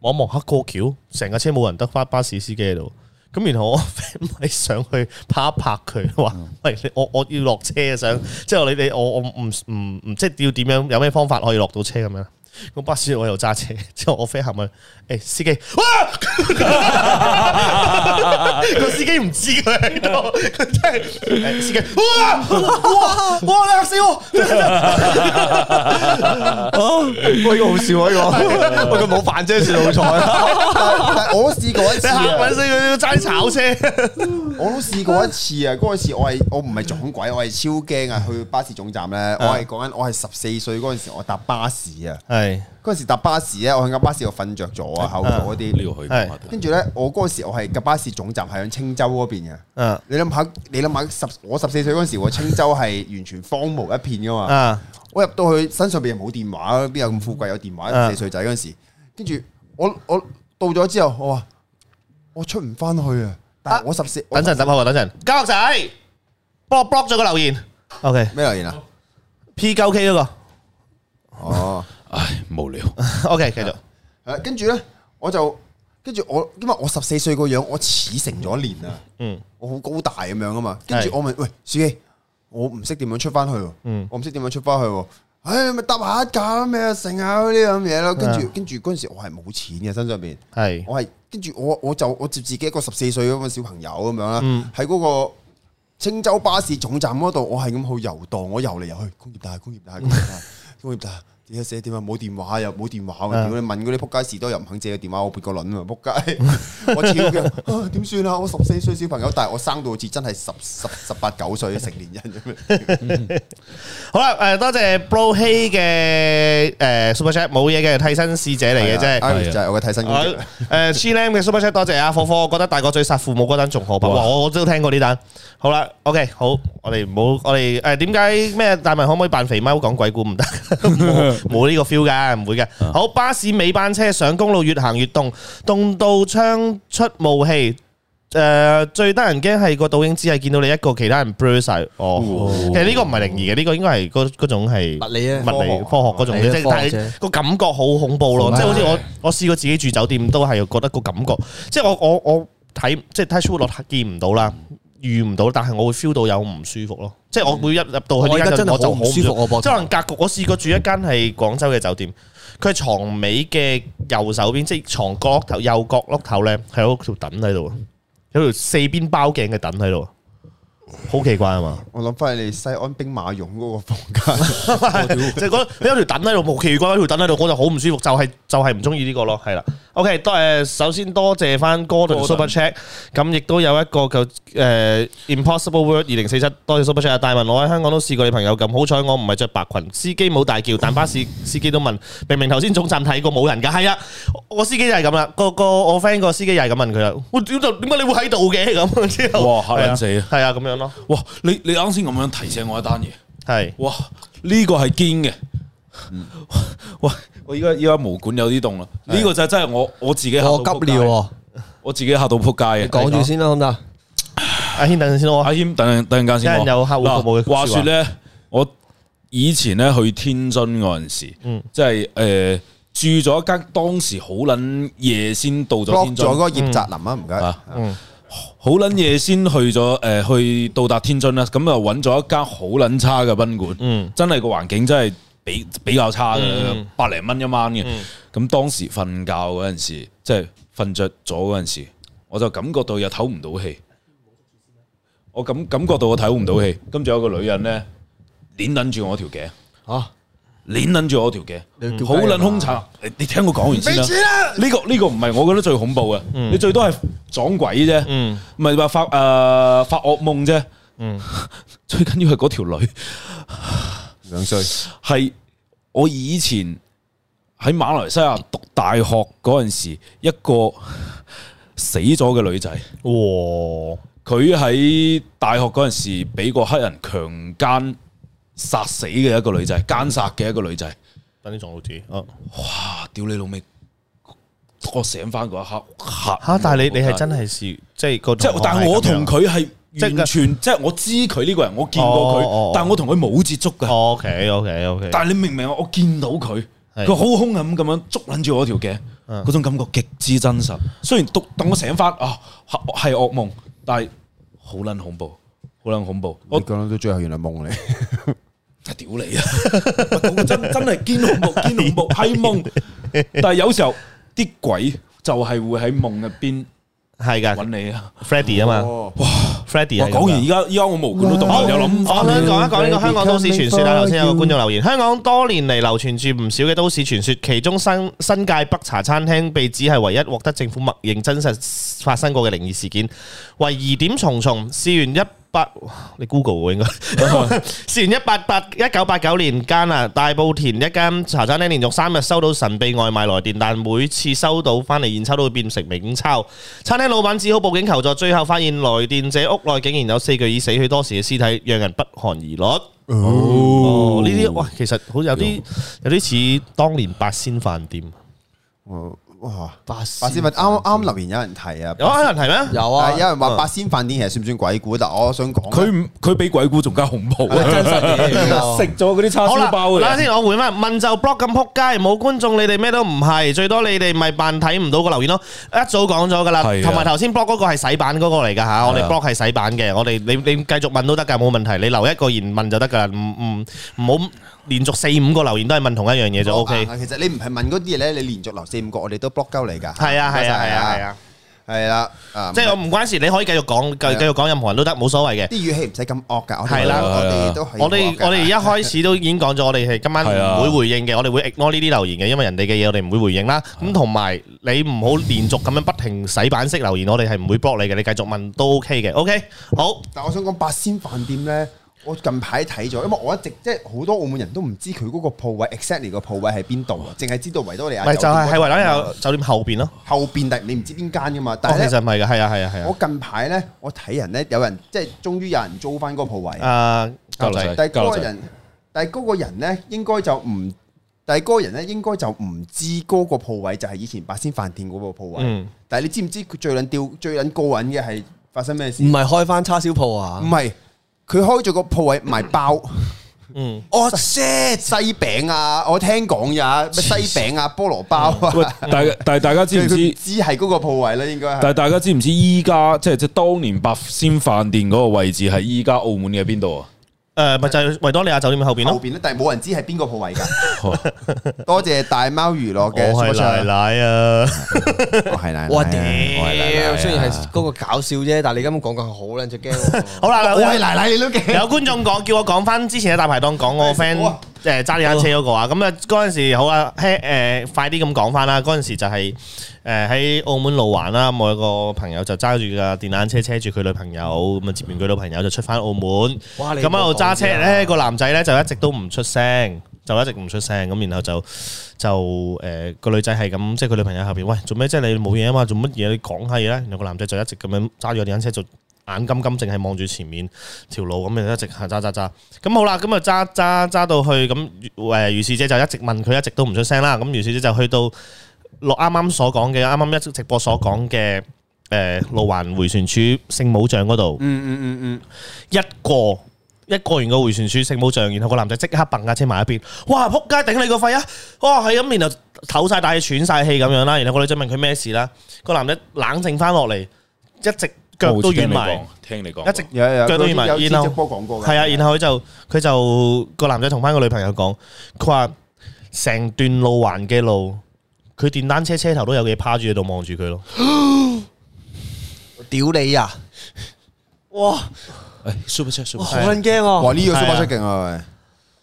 [SPEAKER 1] 望一望黑過橋，成架車冇人得翻巴士司機喺度。咁然後我 friend 咪上去拍一拍佢，話：喂，你我我要落車啊！想之後你哋我我唔唔唔即係要點樣有咩方法可以落到車咁樣？咁巴士我又揸車， 之後我 friend 行去，誒、司機，哇！ 個司機唔知佢喺度，佢真係誒司機，哇 哇哇！你嚇死我！
[SPEAKER 4] 喂，個好笑喎，呢個喂，佢冇飯啫，算好彩啊 啦。
[SPEAKER 3] 但但係我試過一
[SPEAKER 1] 你
[SPEAKER 3] 次
[SPEAKER 1] 嚇
[SPEAKER 3] 啊
[SPEAKER 1] 撚死佢，要揸炒車。
[SPEAKER 3] 我都試過一次啊！嗰陣時我係我唔係撞鬼，我係超驚啊！去巴士總站咧，
[SPEAKER 1] 啊
[SPEAKER 3] 我係講緊我係十四歲嗰陣時，我搭巴士啊！
[SPEAKER 1] 係
[SPEAKER 3] 嗰陣時搭巴士咧，我喺架巴士度瞓着咗啊，後座嗰
[SPEAKER 2] 呢
[SPEAKER 3] 啲。
[SPEAKER 2] 個去啊
[SPEAKER 1] 係
[SPEAKER 3] 跟住咧，我嗰陣時我係架巴士總站係喺青州嗰邊嘅。
[SPEAKER 1] 嗯
[SPEAKER 3] 你諗下，你諗下十我十四歲嗰陣時，我青州係完全荒蕪一片噶嘛。
[SPEAKER 1] 啊，
[SPEAKER 3] 我入到去身上邊又冇電話，邊有咁富貴有電話？
[SPEAKER 1] 啊
[SPEAKER 3] 四歲仔嗰陣時，跟住我我到咗之後，我話我出唔翻去啊！但係我十四，我
[SPEAKER 1] 等陣等我，等陣。家樂仔幫我 block 咗個留言。O K
[SPEAKER 3] 咩留言 啊？
[SPEAKER 1] P 九 K 嗰個。
[SPEAKER 3] 哦，
[SPEAKER 2] 唉，無聊。
[SPEAKER 1] O K 繼續。
[SPEAKER 3] 係跟住咧，我就跟住我，因為我十四歲個樣，我似成咗年啊，
[SPEAKER 1] 嗯，
[SPEAKER 3] 我好高大咁樣啊嘛。跟
[SPEAKER 1] 係
[SPEAKER 3] 住我問喂司機，我唔識點樣出翻去喎，
[SPEAKER 1] 嗯
[SPEAKER 3] 我唔識點樣出翻去喎。唉，咪搭下一架咩剩下嗰啲咁嘢咯。跟住
[SPEAKER 1] 啊
[SPEAKER 3] 跟住嗰陣時，我係冇錢嘅身上邊。
[SPEAKER 1] 係
[SPEAKER 3] 我係跟住我我就我接自己一個十四歲嗰個小朋友咁樣啦，喺嗰、個青州巴士總站嗰度，我係咁去遊蕩，我遊嚟遊去，工業大廈、工業大廈、工業大廈、 工業大廈。點啊寫點啊冇電話又冇電話
[SPEAKER 1] 啊
[SPEAKER 3] 喎，屌你問嗰啲仆街士多又唔肯借個電話，我撥個輪啊仆街， 我超嘅啊點算啊！我十四歲小朋友，但係我生到好似真係十十十八九歲嘅成年人咁樣。
[SPEAKER 1] 好啦，誒多謝 Bro Hey 嘅誒 Super Chat，冇嘢嘅替身使者嚟嘅啫。
[SPEAKER 3] Iris 就係啊我嘅替身工
[SPEAKER 1] 誒
[SPEAKER 3] 作。
[SPEAKER 1] c h a m 嘅 Super Chat 多謝啊，火火，我覺得大個最殺父母嗰單仲可怕，
[SPEAKER 2] 哇
[SPEAKER 1] 哇我我都聽過呢單。好啦，OK，好，我哋唔好，我哋誒點解咩大文可唔可以扮肥貓講鬼故唔得？ 冇冇呢個 feel 㗎，唔會嘅。好，巴士尾班車上公路越行越凍，凍到窗出霧氣。诶最得人驚係個倒影只係見到你一個，其他人 blur 晒。哦，其實呢個唔係靈異嘅，呢個應該係嗰嗰種係
[SPEAKER 4] 物理啊，
[SPEAKER 1] 物
[SPEAKER 3] 科
[SPEAKER 1] 理
[SPEAKER 3] 學
[SPEAKER 1] 科學嗰種
[SPEAKER 4] 係
[SPEAKER 1] 嘅，
[SPEAKER 4] 啊
[SPEAKER 1] 即係
[SPEAKER 4] 科
[SPEAKER 1] 但
[SPEAKER 4] 學
[SPEAKER 1] 係
[SPEAKER 4] 啫
[SPEAKER 1] 個感覺好恐怖咯。
[SPEAKER 4] 係
[SPEAKER 1] 即係好似我我試過自己住酒店都係覺得個感覺，即係我我我睇即係 touch wood 我見唔到啦，遇唔到，但係我會 feel 到有唔舒服咯。即係我會一入到去
[SPEAKER 4] 嗯我
[SPEAKER 1] 呢
[SPEAKER 4] 而家
[SPEAKER 1] 間酒
[SPEAKER 4] 真
[SPEAKER 1] 店
[SPEAKER 4] 係好
[SPEAKER 1] 我就好
[SPEAKER 4] 唔舒服，我膊
[SPEAKER 1] 即係可能
[SPEAKER 4] 頭。
[SPEAKER 1] 格局，我試過住一間係廣州嘅酒店，佢係床尾嘅右手邊，即係床角落頭右角落頭咧，係有條凳喺度，啊有條四邊包鏡嘅凳喺度，啊好奇怪啊嘛！
[SPEAKER 3] 我諗翻你西安兵馬俑嗰個房間，
[SPEAKER 1] 就係覺得你有條凳喺度，無奇怪有條凳喺度，我就好唔舒服，就係、就係唔中意呢個咯，係啦。OK，多誒，首先多謝翻 Gordon
[SPEAKER 2] Gordon
[SPEAKER 1] Super Chat，咁亦都有一個叫誒、呃 Impossible Word 二零四七，多謝 Super Chat 啊！大文，我喺香港都試過你朋友咁，好彩我唔係着白裙，司機冇大叫，但 巴士司機都問，明明頭先總站睇過冇人㗎，係啊，我司機就係咁啦，個個我 friend 個司機又係咁問佢啦，我屌就點解你會喺度嘅咁之後，
[SPEAKER 2] 哇嚇人死啊
[SPEAKER 1] 係啊，咁樣咯，
[SPEAKER 2] 哇！你你啱先咁樣提醒我一單嘢，
[SPEAKER 1] 係
[SPEAKER 2] 哇！呢個係堅嘅。哇！我依家依家毛管有啲凍啦，呢個就真係我我自己嚇到
[SPEAKER 4] 我
[SPEAKER 2] 仆
[SPEAKER 4] 急
[SPEAKER 2] 街
[SPEAKER 4] 尿，喎，
[SPEAKER 2] 我自己嚇到撲街嘅。啊
[SPEAKER 4] 你講住先啦，得唔得？
[SPEAKER 1] 阿軒等陣先我
[SPEAKER 2] 阿谦，等陣等陣間先
[SPEAKER 1] 一
[SPEAKER 2] 講。
[SPEAKER 1] 陣有客戶服務嘅
[SPEAKER 2] 嗱話
[SPEAKER 1] 說話
[SPEAKER 2] 說咧，我以前咧去天津嗰陣時，即係诶住咗一間當時好撚夜先到咗
[SPEAKER 3] block
[SPEAKER 2] 天津
[SPEAKER 3] 咗嗰，個葉澤林啊，唔該。
[SPEAKER 2] 啊好撚夜先去咗诶去到達天津啦，咁啊揾咗一間好撚差嘅賓館，真係個環境真係比比較差嘅，百零蚊一晚嘅。咁當時瞓覺嗰陣時，即係瞓着咗嗰陣時，我就感覺到又唞唔到氣。我感感覺到我唞唔到氣，跟住有個女人咧，攣撚住我條頸，
[SPEAKER 4] 嚇，
[SPEAKER 2] 攣撚住我條頸
[SPEAKER 4] 啊你叫雞，啊
[SPEAKER 2] 好撚兇殘。啊你你聽我講完先啦。呢個呢個唔係我覺得最恐怖嘅，你最多係撞鬼啫，唔係話發誒發惡夢啫。 最緊要係嗰條女
[SPEAKER 3] 兩歲，
[SPEAKER 2] 係我以前喺馬來西亞讀大學嗰陣時，一個死咗嘅女仔。
[SPEAKER 1] 哇！
[SPEAKER 2] 佢喺大學嗰陣時，俾個黑人強姦殺死嘅一個女仔，奸殺嘅一個女仔。
[SPEAKER 1] 等你撞到自己，哦，
[SPEAKER 2] 啊！屌你老味！我醒翻嗰一刻，嚇
[SPEAKER 1] 吓！但係你你係真係試，即係個
[SPEAKER 2] 即係，但係我同佢係
[SPEAKER 1] 即係
[SPEAKER 2] 完全，即係我知佢呢個人，我見過
[SPEAKER 1] 哦哦哦
[SPEAKER 2] 佢，但係我同佢冇接觸嘅。
[SPEAKER 1] O K O K O K，
[SPEAKER 2] 但係你明唔明啊？我見到佢，
[SPEAKER 1] 係啊
[SPEAKER 2] 佢好兇咁咁樣捉撚住我條頸，嗰種感覺極之真實。雖然讀等我醒翻啊，係係噩夢，但係好撚恐怖，好撚恐怖。
[SPEAKER 3] 我
[SPEAKER 2] 我
[SPEAKER 3] 講到最後原來夢嚟。
[SPEAKER 2] 真係屌你 啊！講真真係堅恐怖，堅恐怖係夢。 但係有時候啲鬼就係會喺夢入邊
[SPEAKER 1] 係
[SPEAKER 2] 揾
[SPEAKER 1] 噶
[SPEAKER 2] 你啊！
[SPEAKER 1] Freddy 啊嘛，Freddy
[SPEAKER 2] 哇
[SPEAKER 1] 啊！
[SPEAKER 2] 講完依家依家我毛管都
[SPEAKER 1] 好
[SPEAKER 2] 凍，有諗
[SPEAKER 1] 我
[SPEAKER 2] 翻
[SPEAKER 1] 想講一講呢個香港都市傳說啦。頭先有個觀眾留言，香港多年嚟流傳住唔少嘅都市傳說，其中新新界北茶餐廳被指係唯一獲得政府默認真實發生過嘅靈異事件，為疑點重重。試完一八，你 Google 喎應該。事緣一八八一九八九年間啊，大埔田一間茶餐廳連續三日收到神秘外賣來電，但每次收到翻嚟現鈔都會變成冥鈔。餐廳老闆只好報警求助，最後發現來電者屋內竟然有四具已死去多時嘅屍體，讓人不寒而慄。哦，呢啲哇，其實好有啲有啲似當年八仙飯店，
[SPEAKER 3] 哦哇！
[SPEAKER 4] 八
[SPEAKER 3] 八仙飯啱啱留言有人提啊，
[SPEAKER 1] 有嗯可能係咩？
[SPEAKER 4] 有啊
[SPEAKER 3] 但係，有人話八仙飯店其實算唔算鬼故？但我想講，
[SPEAKER 2] 佢唔佢比鬼故仲加恐怖啊！
[SPEAKER 4] 真實嘅
[SPEAKER 2] 食咗嗰啲叉
[SPEAKER 1] 好啦
[SPEAKER 2] 啊燒，包
[SPEAKER 1] 等下
[SPEAKER 2] 嘅，
[SPEAKER 1] 啊先，我回翻問就 block 咁撲街，冇觀眾，你哋咩都唔係，最多你哋咪扮睇唔到個留言咯。一早講咗噶啦，
[SPEAKER 2] 係啊
[SPEAKER 1] 同埋頭先 block 嗰個係洗版嗰個嚟噶吓，我哋
[SPEAKER 2] 係啊
[SPEAKER 1] block 係洗版嘅，我哋你你繼續問都得㗎，冇問題，你留一個言問就得㗎啦，唔唔唔好連續四五個留言都係問同一樣嘢就 OK。
[SPEAKER 3] 啊其實你唔係問嗰啲嘢咧，你連續留四五個，我哋都 block 鳩你㗎。
[SPEAKER 1] 係啊
[SPEAKER 3] 唔該
[SPEAKER 1] 係
[SPEAKER 3] 晒
[SPEAKER 1] 啊係啊係，啊，
[SPEAKER 3] 係啦，啊
[SPEAKER 1] 即係我唔關事，你可以繼續講，繼
[SPEAKER 3] 係啊
[SPEAKER 1] 繼續講任何人都得，冇所謂嘅。
[SPEAKER 3] 啲語氣唔使咁惡㗎。我哋
[SPEAKER 1] 係啦
[SPEAKER 3] 我哋都係
[SPEAKER 1] 我哋我哋一
[SPEAKER 3] 家
[SPEAKER 1] 開始都已經講咗，我哋係今晚
[SPEAKER 2] 係啊
[SPEAKER 1] 唔會回應嘅，我哋會 ignore 呢啲留言嘅，因為人哋嘅嘢我哋唔會回應啦。咁同埋你唔好連續咁樣不停洗版式留言，我哋係唔會 block 你嘅，你繼續問都 OK 嘅。OK，好，
[SPEAKER 3] 但我想講八仙飯店咧，我近排睇咗，因為我一直即係好多澳門人都唔知佢嗰個鋪位 exactly 個鋪位喺邊度啊，淨係知道維多利亞
[SPEAKER 1] 咪
[SPEAKER 3] 酒
[SPEAKER 1] 就
[SPEAKER 3] 店嗰
[SPEAKER 1] 係
[SPEAKER 3] 度。
[SPEAKER 1] 喺維朗有酒店後邊咯。
[SPEAKER 3] 後邊，但係你唔知邊間㗎嘛？但
[SPEAKER 1] 哦，其
[SPEAKER 3] 係
[SPEAKER 1] 實
[SPEAKER 3] 咧，
[SPEAKER 1] 唔係嘅，係啊，係啊，係
[SPEAKER 3] 我近排咧，我睇人咧，有人即係終於有人租翻嗰個鋪位。
[SPEAKER 1] 啊。啊，教仔
[SPEAKER 2] 教仔交
[SPEAKER 3] 但係嗰個
[SPEAKER 2] 流
[SPEAKER 3] 人，但係嗰個人咧，應該就唔，但但係嗰個人咧應該就唔知嗰個鋪位就係以前八仙飯店嗰個鋪位。
[SPEAKER 1] 嗯
[SPEAKER 3] 但係你知唔知佢最撚吊、最撚過癮嘅係發生咩事？
[SPEAKER 4] 唔係開翻叉燒鋪啊
[SPEAKER 3] 唔？係佢開咗個鋪位賣包。
[SPEAKER 1] 嗯，
[SPEAKER 3] 我 shit 西餅啊！我聽講咋，咩西餅啊、菠蘿包
[SPEAKER 2] 喂
[SPEAKER 3] 啊，，
[SPEAKER 2] 但係 但係大家知唔
[SPEAKER 3] 佢 佢
[SPEAKER 2] 知？
[SPEAKER 3] 知係嗰個鋪位啦，應該
[SPEAKER 2] 但係
[SPEAKER 3] 係
[SPEAKER 2] 大家知唔知依家即係即係當年八仙飯店嗰個位置係依家澳門嘅邊度啊？
[SPEAKER 1] 诶，咪就係維多利亞酒店後边
[SPEAKER 3] 後
[SPEAKER 1] 咯。
[SPEAKER 3] 邊咧，但係冇人知係邊個鋪位㗎。多謝大貓娛樂
[SPEAKER 1] 我
[SPEAKER 3] 嘅
[SPEAKER 1] 係
[SPEAKER 3] 所
[SPEAKER 1] 奶
[SPEAKER 3] 長，
[SPEAKER 1] 奶啊，
[SPEAKER 3] 我係奶奶啊，
[SPEAKER 4] 我屌！
[SPEAKER 3] 我係奶奶啊
[SPEAKER 4] 雖然係嗰個搞笑啫，但係你咁講講好撚只驚喎。
[SPEAKER 1] 好啦，
[SPEAKER 3] 我係
[SPEAKER 1] 有
[SPEAKER 3] 奶奶，你都驚。
[SPEAKER 1] 有觀眾講叫我講翻之前喺大排檔講我個
[SPEAKER 3] 哎
[SPEAKER 1] friend
[SPEAKER 3] 好啊
[SPEAKER 1] 诶揸電單車嗰個啊，咁啊嗰陣時好啊，诶快啲咁講翻啦，嗰陣時就係诶喺澳門路環啦，咁我有個朋友就揸住架電單車車住佢女朋友，咁啊接完佢女朋友就出翻澳門。
[SPEAKER 4] 哇！你
[SPEAKER 1] 咁喺度揸車
[SPEAKER 4] 講嘢
[SPEAKER 1] 咧，
[SPEAKER 4] 啊
[SPEAKER 1] 個男仔咧就一直都唔出聲，就一直唔出聲。咁然後就就誒個、女仔係咁，即係佢女朋友喺後邊，喂，做咩？即係你冇嘢啊嘛，做乜嘢？你講閪啦！然後個男仔就一直咁樣揸住個電單車就。眼金金淨係望住前面條路咁樣一直行揸揸揸，咁好啦，咁啊揸揸揸到去咁，誒於是姐就一直問佢，一直都唔出聲啦。咁於是姐就去到落啱啱所講嘅，啱啱一直播所講嘅誒呃路環迴旋處聖母像嗰度，
[SPEAKER 3] 嗯嗯嗯
[SPEAKER 1] 一過一過完個回旋處聖母像，然後個男仔即刻掹架車埋一邊，哇！仆街頂你個肺啊！哇，係咁，然後唞晒大氣、喘晒氣咁樣啦。然後個女仔問佢咩事啦，個男仔冷靜翻落嚟，一直腳都軟埋，
[SPEAKER 2] 聽你講，聽你講，
[SPEAKER 1] 一直
[SPEAKER 3] 嗯，有有有
[SPEAKER 1] 腳都要埋
[SPEAKER 3] 有
[SPEAKER 1] 然後
[SPEAKER 3] 直播廣告㗎，
[SPEAKER 1] 係啊。然後佢就佢就個男仔同翻個女朋友講，佢話成段路環嘅路，佢電單車車頭都有嘢趴住喺度望住佢咯。
[SPEAKER 4] 屌你啊！哇！
[SPEAKER 2] 誒哎 super chat super
[SPEAKER 4] 哇
[SPEAKER 1] 哦
[SPEAKER 2] chat
[SPEAKER 4] 好撚驚喎！
[SPEAKER 3] 哇呢個
[SPEAKER 1] 係
[SPEAKER 3] super
[SPEAKER 1] 啊
[SPEAKER 3] 出勁啊！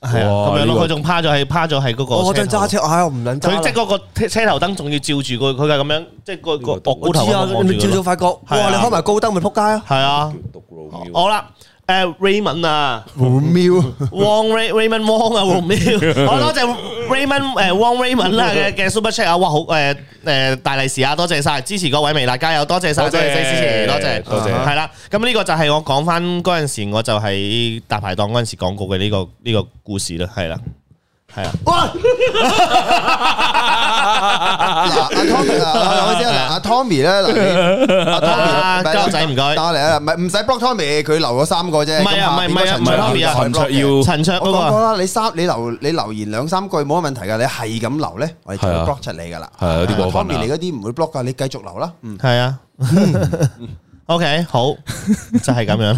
[SPEAKER 1] 係啊，
[SPEAKER 2] 哇
[SPEAKER 1] 咁樣
[SPEAKER 2] 呢個
[SPEAKER 1] 咯。佢仲趴咗喺趴咗喺嗰個。
[SPEAKER 4] 我嗰陣揸。車，唉，我唔撚揸啦。
[SPEAKER 1] 佢即係嗰個車車頭燈仲要照住佢，佢係咁樣，即係個個
[SPEAKER 2] 呢個
[SPEAKER 1] 惡高
[SPEAKER 4] 我知
[SPEAKER 1] 頭
[SPEAKER 4] 啊，
[SPEAKER 1] 咁望住
[SPEAKER 4] 你
[SPEAKER 1] 佢
[SPEAKER 4] 照到
[SPEAKER 1] 咯。
[SPEAKER 4] 發覺，
[SPEAKER 1] 係啊
[SPEAKER 4] 哇！你開埋高燈咪撲街啊！
[SPEAKER 1] 係啊，
[SPEAKER 2] 讀 Romeo
[SPEAKER 1] 好啦，誒 Raymond 啊
[SPEAKER 3] 好妙，
[SPEAKER 1] ，Wong Ray Raymond Wong 啊，Romeo，好多謝 Raymond 誒 Wong Raymond 啦嘅嘅 Super Chat 啊，哇好誒誒大利是啊，多謝晒支持各位微辣加油，多謝晒，多謝晒支持，多謝，
[SPEAKER 2] 多
[SPEAKER 3] 謝
[SPEAKER 1] 係啦，咁呢個就係我講翻嗰陣時，我就喺大排檔嗰陣時講過嘅呢個呢個故事啦，係啦，係啊。
[SPEAKER 3] 嗱阿 Tommy 啊我講先啊嗱阿 Tommy 咧嗱你。
[SPEAKER 1] 啊，
[SPEAKER 3] 但係
[SPEAKER 1] 交仔唔該。
[SPEAKER 3] 但我嚟啦，唔係唔使 block Tommy，佢留咗三個啫。
[SPEAKER 1] 唔係啊
[SPEAKER 3] 咁下
[SPEAKER 1] 唔係唔係啊
[SPEAKER 3] 應該陳卓
[SPEAKER 1] 唔係 Tommy 啊
[SPEAKER 3] 陳卓
[SPEAKER 2] 陳卓耀
[SPEAKER 1] 陳卓
[SPEAKER 3] 我
[SPEAKER 1] 嗰
[SPEAKER 3] 講過
[SPEAKER 1] 個啊
[SPEAKER 3] 啦，你三你留你留言兩三句冇乜問題㗎，你係咁留咧，我哋就會
[SPEAKER 2] 係啊
[SPEAKER 3] block 出你㗎啦。
[SPEAKER 2] 係啊有啲過分啊
[SPEAKER 3] Tommy 你嗰啲唔會 block 㗎，你繼續留啦。嗯，
[SPEAKER 1] 係啊。OK，好，就係咁樣啦。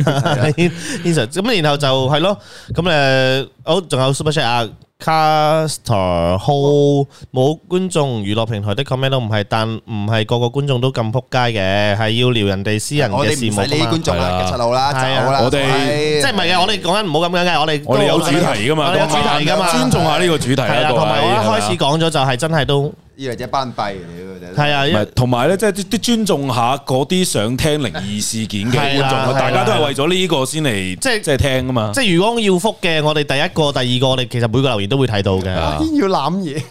[SPEAKER 1] Ian Sir，咁然後就係咯，咁誒，好，仲有 Super Chat 啊，Caster Hall 冇觀眾，娛樂平台的 comment 都唔係，但唔係個個觀眾都咁撲街嘅，係要聊人哋私人
[SPEAKER 3] 我
[SPEAKER 1] 嘅
[SPEAKER 3] 哋唔
[SPEAKER 1] 事務
[SPEAKER 3] 使理
[SPEAKER 1] 㗎
[SPEAKER 3] 啲
[SPEAKER 1] 嘛
[SPEAKER 3] 觀。眾
[SPEAKER 2] 係
[SPEAKER 3] 啦，
[SPEAKER 2] 啊
[SPEAKER 3] 出路啦，走
[SPEAKER 1] 係啊
[SPEAKER 3] 啦。
[SPEAKER 2] 我哋
[SPEAKER 1] 即
[SPEAKER 3] 係
[SPEAKER 1] 係唔係嘅，我哋講緊唔好咁樣嘅，我哋
[SPEAKER 2] 我哋有主題噶嘛，
[SPEAKER 1] 我哋有主題㗎嘛
[SPEAKER 2] 尊重下呢個主題
[SPEAKER 1] 係
[SPEAKER 2] 啦，
[SPEAKER 1] 啦，
[SPEAKER 2] 各位
[SPEAKER 1] 同埋我一開始
[SPEAKER 2] 係啊
[SPEAKER 1] 講咗就係真係都
[SPEAKER 3] 以為隻班閉嚟嘅
[SPEAKER 1] 係啊，
[SPEAKER 2] 唔係同埋咧，即係啲啲尊重下嗰啲想聽靈異事件嘅觀
[SPEAKER 1] 係啦係
[SPEAKER 2] 眾，啊
[SPEAKER 1] 啦
[SPEAKER 2] 大家都係為咗呢個先嚟
[SPEAKER 1] 即
[SPEAKER 2] 即
[SPEAKER 1] 係
[SPEAKER 2] 係即係聽噶嘛。
[SPEAKER 1] 即係如果要覆嘅，我哋第一個、第二個，我哋其實每個留言都會睇到嘅。
[SPEAKER 2] 啊
[SPEAKER 3] 天要攬嘢，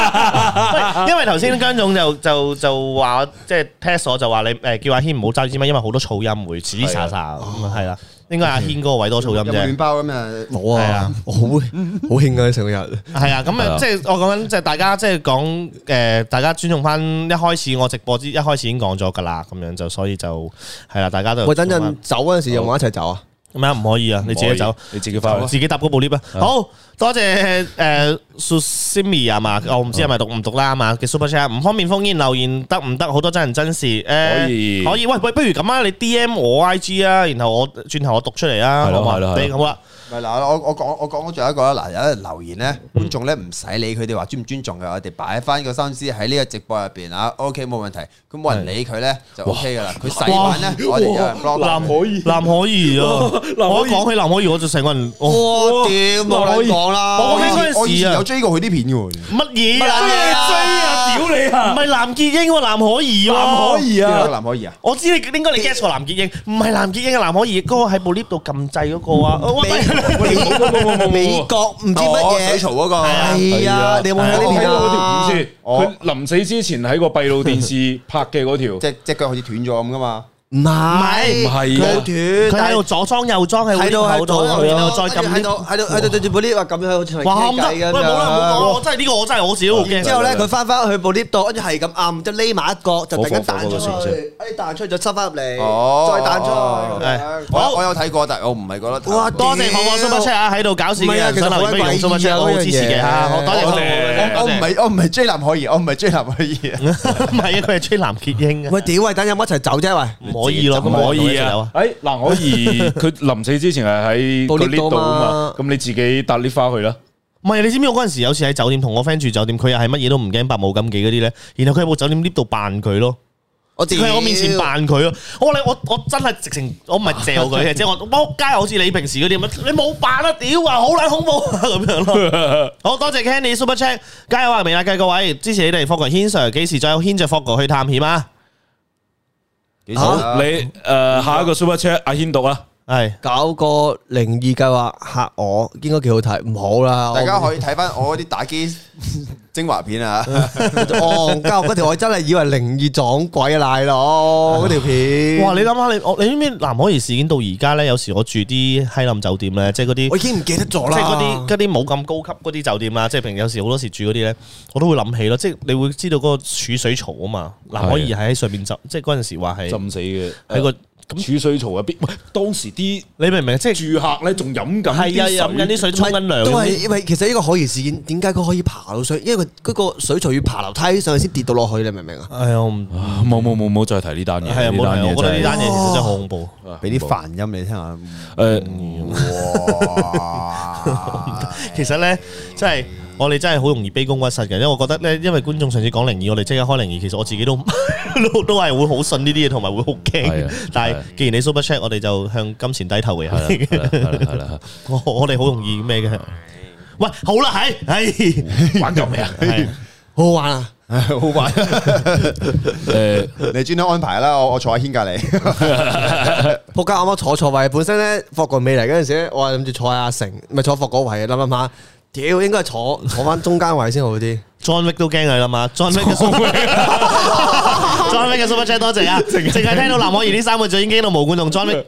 [SPEAKER 1] 喂因為頭先姜總就就就話即係 test 我就話你誒叫阿軒唔好揸支咪，因為好多噪音會吱吱喳喳咁啊，係啦，應該係阿軒嗰個位多噪音
[SPEAKER 3] 有冇亂
[SPEAKER 1] 啫。
[SPEAKER 3] 包咁啊？
[SPEAKER 4] 冇
[SPEAKER 1] 係啊
[SPEAKER 4] 啊，我好好興啊！成個日
[SPEAKER 1] 係啊，咁
[SPEAKER 2] 係
[SPEAKER 1] 啊，
[SPEAKER 2] 啊
[SPEAKER 1] 即係我講緊，即係大家即係講誒，大家尊重翻一開始我直播之一開始已經講咗㗎啦，咁樣就所以就係啦，大家都
[SPEAKER 4] 喂，等陣走嗰陣時有冇一齊走啊？
[SPEAKER 1] 咩啊唔可以啊，你自己走。，
[SPEAKER 2] 你自己翻去。
[SPEAKER 1] 自己搭嗰部 lift 啊！好多謝誒 Susimi 啊嘛，我唔知係咪讀唔讀啦嘛嘅 Super Chat，唔方便封煙留言得唔得？好多真人真事誒，呃
[SPEAKER 2] 可以
[SPEAKER 1] 可以喂喂，不如咁啊，你 D M 我 I G 啊，然後我轉頭我讀出嚟啊，
[SPEAKER 2] 係
[SPEAKER 1] 好
[SPEAKER 2] 咯
[SPEAKER 1] 嘛
[SPEAKER 2] 係？咯
[SPEAKER 1] 你好啦，
[SPEAKER 3] 唔係嗱，我我講我講咗最後一個啦，嗱有人留言咧，觀眾咧唔使理佢哋話尊唔尊重嘅，我哋擺翻個心思喺呢個直播入邊啊，OK 冇問題，咁冇人理佢咧就 OK 噶啦，佢洗版咧我哋有人 block 佢。
[SPEAKER 1] 藍可兒，藍可兒啊！
[SPEAKER 2] 藍
[SPEAKER 1] 我
[SPEAKER 2] 可
[SPEAKER 1] 一
[SPEAKER 2] 兒
[SPEAKER 1] 講起藍可兒，我就成個人我
[SPEAKER 3] 我屌
[SPEAKER 4] 啊
[SPEAKER 3] 冇撚講啦，
[SPEAKER 1] 我覺得嗰陣時啊
[SPEAKER 3] 我以前有追過佢啲片嘅喎，
[SPEAKER 1] 乜嘢啊？
[SPEAKER 3] 乜嘢啊
[SPEAKER 2] 屌你
[SPEAKER 1] 唔係藍潔瑛喎，藍可兒
[SPEAKER 2] 藍
[SPEAKER 1] 喎，
[SPEAKER 2] 可兒
[SPEAKER 3] 邊
[SPEAKER 2] 係啊
[SPEAKER 3] 有藍可兒啊，
[SPEAKER 1] 我知你應該你 guess 過藍潔瑛，唔係藍潔瑛啊，藍可兒嗰個喺部 lift 度撳掣嗰個啊，喂
[SPEAKER 2] 冇冇冇冇冇
[SPEAKER 4] 美國唔知乜
[SPEAKER 3] 哦水
[SPEAKER 4] 嘢
[SPEAKER 3] 槽嗰個 à.
[SPEAKER 4] 係啊？你有冇睇呢
[SPEAKER 2] 我睇
[SPEAKER 4] 片
[SPEAKER 2] 到嗰
[SPEAKER 4] 啊
[SPEAKER 2] 條？片先，
[SPEAKER 3] 我
[SPEAKER 2] 佢臨死之前喺個閉路電視拍嘅嗰條，
[SPEAKER 3] 隻隻腳好似斷咗咁噶嘛，
[SPEAKER 4] 唔
[SPEAKER 2] 係
[SPEAKER 4] 係冇
[SPEAKER 1] 唔佢
[SPEAKER 4] 斷，
[SPEAKER 1] 喺度左裝右裝喺
[SPEAKER 4] 喺
[SPEAKER 1] 個
[SPEAKER 4] 度
[SPEAKER 1] 口度，
[SPEAKER 4] 喺
[SPEAKER 1] 然後
[SPEAKER 4] 度
[SPEAKER 1] 再撳
[SPEAKER 4] 喺
[SPEAKER 1] 呢
[SPEAKER 4] 度喺度喺度對住部 lift 話咁樣，好似
[SPEAKER 1] 哇
[SPEAKER 4] 係
[SPEAKER 1] 唔得！
[SPEAKER 4] 傾偈
[SPEAKER 1] 喂，
[SPEAKER 4] 咁
[SPEAKER 1] 冇啦冇啦，
[SPEAKER 4] 樣。
[SPEAKER 1] 我真係呢個我真係我自己好驚。
[SPEAKER 4] 之後咧，佢翻翻去部 lift 度，跟住係咁暗，就匿埋一角，就突然間彈
[SPEAKER 2] 火火
[SPEAKER 4] 出
[SPEAKER 2] 火嗰個船
[SPEAKER 4] 去，哎彈出去就塞翻入嚟，
[SPEAKER 3] 哦，
[SPEAKER 4] 再彈出去咁樣。
[SPEAKER 1] 好
[SPEAKER 3] 我我有睇過，但係我唔係覺得
[SPEAKER 4] 哇
[SPEAKER 1] 多謝我個 super chat 啊，喺度搞事嘅人想留言不如用 super chat，我好支持嘅嚇，多謝
[SPEAKER 3] 我哦我唔係我唔係追男可哦兒，我唔係追男可兒。
[SPEAKER 1] 唔係啊，佢係吹藍潔瑛啊，
[SPEAKER 4] 喂，屌喂，等有冇一齊走啫喂？
[SPEAKER 1] 唔可以咯，咁
[SPEAKER 2] 唔可以
[SPEAKER 1] 有
[SPEAKER 2] 啊！！诶，嗱，我而佢臨死之前係喺
[SPEAKER 4] 部
[SPEAKER 2] 個
[SPEAKER 4] lift
[SPEAKER 2] lift 度啊嘛
[SPEAKER 4] 嘛，
[SPEAKER 2] 咁你自己搭 lift 翻去啦。
[SPEAKER 1] 唔係，你知唔知我嗰陣時有次喺酒店同我 friend 住酒店，佢又係乜嘢都唔驚，百無禁忌嗰啲咧。然後佢喺部酒店 lift 度扮佢咯，
[SPEAKER 4] 我
[SPEAKER 1] 佢喺我面前扮佢咯。我話你我我真係直情我唔係嚼佢嘅，即係我仆街，好似你平時嗰啲咁樣，你冇扮啦，屌啊，好撚恐怖啊 咁樣咯。好多謝 Candy Super Chat，加油啊，未啦嘅各位，支持你哋 f o g 軒 Sir，幾時再有牽着 f o g 去探險啊？
[SPEAKER 3] 幾
[SPEAKER 2] 好，嗯
[SPEAKER 3] 啊
[SPEAKER 2] 你诶下一個 super chat 阿軒讀啊，
[SPEAKER 1] 係
[SPEAKER 4] 搞個靈異計劃嚇我，應該幾好睇，唔好啦，
[SPEAKER 3] 大家
[SPEAKER 4] 我
[SPEAKER 3] 可以睇翻我嗰啲打機精華片啊！
[SPEAKER 4] 戇鳩嗰條，我真係以為靈異撞鬼奶咯，嗰條片。
[SPEAKER 1] 哇！你諗下，你我你知唔知南海兒事件到而家咧？有時我住啲閪冧酒店咧，即係嗰啲
[SPEAKER 4] 我。已經唔記得咗哎啦。
[SPEAKER 1] 即係嗰啲嗰啲冇咁高級嗰啲酒店啦，即係平有時好多時住嗰啲咧，我都會諗起咯。即係你會知道嗰個儲水槽啊嘛，嗱可以係喺上面浸，即係嗰陣時話係
[SPEAKER 2] 浸死嘅
[SPEAKER 1] 喺個，
[SPEAKER 2] 儲水槽入邊。喂，當時啲
[SPEAKER 1] 你明唔明？即係
[SPEAKER 2] 住客咧仲飲緊
[SPEAKER 1] 係啊，
[SPEAKER 2] 啲
[SPEAKER 1] 飲緊啲
[SPEAKER 2] 水，
[SPEAKER 1] 水沖緊涼
[SPEAKER 4] 都
[SPEAKER 1] 嗰
[SPEAKER 4] 係
[SPEAKER 1] 啲，
[SPEAKER 4] 因為其實呢個可疑事件，點解佢可以爬到水？因為佢嗰個水槽要爬樓梯上去先跌到落去，你明唔明啊？
[SPEAKER 1] 哎呀，我唔
[SPEAKER 2] 啊冇冇冇冇再提呢單嘢，
[SPEAKER 1] 係啊，
[SPEAKER 2] 呢
[SPEAKER 1] 冇
[SPEAKER 2] 單
[SPEAKER 1] 係，
[SPEAKER 2] 嘢
[SPEAKER 1] 我覺得呢
[SPEAKER 2] 真係
[SPEAKER 1] 單嘢其實真係好恐怖。
[SPEAKER 3] 俾啲梵音你聽下，
[SPEAKER 2] 誒
[SPEAKER 3] 哇！
[SPEAKER 1] 其實咧，真係我哋真係好容易卑躬屈膝嘅，因為我覺得咧，因為觀眾上次講靈異，我哋即刻開靈異，其實我自己都 都都係會好信呢啲嘢，同埋會好
[SPEAKER 2] 係
[SPEAKER 1] 驚
[SPEAKER 2] 啊。
[SPEAKER 1] 但
[SPEAKER 2] 係啊
[SPEAKER 1] 係既然你 super check，我哋就向金錢低頭嘅。
[SPEAKER 2] 係啦 係啦係啦，
[SPEAKER 1] 我我哋好容易咩嘅？喂，好啦，係，係
[SPEAKER 2] 玩夠未啊？
[SPEAKER 1] 係
[SPEAKER 4] 好好玩啊！
[SPEAKER 3] 好玩，
[SPEAKER 2] 誒
[SPEAKER 3] 你專登安排啦，我我坐喺軒隔離。
[SPEAKER 4] 仆街啱啱坐錯位，本身咧霍國未嚟嗰陣時咧，我係諗住坐阿成，咪坐霍嗰位，諗諗下，屌應該係坐坐翻中間位先好啲。
[SPEAKER 1] ，John Wick 都驚佢啦嘛，John Wick 嘅 Super John Wick 嘅 Super Chat 多謝啊， 淨係聽到林可兒呢三個字已經驚到毛管同 John Wick，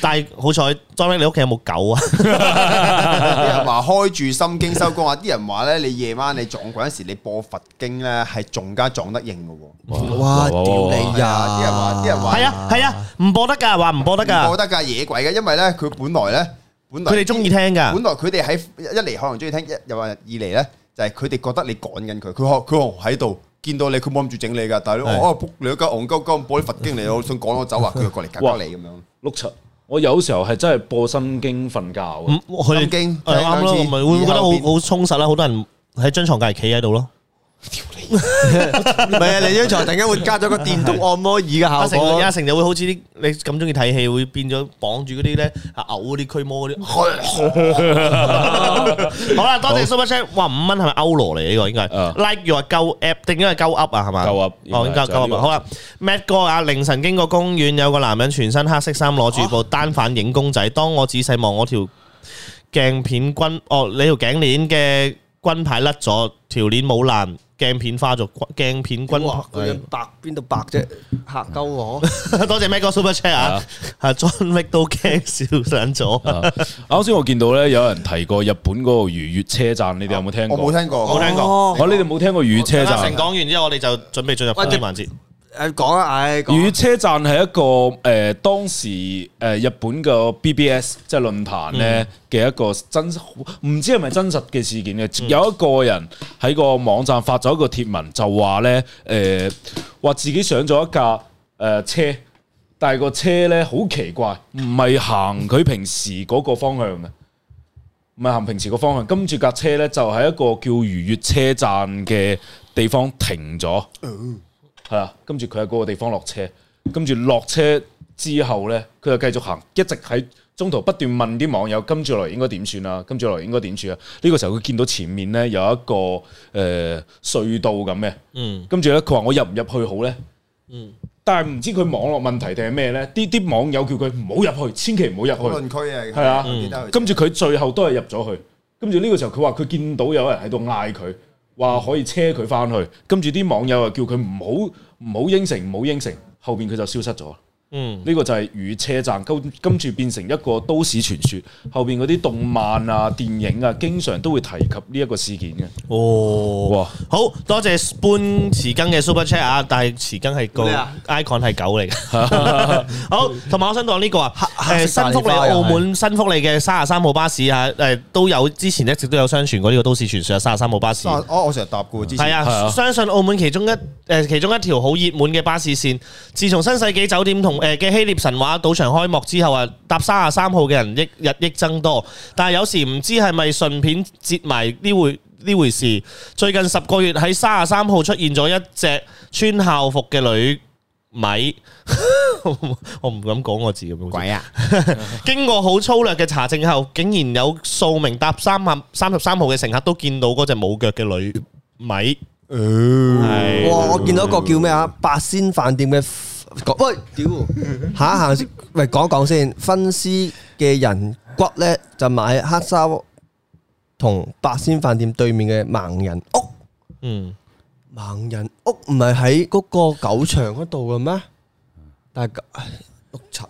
[SPEAKER 1] 但係好彩 John Wick 你屋企有冇狗啊？
[SPEAKER 3] 啲人話開住心經收工啊！啲人話咧，你夜晚你撞鬼嗰時，你播佛經咧係仲加撞得應嘅喎。
[SPEAKER 4] 哇！屌你
[SPEAKER 3] 係啊啲人話
[SPEAKER 4] 呀！
[SPEAKER 3] 啲人話
[SPEAKER 1] 係啊係啊，唔播得㗎，話唔播得
[SPEAKER 3] 唔播
[SPEAKER 1] 㗎，
[SPEAKER 3] 得㗎野鬼嘅，因為咧佢本來咧，本來
[SPEAKER 1] 佢哋中意聽
[SPEAKER 3] 本
[SPEAKER 1] 㗎，
[SPEAKER 3] 來佢哋喺一嚟可能中意聽，一又話二嚟咧就係佢哋覺得你趕緊佢，佢可佢可能喺度見到你，佢冇諗住整你㗎，但係
[SPEAKER 1] 係
[SPEAKER 3] 我哦仆你個鳩戇鳩鳩，播啲佛經嚟，我想趕我走啊，佢就過嚟夾你咁樣。
[SPEAKER 2] 碌柒，我有時候係真係播心經瞓覺嘅。
[SPEAKER 1] 唔佢哋
[SPEAKER 3] 心經
[SPEAKER 1] 係
[SPEAKER 3] 聽
[SPEAKER 1] 啱咯，
[SPEAKER 3] 兩次
[SPEAKER 1] 咪會唔會覺得好
[SPEAKER 3] 以後變
[SPEAKER 1] 好充實啊啦？好多人喺張床隔離企喺度咯。
[SPEAKER 4] 唔係啊！你張床突然間會加咗個電動按摩椅
[SPEAKER 3] 啊
[SPEAKER 1] 阿
[SPEAKER 4] 嘅效
[SPEAKER 1] 成會
[SPEAKER 4] 果
[SPEAKER 1] 阿。成就會好似啲你咁中意睇戲，會變咗綁住嗰啲咧啊牛嗰啲驅魔嗰啲。好啦，多謝 Super Chat，哇五蚊係咪歐羅嚟？呢個應該
[SPEAKER 2] 啊
[SPEAKER 1] Like You 係鳩 App 定應該係鳩 Up 啊？係嘛？
[SPEAKER 2] 鳩 up，
[SPEAKER 1] 哦，應該
[SPEAKER 2] 應該
[SPEAKER 1] 係鳩
[SPEAKER 2] 係
[SPEAKER 1] Up 啊。好啦，Matt 哥啊，凌晨經過公園，有個男人全身黑色衫，攞住部單反影公仔。當我仔細望我條鏡片軍，哦，你條頸鏈嘅軍牌甩咗，條鏈冇爛，鏡片花咗，鏡片軍
[SPEAKER 4] 哇！佢樣白邊度白啫？嚇鳩我！
[SPEAKER 1] 多謝 Mac 哥 Super Chat 啊，啊 John Wick 都驚笑醒咗，
[SPEAKER 2] 啱先我見到咧，有人提過日本嗰個如月車站，你哋有冇聽過？
[SPEAKER 3] 我冇聽過，
[SPEAKER 1] 冇聽過
[SPEAKER 4] 哦
[SPEAKER 2] 哦，你哋冇聽過如月車
[SPEAKER 1] 阿
[SPEAKER 2] 站？
[SPEAKER 1] 成講完之後，我哋就準備進入反擊環節。
[SPEAKER 4] 誒講啊！唉，
[SPEAKER 2] 如月
[SPEAKER 4] 講
[SPEAKER 2] 車站係一個誒、呃、當時誒、呃日本嘅 BBS 即係論壇
[SPEAKER 4] 嗯
[SPEAKER 2] 咧嘅一個真唔知係咪真實嘅事件嘅，
[SPEAKER 4] 嗯
[SPEAKER 2] 有一個人喺個網站發咗一個貼文，就話咧誒話自己上咗一架誒、呃、車，但係個車咧好奇怪，唔係行佢平時嗰個方向嘅。唔係行平時個方向，跟住架車咧就喺一個叫如月車站嘅地方停咗，係啊，跟住佢喺嗰個地方落車，跟住落車之後咧，佢就繼續行，一直喺中途不斷問啲網友，跟住落嚟應該點算啊？跟住落嚟應該點算啊？呢、個時候佢見到前面咧有一個誒、呃隧道咁嘅，
[SPEAKER 1] 嗯，
[SPEAKER 2] 跟住咧佢話我入唔入去好咧？嗯，但係唔知佢網絡問題定係咩咧？啲啲網友叫佢唔好入去，千祈唔好入去。
[SPEAKER 3] 論區啊，
[SPEAKER 2] 係啊
[SPEAKER 3] 我記得佢
[SPEAKER 2] 跟住
[SPEAKER 1] 嗯
[SPEAKER 2] 佢最後都係入咗去。跟住呢個時候，佢話佢見到有人喺度嗌佢，話可以車佢翻去。跟住啲網友又叫佢唔好唔好應承，唔好應承。後邊佢就消失咗。
[SPEAKER 1] 嗯
[SPEAKER 2] 呢個就係與車站，跟跟住變成一個都市傳說。後邊嗰啲動漫啊、電影啊，經常都會提及呢一個事件嘅。
[SPEAKER 1] 哦，
[SPEAKER 2] 哇
[SPEAKER 1] 好多謝 Spoon 匙羹嘅 Super Chat 啊，但係匙羹係個
[SPEAKER 3] 咩啊
[SPEAKER 1] icon 係狗嚟嘅。 好，同埋我想講呢個啊，
[SPEAKER 4] 黑
[SPEAKER 1] 誒
[SPEAKER 4] 色
[SPEAKER 1] 新
[SPEAKER 4] 大
[SPEAKER 1] 福利
[SPEAKER 4] 花啊
[SPEAKER 1] 澳門新福利嘅三十三號巴士啊，誒都有之前一直都有相傳過呢個都市傳說啊，三十三號巴士。
[SPEAKER 3] 啊我我成日搭過之前
[SPEAKER 1] 係
[SPEAKER 2] 係
[SPEAKER 1] 啊，
[SPEAKER 2] 啊
[SPEAKER 1] 相信澳門其中一誒其中一條好熱門嘅巴士線，自從新世紀酒店同誒嘅希臘神話賭場開幕之後啊，搭三十三號嘅人益日益增多，但係有時唔知係咪順便接埋呢回呢回事。最近十個月喺三十三號出現咗一隻穿校服嘅女米， 我唔敢講我字咁樣。
[SPEAKER 3] 鬼啊！
[SPEAKER 1] 經過好粗略嘅查證後，竟然有數名搭三萬三十三號嘅乘客都見到嗰只冇腳嘅女米。係
[SPEAKER 4] 哇！我見到一個叫咩啊？八仙飯店嘅講喂，屌行一行先，喂講一講先。分屍嘅人骨咧就買黑沙同八仙飯店對面嘅盲人屋。
[SPEAKER 1] 嗯，
[SPEAKER 4] 盲人屋唔係喺嗰個狗場嗰度嘅咩？但係狗唉六層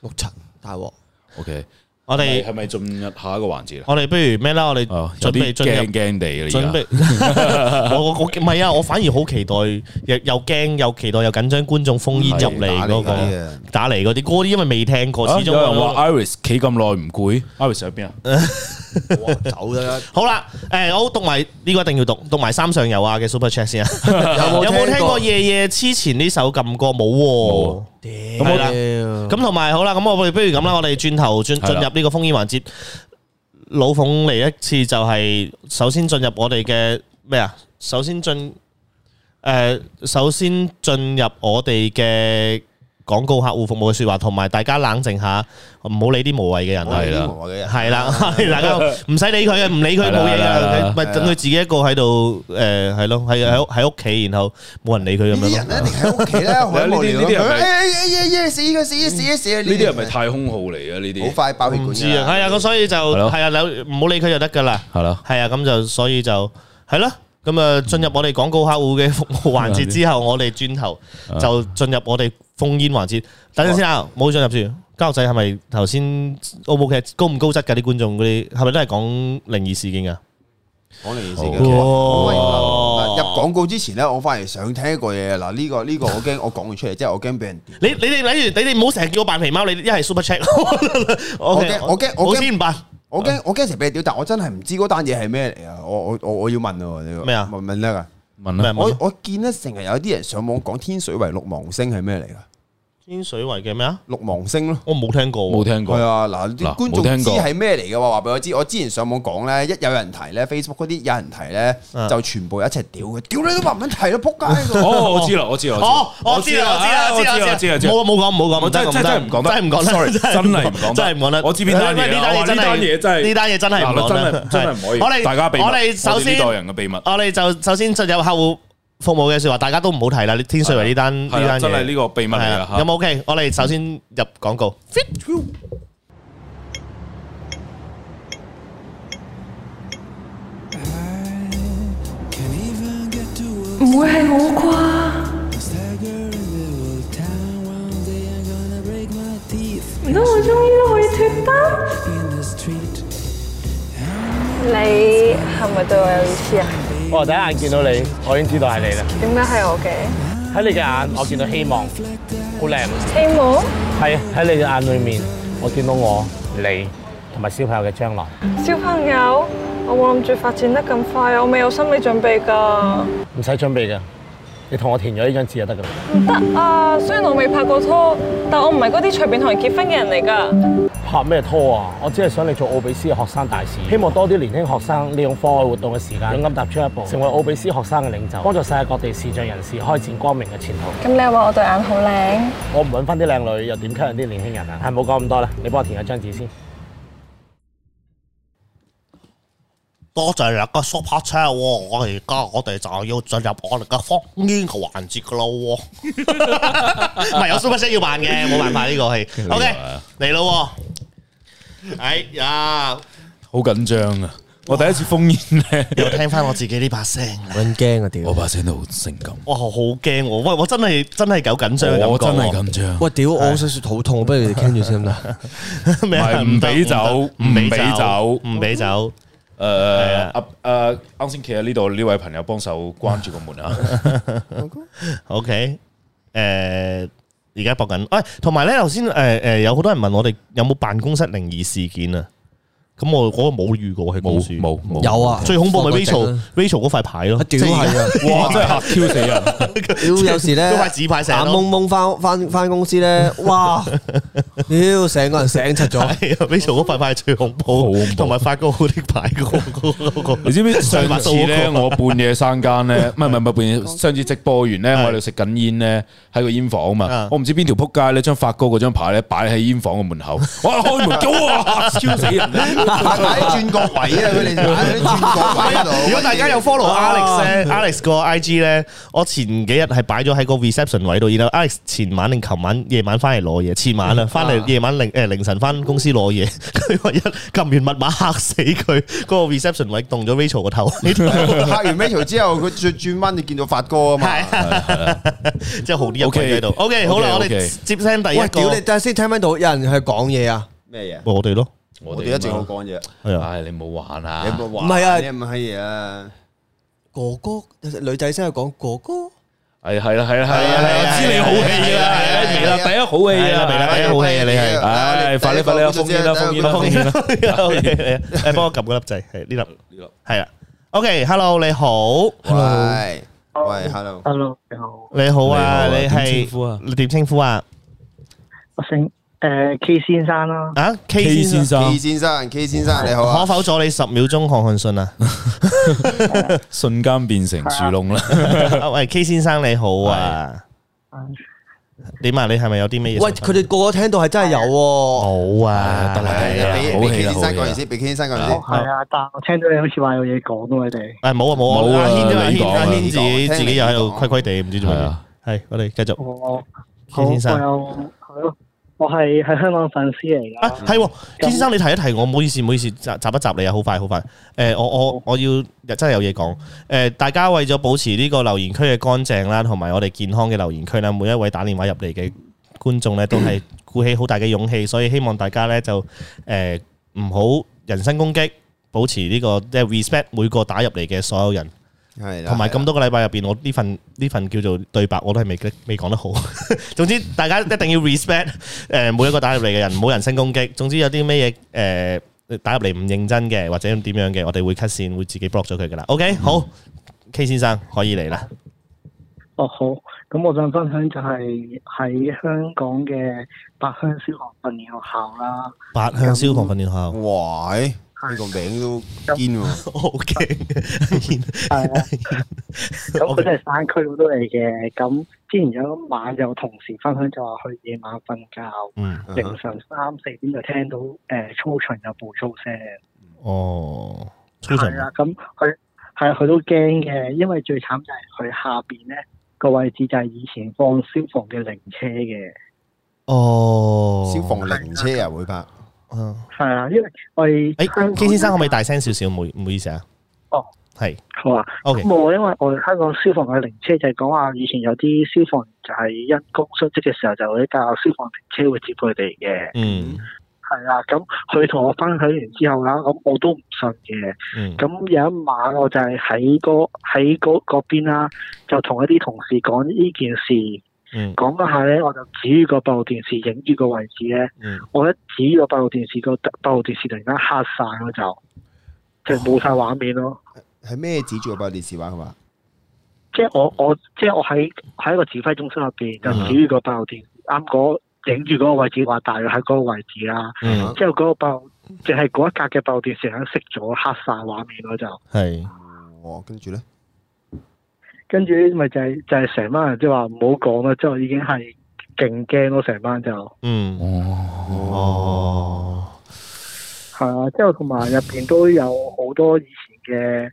[SPEAKER 4] 六層大鑊。
[SPEAKER 2] OK，
[SPEAKER 1] 我
[SPEAKER 2] 你
[SPEAKER 1] 哋
[SPEAKER 2] 係咪進入下一個環節啦？
[SPEAKER 1] 我哋不如咩啦？我哋
[SPEAKER 2] 哦，有
[SPEAKER 1] 準
[SPEAKER 2] 啲
[SPEAKER 1] 備進入
[SPEAKER 2] 驚驚地嘅
[SPEAKER 1] 準
[SPEAKER 2] 而家。
[SPEAKER 1] 備， 我我我唔係啊！我反而好期待，又又驚又期待又緊張，觀眾烽煙入嚟嗰
[SPEAKER 3] 打嚟嗰啲啊
[SPEAKER 1] 個打嚟嗰啲歌，因為未聽過，
[SPEAKER 2] 啊
[SPEAKER 1] 始終呃
[SPEAKER 2] 有人
[SPEAKER 1] 我
[SPEAKER 2] 話 Iris 企咁耐唔攰，Iris 喺邊啊？
[SPEAKER 4] 走得啦！
[SPEAKER 1] 好啦。誒，我讀埋呢個一定要讀，讀埋三上游啊嘅 Super Chat 先啊。
[SPEAKER 4] 有
[SPEAKER 1] 有冇聽過
[SPEAKER 4] 過？
[SPEAKER 1] 夜夜痴纏呢首撳過冇喎？
[SPEAKER 2] 啊
[SPEAKER 4] 咁
[SPEAKER 1] 咁我咁同埋好啦，咁我哋不如咁啦，我哋轉頭進
[SPEAKER 2] 係啦
[SPEAKER 1] 進入呢個風衣環節，老鳳嚟一次就係首先進入我哋嘅咩啊？首先進誒、呃首先進入我哋嘅廣告客戶服務嘅説話，同埋大家冷靜下，唔好理啲無謂嘅人啦。
[SPEAKER 2] 係啦
[SPEAKER 3] 我嘅
[SPEAKER 1] 係啦， 大家唔使理佢嘅，唔理佢
[SPEAKER 2] 係啦
[SPEAKER 1] 冇嘢
[SPEAKER 2] 係啦係啦
[SPEAKER 1] 噶，咪等佢自己一個喺度誒係咯，喺喺喺屋企，然後冇人理佢咁
[SPEAKER 3] 呢啲
[SPEAKER 1] 樣
[SPEAKER 3] 人
[SPEAKER 1] 咯。
[SPEAKER 3] 咧，一定喺屋企咧，好無聊
[SPEAKER 2] 呢啲呢啲係咪
[SPEAKER 3] 咁。誒誒誒誒，死嘅死嘅死嘅死嘅！
[SPEAKER 2] 呢啲係咪太空號嚟嘅？呢
[SPEAKER 3] 好
[SPEAKER 2] 啲
[SPEAKER 3] 快爆血管
[SPEAKER 1] 唔
[SPEAKER 3] 㗎
[SPEAKER 1] 知啊，係啊，咁所以就
[SPEAKER 2] 咯
[SPEAKER 1] 係啊，有唔好理佢就得噶啦。
[SPEAKER 2] 係啦，
[SPEAKER 1] 系啊，咁就所以就係咯。咁啊，進入我哋廣告客户嘅服務環節之後，我哋轉頭就進入我哋封煙環節。等陣先啊，冇進入住。交仔係咪頭先 O 唔 OK？高唔高質㗎？啲觀眾嗰啲係咪都係講靈異事件㗎？
[SPEAKER 3] 講嚟件事
[SPEAKER 2] 好
[SPEAKER 3] 嘅。嗱入
[SPEAKER 1] 哇！
[SPEAKER 3] 廣告之前咧，我反而想聽一個嘢。嗱，呢個呢個我驚，我講完出嚟即係我驚俾人。
[SPEAKER 1] 你你哋例如你哋唔好成日叫我扮肥貓，你一係 super check。我
[SPEAKER 3] 驚我驚我驚
[SPEAKER 1] 冇錢唔扮。
[SPEAKER 3] 我驚我驚成日俾人屌，但我真係唔知嗰單嘢係咩嚟啊！我我我我要問喎呢個
[SPEAKER 1] 咩啊
[SPEAKER 3] 問問得啊！
[SPEAKER 2] 問啦
[SPEAKER 1] 咩。
[SPEAKER 3] 我我見咧成日有啲人上網講天水圍六芒星係咩嚟噶？
[SPEAKER 1] 天水圍嘅咩啊？
[SPEAKER 3] 六芒星咯。
[SPEAKER 1] 我冇聽過喎。
[SPEAKER 2] 冇聽
[SPEAKER 3] 係
[SPEAKER 2] 過，
[SPEAKER 3] 啊，嗱啲
[SPEAKER 2] 嗱
[SPEAKER 3] 觀眾
[SPEAKER 2] 冇聽
[SPEAKER 3] 知
[SPEAKER 2] 過
[SPEAKER 3] 係咩嚟嘅話，話俾我知。我之前上網講咧，一有人提咧，Facebook 嗰啲有人提咧，
[SPEAKER 1] 嗯
[SPEAKER 3] 就全部一齊屌佢，屌你都話唔肯提啦，仆街！
[SPEAKER 2] 哦，我知啦，我知啦，
[SPEAKER 1] 哦，我知啦，我知啦，
[SPEAKER 2] 我
[SPEAKER 1] 我
[SPEAKER 2] 知
[SPEAKER 1] 知
[SPEAKER 2] 啦，
[SPEAKER 1] 啦，
[SPEAKER 2] 我知啦，
[SPEAKER 1] 冇冇講冇講，
[SPEAKER 2] 我真係真係唔講得
[SPEAKER 1] 真係唔講得
[SPEAKER 2] Sorry，真係唔講得
[SPEAKER 1] 真係唔講得，
[SPEAKER 2] 我知邊單嘢啦
[SPEAKER 1] 喂呢單
[SPEAKER 2] 哇
[SPEAKER 1] 嘢真係
[SPEAKER 2] 呢單嘢真係
[SPEAKER 1] 呢單嘢真係唔
[SPEAKER 2] 嗱
[SPEAKER 1] 講得
[SPEAKER 2] 真係真係唔可以，
[SPEAKER 1] 我哋
[SPEAKER 2] 大家秘密，
[SPEAKER 1] 我哋首
[SPEAKER 2] 我哋呢代
[SPEAKER 1] 先
[SPEAKER 2] 人嘅秘密，
[SPEAKER 1] 我哋就首先進入客戶服務嘅説話，大家都唔好提啦。你天水圍呢單
[SPEAKER 2] 係
[SPEAKER 1] 呢
[SPEAKER 2] 啦
[SPEAKER 1] 單
[SPEAKER 2] 真係呢
[SPEAKER 1] 嘢
[SPEAKER 2] 個秘密嚟
[SPEAKER 1] 係
[SPEAKER 2] 噶
[SPEAKER 1] 啊
[SPEAKER 2] 嚇
[SPEAKER 1] 有。冇 OK？我哋首先入廣告。
[SPEAKER 5] Can't even get to work.
[SPEAKER 6] 唔會係我啩？
[SPEAKER 5] Stagger in the old town. One day I'm gonna break my teeth
[SPEAKER 6] 唔通我終於都可以脱單？
[SPEAKER 5] in the street.
[SPEAKER 6] 你係咪對我有意思啊？
[SPEAKER 7] 我第一眼見到你，我已經知道係你啦。
[SPEAKER 6] 點解係我嘅？
[SPEAKER 7] 喺你嘅眼，我見到希望，好靚。
[SPEAKER 6] 希望
[SPEAKER 7] 係喺你嘅眼裏面，我見到我、你同埋小朋友嘅將來。
[SPEAKER 6] 小朋友，我冇諗住發展得咁快，我未有心理準備㗎。
[SPEAKER 7] 唔使準備嘅，你同我填咗呢張紙就得㗎啦。
[SPEAKER 6] 唔得啊！雖然我未拍過拖，但我唔係嗰啲隨便同人結婚嘅人嚟㗎。
[SPEAKER 7] 拍咩拖啊？我只係想你做奧比斯嘅學生大使，希望多啲年輕學生利用課外活動嘅時間，勇敢踏出一步，成為奧比斯學生嘅領袖，幫助世界各地視障人士開展光明嘅前途。
[SPEAKER 6] 咁你又話我對眼好靚，
[SPEAKER 7] 我唔揾翻啲靚女，又點吸引啲年輕人啊？係冇講咁多啦，你幫我填一張紙先。
[SPEAKER 1] 多謝你啊個 super chat 喎！我而家我哋就要進入我哋嘅烽煙嘅環節噶咯喎， 唔係有 super chat 要 扮嘅，冇辦法呢個係。OK 嚟咯喎，哎呀，
[SPEAKER 2] 好緊張啊！我第一次封煙咧，
[SPEAKER 1] 又聽翻我自己呢把聲，
[SPEAKER 4] 我真驚啊屌！
[SPEAKER 2] 把聲都好性感，
[SPEAKER 1] 哇，好驚喎！喂，我真係真係有緊張嘅感覺喎，
[SPEAKER 2] 我真係緊張。
[SPEAKER 4] 喂屌，我好想說肚痛，不如你哋傾住先得唔得？
[SPEAKER 1] 咩
[SPEAKER 2] 唔
[SPEAKER 1] 啊
[SPEAKER 2] 係唔俾
[SPEAKER 1] 得
[SPEAKER 2] 走
[SPEAKER 1] 唔
[SPEAKER 2] 唔
[SPEAKER 1] 俾
[SPEAKER 2] 俾
[SPEAKER 1] 走
[SPEAKER 2] 走，
[SPEAKER 1] 唔俾走。
[SPEAKER 2] 誒誒誒，啱先企喺呢度呢位朋友幫手關住個門啊！
[SPEAKER 1] OK，誒而家播緊，喂，同埋咧頭先誒誒有好多人問我哋有冇辦公室靈異事件啊？咁我嗰個冇遇過喺公司，
[SPEAKER 2] 冇
[SPEAKER 4] 有啊，
[SPEAKER 1] 最恐怖
[SPEAKER 4] 放
[SPEAKER 1] 咪
[SPEAKER 4] 個證
[SPEAKER 1] Rachel
[SPEAKER 4] 啊
[SPEAKER 1] Rachel 嗰塊牌咯，
[SPEAKER 4] 屌係啊！
[SPEAKER 2] 哇！真係嚇 Q 死人，
[SPEAKER 4] 屌，有時咧，
[SPEAKER 1] 嗰塊紙牌成日
[SPEAKER 4] 眼
[SPEAKER 1] 都
[SPEAKER 4] 蒙蒙翻翻翻公司咧，哇！屌，成個人醒柒咗。
[SPEAKER 1] 係啊，Rachel 嗰塊牌係最恐
[SPEAKER 2] 好
[SPEAKER 1] 怖
[SPEAKER 2] 恐，怖
[SPEAKER 1] 同埋發哥好啲牌嗰個嗰個
[SPEAKER 2] 你知唔知上次咧，
[SPEAKER 1] 上百度嗰個
[SPEAKER 2] 我半夜三更咧，唔係唔係唔係半夜，上次直播完咧，我喺度食緊煙咧，喺個煙房啊
[SPEAKER 1] 啊
[SPEAKER 2] 嘛，我唔知邊條撲街咧，將發哥嗰張牌咧擺喺煙房嘅門口，我一開門，哇！超死人！
[SPEAKER 3] 擺轉角位啊！佢哋擺喺轉角位度。
[SPEAKER 1] 如果大家有 follow Alex 咧，Alex 個 IG 咧，我前幾日係擺咗喺個 reception 位度，然後 Alex 前晚定琴晚夜晚翻嚟攞嘢，前晚啊，翻嚟夜晚凌誒凌晨翻公司攞嘢， 佢話一撳完密碼嚇死佢，嗰個 reception 位動咗 Rachel 個 頭，呢度
[SPEAKER 3] 拍完 Rachel 之後，佢轉轉彎就見到發哥啊嘛。
[SPEAKER 1] 真係好啲有鬼喺度。OK，好啦，我哋
[SPEAKER 2] OK，OK
[SPEAKER 1] 接聽第一
[SPEAKER 4] 喂，屌你，
[SPEAKER 1] 個，
[SPEAKER 4] 等下先聽唔聽到有人係講嘢啊？
[SPEAKER 3] 咩嘢？
[SPEAKER 1] 我哋咯，
[SPEAKER 3] 我哋一直好講嘢，
[SPEAKER 1] 係啊，
[SPEAKER 2] 唉，你冇玩啊！
[SPEAKER 3] 你唔
[SPEAKER 4] 唔係啊
[SPEAKER 3] 你唔係嘢啊！
[SPEAKER 4] 哥哥，女仔聲係講哥哥。
[SPEAKER 2] 系系啦系啦系
[SPEAKER 1] 係啊係啊
[SPEAKER 2] 啦，知你好戲啦，
[SPEAKER 1] 係啊係啊
[SPEAKER 2] 係啦
[SPEAKER 3] 係啊
[SPEAKER 2] 第一好戲
[SPEAKER 1] 係啦
[SPEAKER 2] 啦，
[SPEAKER 1] 未啦第一好戲啊你係
[SPEAKER 2] 唉，快啲快啲，封煙啦封煙啦封煙啦，
[SPEAKER 1] OK，誒幫我撳個粒掣，係呢粒，
[SPEAKER 2] 呢粒
[SPEAKER 1] 係啦。OK，hello，你好。
[SPEAKER 3] 喂喂，hello，
[SPEAKER 8] Hello，你好，
[SPEAKER 1] 你好啊，
[SPEAKER 2] 你好啊
[SPEAKER 1] 你
[SPEAKER 2] 點稱呼
[SPEAKER 1] 係
[SPEAKER 2] 啊
[SPEAKER 1] 你點稱呼啊？
[SPEAKER 8] 我姓誒 K 先生啦，
[SPEAKER 1] 啊
[SPEAKER 2] K
[SPEAKER 1] ，K
[SPEAKER 2] 先
[SPEAKER 1] 先生，
[SPEAKER 3] K
[SPEAKER 2] 生
[SPEAKER 3] 先生，K 先生你好
[SPEAKER 1] 可
[SPEAKER 3] 啊！
[SPEAKER 1] 否阻你十秒鐘看看 信啊？
[SPEAKER 2] 瞬間變成樹 窿啦，
[SPEAKER 1] 啊喂，K 先生你好啊，點啊？你係咪有啲咩嘢？
[SPEAKER 4] 喂，佢哋個個聽到係真係有喎。
[SPEAKER 1] 冇啊，
[SPEAKER 2] 得啦
[SPEAKER 1] 係啊
[SPEAKER 2] 得啦
[SPEAKER 3] 俾
[SPEAKER 2] 好
[SPEAKER 3] 俾
[SPEAKER 2] 戲啊
[SPEAKER 3] K 先
[SPEAKER 2] 好
[SPEAKER 3] 生講
[SPEAKER 2] 戲
[SPEAKER 3] 完
[SPEAKER 2] 啊
[SPEAKER 3] 先，俾 K 先生講完先。
[SPEAKER 8] 係啊，但我聽到你好似話有嘢講喎，你哋，
[SPEAKER 1] 啊冇啊冇
[SPEAKER 2] 冇
[SPEAKER 1] 啊，
[SPEAKER 2] 啊
[SPEAKER 1] 阿軒啫嘛，阿
[SPEAKER 2] 你
[SPEAKER 1] 軒
[SPEAKER 2] 講
[SPEAKER 1] 阿
[SPEAKER 2] 啊
[SPEAKER 1] 軒自己
[SPEAKER 3] 你講
[SPEAKER 1] 自己又
[SPEAKER 3] 聽你講
[SPEAKER 1] 喺度虧虧地，唔知做
[SPEAKER 2] 係
[SPEAKER 1] 乜
[SPEAKER 2] 啊
[SPEAKER 1] 嘢。係，我哋繼續
[SPEAKER 8] 我好，我
[SPEAKER 1] 哦 K
[SPEAKER 8] 有
[SPEAKER 1] 先生
[SPEAKER 8] 係咯，我係喺香港粉絲嚟
[SPEAKER 1] 啊，
[SPEAKER 8] 㗎，
[SPEAKER 1] 係喎，K 先生你提一提我，唔好意思，唔好意思，集集一集你啊，好快好快。誒，我我我要真係有嘢講。誒，大家為咗保持呢個留言區嘅乾淨啦，同埋我哋健康嘅留言區啦，每一位打電話入嚟嘅觀眾咧，都 係鼓起好大嘅勇氣，所以希望大家咧就誒唔好人身攻擊，保持呢個即係 respect 每個打入嚟嘅所有人，
[SPEAKER 3] 係啦，
[SPEAKER 1] 同埋咁
[SPEAKER 3] 係啦
[SPEAKER 1] 多個禮拜入邊，我呢份呢份叫做對白我都係未未講得好。 總之大家一定要 respect 誒每一個打入嚟嘅人，唔好人身攻擊。總之有啲咩嘢誒打入嚟唔認真嘅，或者點樣嘅，我哋會 cut 線，會自己 block 咗佢噶啦。OK，好，K 先生可以嚟啦。
[SPEAKER 8] 哦好，咁我想分享就係喺香港嘅八鄉消防訓練學校 啦，
[SPEAKER 1] 八鄉消防訓練學校，
[SPEAKER 3] 喂，呢個名都堅喎，
[SPEAKER 1] 我好 驚。
[SPEAKER 8] 係啊，咁佢哋係山區嗰度嚟嘅，咁之前有一晚有同事分享就話去夜晚瞓覺，
[SPEAKER 1] 嗯，
[SPEAKER 3] 嗯
[SPEAKER 8] 凌晨三四點就聽到誒、操場有暴躁聲。
[SPEAKER 1] 哦，操場
[SPEAKER 8] 係啊，咁佢係啊佢都驚嘅，因為最慘就係佢下邊咧個位置就係以前放消防嘅靈車嘅。
[SPEAKER 1] 哦，
[SPEAKER 3] 消防零車啊會拍，
[SPEAKER 1] 嗯。
[SPEAKER 8] 係啊，因為我哋香港
[SPEAKER 1] 誒，K 先生可唔可以大聲少少？唔好唔好意思啊。
[SPEAKER 8] 哦，
[SPEAKER 1] 係
[SPEAKER 8] 好啊？
[SPEAKER 1] ，OK，
[SPEAKER 8] 咁我因為我哋香港消防嘅靈車就係講話以前有啲消防員就係因公殉職嘅時候就有一架消防靈車會接佢哋嘅。
[SPEAKER 1] 嗯
[SPEAKER 8] 係啊，咁佢同我分享完之後啦，咁我都唔信嘅。
[SPEAKER 1] 嗯
[SPEAKER 8] 咁有一晚我就係喺嗰喺嗰嗰邊啦，就同一啲同事講呢件事。
[SPEAKER 1] 嗯
[SPEAKER 8] 講嗰下咧，我就指住個閉路電視影住個位置咧，
[SPEAKER 1] 嗯，
[SPEAKER 8] 我一指住個閉路電視，個閉路電視突然間黑晒咯，就就冇晒畫面咯。
[SPEAKER 3] 係咩指住個部電視玩係嘛？
[SPEAKER 8] 即係我我即係我喺喺一個指揮中心入邊，就指住個閉路電視，啱嗰影住嗰個位置，話大約喺嗰個位置啦。
[SPEAKER 1] 嗯
[SPEAKER 8] 之後嗰個閉路，淨係嗰一格嘅閉路電視響熄咗，黑晒畫面咯就。
[SPEAKER 1] 係。
[SPEAKER 3] 哦，跟住咧，
[SPEAKER 8] 跟住咪就係、就係、成班人即係話唔好講啦，之後已經係勁驚咯，成班就。
[SPEAKER 1] 嗯，哦，
[SPEAKER 8] 係啊，之後同埋入邊都有好多以前嘅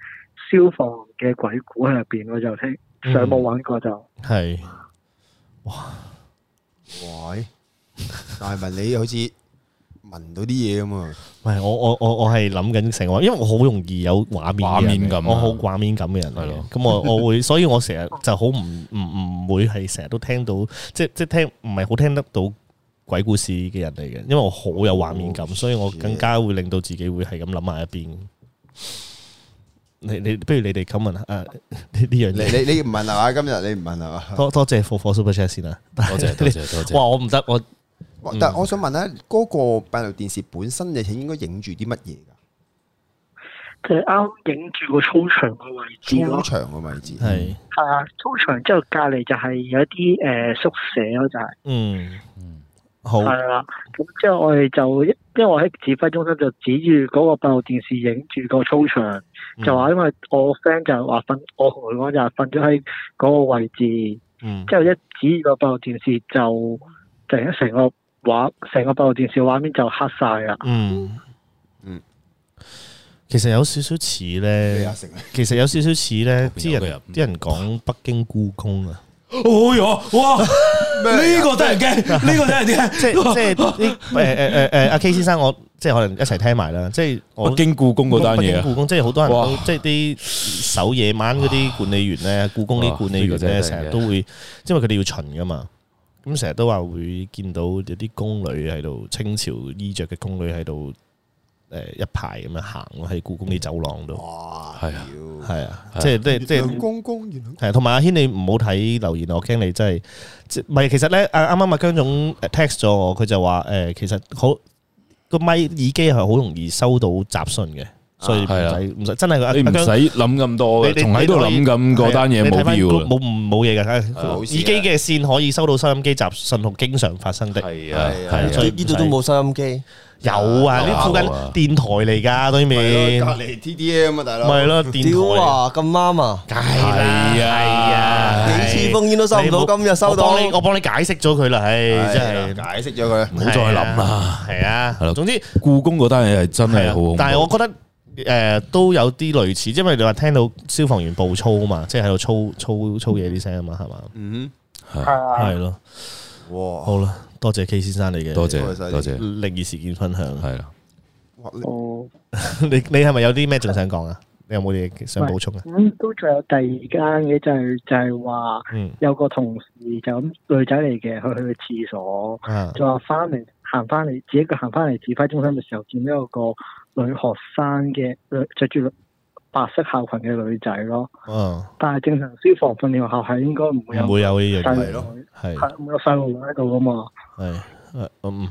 [SPEAKER 8] 消防嘅鬼故喺入邊，我就聽
[SPEAKER 1] 嗯
[SPEAKER 8] 上網揾過就
[SPEAKER 1] 係，
[SPEAKER 3] 喂，但係問你好似聞到啲嘢啊 嘛。
[SPEAKER 1] 唔係我我我我係諗緊成個，因為我好容易有畫面嘅
[SPEAKER 2] 畫
[SPEAKER 1] 人嚟
[SPEAKER 2] 面感啊
[SPEAKER 1] 我好畫面感嘅人嚟
[SPEAKER 2] 係咯啊
[SPEAKER 1] 嘅。咁我我會，所以我成日就好唔唔唔會係成日都聽到，即即聽唔係好聽得到鬼故事嘅人嚟嘅，因為我好有畫面
[SPEAKER 2] 哦
[SPEAKER 1] 感，所以我更加會令到自己會係咁諗埋一邊。你你不如你哋 comment 下誒啊呢呢樣
[SPEAKER 3] 你
[SPEAKER 1] 嘢。
[SPEAKER 3] 你你唔問係嘛？今日你唔問係嘛？
[SPEAKER 1] 多多謝火火 super chat 先啦，多
[SPEAKER 2] 謝多謝多謝
[SPEAKER 1] 哇，我唔得，我
[SPEAKER 3] 哇
[SPEAKER 1] 嗯
[SPEAKER 3] 但係我想問咧，嗰個閉路電視本身你係應該影住啲乜嘢㗎？
[SPEAKER 8] 就係啱影住個操場個位置
[SPEAKER 1] 啊
[SPEAKER 8] 咯
[SPEAKER 3] 操。場嘅位置
[SPEAKER 1] 係
[SPEAKER 8] 係啊，操場之後隔離就係有一啲誒、呃宿舍咯，就係
[SPEAKER 1] 嗯好
[SPEAKER 8] 係啦。咁之後我哋就因因為我喺指揮中心就指住嗰個閉路電視影住個操場，
[SPEAKER 1] 嗯
[SPEAKER 8] 就話因為我 friend 就話瞓，我同佢講就係瞓咗喺嗰個位置，
[SPEAKER 1] 嗯
[SPEAKER 8] 之後一指住個閉路電視就突然間成個畫成個閉路電視畫面就黑晒啦。
[SPEAKER 1] 嗯
[SPEAKER 3] 嗯，
[SPEAKER 1] 其實有少少似
[SPEAKER 3] 俾
[SPEAKER 1] 咧
[SPEAKER 3] 阿，成
[SPEAKER 1] 其實有少少似咧，
[SPEAKER 2] 啊邊有
[SPEAKER 1] 啲人
[SPEAKER 2] 佢入
[SPEAKER 1] 啲人講北京故宮 啊，
[SPEAKER 2] 哦哟，哇！呢個真係驚，呢個真係
[SPEAKER 1] 即係
[SPEAKER 2] 驚。
[SPEAKER 1] 即係啲誒誒誒誒阿 K 先生，我即係可能一齊聽埋啦，即係我
[SPEAKER 2] 北京故宮嗰單
[SPEAKER 1] 北
[SPEAKER 2] 嘢
[SPEAKER 1] 京
[SPEAKER 2] 啊，
[SPEAKER 1] 故宮，即係好多人都
[SPEAKER 2] 哇
[SPEAKER 1] 即係啲守夜晚嗰啲管理員咧，故宮啲管理員
[SPEAKER 2] 哇呢個
[SPEAKER 1] 咧，
[SPEAKER 2] 真係
[SPEAKER 1] 成日都會，因為佢哋要巡噶嘛，咁成日都話會見到有啲宮女喺度，清朝衣着嘅宮女喺度誒一排咁樣行咯喺故宮啲走廊度，
[SPEAKER 3] 哇，
[SPEAKER 2] 嗯係啊
[SPEAKER 3] 屌
[SPEAKER 1] 係啊，即係即係即係
[SPEAKER 3] 兩。公公原來
[SPEAKER 1] 係，同埋阿軒你唔好睇留言，我驚你真係，即唔係其實咧，啊啱啱阿姜總呃 text 咗我，佢就話誒、呃其實好個咪耳機係好容易收到雜訊嘅，所以唔
[SPEAKER 2] 係啊
[SPEAKER 1] 使唔使真係阿
[SPEAKER 2] 你唔
[SPEAKER 1] 阿姜
[SPEAKER 2] 使諗咁多
[SPEAKER 1] 你
[SPEAKER 2] 嘅，仲
[SPEAKER 1] 你啊
[SPEAKER 2] 喺度諗咁嗰單嘢
[SPEAKER 1] 你
[SPEAKER 2] 冇
[SPEAKER 1] 睇
[SPEAKER 2] 必
[SPEAKER 1] 返
[SPEAKER 2] 要啊
[SPEAKER 1] 冇
[SPEAKER 2] 啦。
[SPEAKER 1] 冇唔冇嘢嘅，唉
[SPEAKER 3] 冇
[SPEAKER 1] 耳
[SPEAKER 2] 啊
[SPEAKER 3] 事嘅
[SPEAKER 1] 機嘅線可以收到收音機雜信號經常發生的。
[SPEAKER 2] 係
[SPEAKER 3] 係啊
[SPEAKER 2] 係
[SPEAKER 1] 所以
[SPEAKER 4] 呢度都冇收音機，
[SPEAKER 1] 有啊，
[SPEAKER 2] 有
[SPEAKER 1] 呢
[SPEAKER 2] 啊
[SPEAKER 1] 附
[SPEAKER 2] 有啊
[SPEAKER 1] 近電台嚟㗎對
[SPEAKER 3] 係
[SPEAKER 1] 面，
[SPEAKER 3] 咯
[SPEAKER 1] 咪
[SPEAKER 3] 隔離 TDM 啊，大佬。
[SPEAKER 1] 咯電台
[SPEAKER 4] 屌
[SPEAKER 1] 嚟㗎。
[SPEAKER 4] 啊，咁啱啊，
[SPEAKER 1] 梗係啦，
[SPEAKER 2] 係啊
[SPEAKER 1] 係啊，
[SPEAKER 4] 幾次封煙都收唔到
[SPEAKER 1] 你冇
[SPEAKER 4] 今日收到啊
[SPEAKER 1] 我幫你，我幫你解釋咗佢啦，唉，真係
[SPEAKER 3] 係啦解釋咗佢。
[SPEAKER 2] 唔好再諗啦。
[SPEAKER 1] 係啊
[SPEAKER 2] 係咯，
[SPEAKER 1] 總之
[SPEAKER 2] 故宮嗰單嘢係真係
[SPEAKER 1] 係
[SPEAKER 2] 好恐
[SPEAKER 1] 啊
[SPEAKER 2] 怖，
[SPEAKER 1] 但係我覺得。誒、都有啲類似，因為你話聽到消防員暴操啊嘛，即係喺度操操操嘢啲聲啊嘛，係嘛？
[SPEAKER 3] 嗯，
[SPEAKER 1] 係啊咯，
[SPEAKER 3] 哇，
[SPEAKER 1] 好啦，多謝 K 先生你嘅
[SPEAKER 2] 多謝
[SPEAKER 3] 多謝
[SPEAKER 2] 多謝，
[SPEAKER 1] 靈異事件分享。
[SPEAKER 2] 係啦。
[SPEAKER 3] 哇
[SPEAKER 8] 哦，
[SPEAKER 1] 你你係咪有啲咩仲想講啊？你有冇嘢想補充啊？
[SPEAKER 8] 咁都仲有第二間嘅就係、就係、話
[SPEAKER 1] 嗯
[SPEAKER 8] 有個同事就咁女仔嚟嘅，佢去廁所。
[SPEAKER 1] 啊，
[SPEAKER 8] 就話翻嚟行翻嚟，自己佢行翻嚟指揮中心嘅時候，見到有個女學生嘅女着住白色校裙嘅女仔咯。
[SPEAKER 1] 嗯，
[SPEAKER 8] 但係正常消防訓練學校係應該唔會有
[SPEAKER 1] 唔會有呢樣
[SPEAKER 8] 細
[SPEAKER 1] 嘢，
[SPEAKER 3] 係
[SPEAKER 8] 路
[SPEAKER 3] 咯
[SPEAKER 8] 女，
[SPEAKER 1] 係
[SPEAKER 8] 係唔會有細路女喺度噶嘛。
[SPEAKER 1] 係，誒嗯，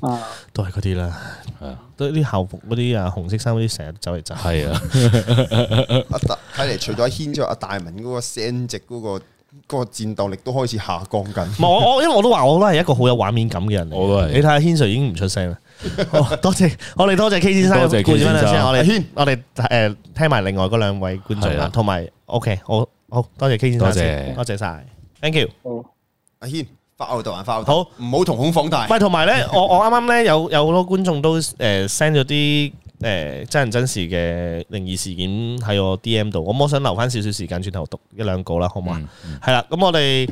[SPEAKER 8] 啊，
[SPEAKER 1] 都係嗰啲啦，
[SPEAKER 2] 係啊，
[SPEAKER 1] 都啲校服嗰啲啊，紅色衫嗰啲成日走嚟走去。
[SPEAKER 2] 係啊，
[SPEAKER 3] 阿大睇嚟，除咗牽咗阿大文嗰個聲值嗰個嗰個戰鬥力都開始下降
[SPEAKER 1] 唔
[SPEAKER 3] 緊。
[SPEAKER 1] 係我我，因為我都話我都係一個好有畫面感嘅人嚟。
[SPEAKER 2] 我都係
[SPEAKER 1] 你睇下軒 Sir 已經唔 出聲啦。好多謝我哋多謝 K 先生
[SPEAKER 2] 多謝
[SPEAKER 1] 嘅
[SPEAKER 2] K
[SPEAKER 1] 故事分享
[SPEAKER 2] 先
[SPEAKER 1] 先。
[SPEAKER 2] 生
[SPEAKER 1] 我哋軒，我哋誒聽埋另外嗰兩位觀眾
[SPEAKER 2] 係
[SPEAKER 1] 啦
[SPEAKER 2] 啊，
[SPEAKER 1] 同埋 OK，好好多謝 K 先生
[SPEAKER 2] 多謝
[SPEAKER 1] 先，多謝晒，thank you。
[SPEAKER 8] 好，
[SPEAKER 3] 阿軒，發吽豆還發吽
[SPEAKER 1] 好
[SPEAKER 3] 豆，唔好瞳孔放大。
[SPEAKER 1] 喂，同埋咧，我我啱啱咧有有好多觀眾都誒呃 send 咗啲誒真人真事嘅靈異事件喺我 DM 度，咁我想留翻少少時間轉頭讀一兩個啦，好唔好
[SPEAKER 2] 嗯
[SPEAKER 1] 啊？係啦，咁我哋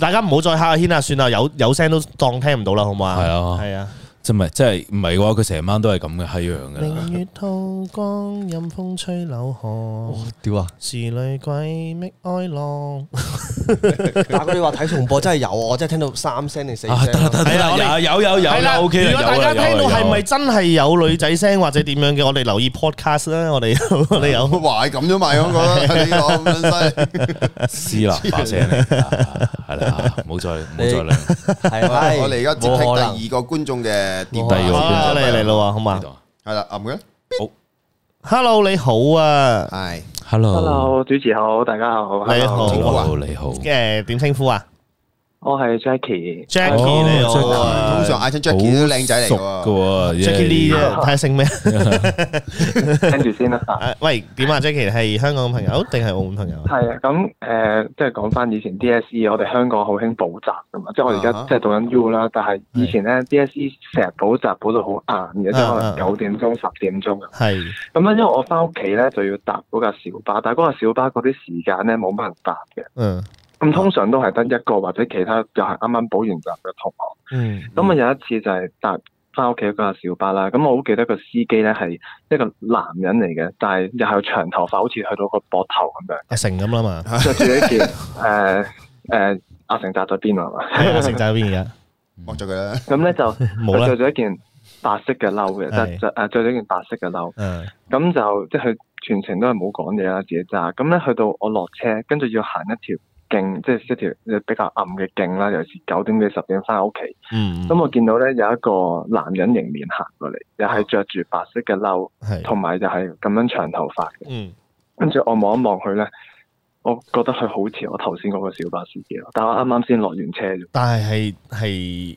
[SPEAKER 1] 大家唔好再蝦阿軒啊，算啦，有有聲都當聽唔到啦，好唔好啊？
[SPEAKER 2] 係啊
[SPEAKER 1] 係啊。
[SPEAKER 2] 真係真係唔係嘅話，佢成晚都係咁嘅閪樣嘅啦。
[SPEAKER 1] 明月透光，任風吹柳河。
[SPEAKER 4] 屌啊！
[SPEAKER 1] 是女鬼觅哀郎。
[SPEAKER 4] 但係佢哋話睇重播真係有，我真係聽到三聲定四聲
[SPEAKER 2] 啊，得啦得啦
[SPEAKER 1] 係啊
[SPEAKER 2] 得啦，
[SPEAKER 1] 我哋
[SPEAKER 2] 有有有有
[SPEAKER 1] 係啦
[SPEAKER 2] 有 OK 啦，
[SPEAKER 1] 如果大
[SPEAKER 2] 有啦
[SPEAKER 1] 家
[SPEAKER 2] 有啦
[SPEAKER 1] 聽到
[SPEAKER 2] 有啦
[SPEAKER 1] 係咪真係有女仔聲或者點樣嘅，我哋留意 podcast 啦。我哋我哋有
[SPEAKER 3] 哇，係咁啫嘛，香港呢個咁樣犀利
[SPEAKER 2] 私 立把聲嚟㗎，係啦，唔好再唔好再
[SPEAKER 4] 你
[SPEAKER 2] 啦。
[SPEAKER 4] 係係
[SPEAKER 3] 我哋而家接
[SPEAKER 4] 冇可能
[SPEAKER 3] 聽第二個觀眾嘅電
[SPEAKER 2] 第二個
[SPEAKER 1] 好啦
[SPEAKER 2] 觀眾
[SPEAKER 1] 嚟嚟啦喎，好嘛
[SPEAKER 2] 呢度
[SPEAKER 3] 係啦，暗嘅
[SPEAKER 1] ？Hello，你好啊，
[SPEAKER 3] 係
[SPEAKER 2] Hello，
[SPEAKER 9] 主持好，大家哦好
[SPEAKER 1] 你好
[SPEAKER 3] 好啊
[SPEAKER 2] 你好，
[SPEAKER 1] 誒點稱呼啊
[SPEAKER 9] 我係 Jackie，
[SPEAKER 1] ？Jackie 你好啊
[SPEAKER 3] 通常嗌親 Jackie 都靚仔嚟
[SPEAKER 2] 熟
[SPEAKER 3] 嘅喎。
[SPEAKER 2] 嘅喎
[SPEAKER 1] ，Jackie Lee 啫，睇下姓咩？
[SPEAKER 9] 聽住先啦。
[SPEAKER 1] 誒喂，點啊？Jackie 係香港朋友定係澳門朋友啊？
[SPEAKER 9] 係啊，咁誒、呃即係講翻以前 DSE，我哋香港好興補習噶嘛，即係我哋而家
[SPEAKER 3] 啊哈
[SPEAKER 9] 即係讀緊 U 啦，但係以前咧 DSE E 成日補習補到好晏嘅，即係可
[SPEAKER 1] 啊啊
[SPEAKER 9] 能九點鐘、十點鐘咁。
[SPEAKER 1] 係
[SPEAKER 9] 咁啊咧，因為我翻屋企咧就要搭嗰架小巴，但係嗰架小巴嗰啲時間咧冇乜人搭嘅，
[SPEAKER 1] 嗯
[SPEAKER 9] 咁通常都係得一個或者其他又係啱啱補完習嘅同學。
[SPEAKER 1] 嗯
[SPEAKER 9] 咁啊有一次就係搭翻屋企嗰架小巴啦。咁我好記得個司機咧係一個男人嚟嘅，但係又係長頭髮，好似去到個膊頭咁樣，
[SPEAKER 1] 阿成咁啦 嘛，
[SPEAKER 9] 着住一件誒誒阿成扎咗邊啊嘛。
[SPEAKER 1] 係阿成仔喺邊而家？
[SPEAKER 3] 望咗佢啦。
[SPEAKER 9] 咁咧就
[SPEAKER 1] 冇啦
[SPEAKER 9] 佢着咗一件白色嘅褸嘅，
[SPEAKER 1] 係
[SPEAKER 9] 就誒着咗一件白色嘅褸。
[SPEAKER 1] 嗯
[SPEAKER 9] 咁就即係佢全程都係冇講嘢啦，自己揸。咁咧去到我落車，跟住要行一條徑，即係一條比較暗嘅徑啦，尤其是九點幾十點翻屋企。
[SPEAKER 1] 嗯，
[SPEAKER 9] 咁我見到咧有一個男人迎面行過嚟，又係着住白色嘅褸，
[SPEAKER 1] 哦係，
[SPEAKER 9] 同埋又係咁樣長頭髮嘅。
[SPEAKER 1] 嗯
[SPEAKER 9] 跟住我望一望佢咧，我覺得佢好似我頭先嗰個小巴司機咯，但我啱啱先落完車啫。
[SPEAKER 1] 但係係係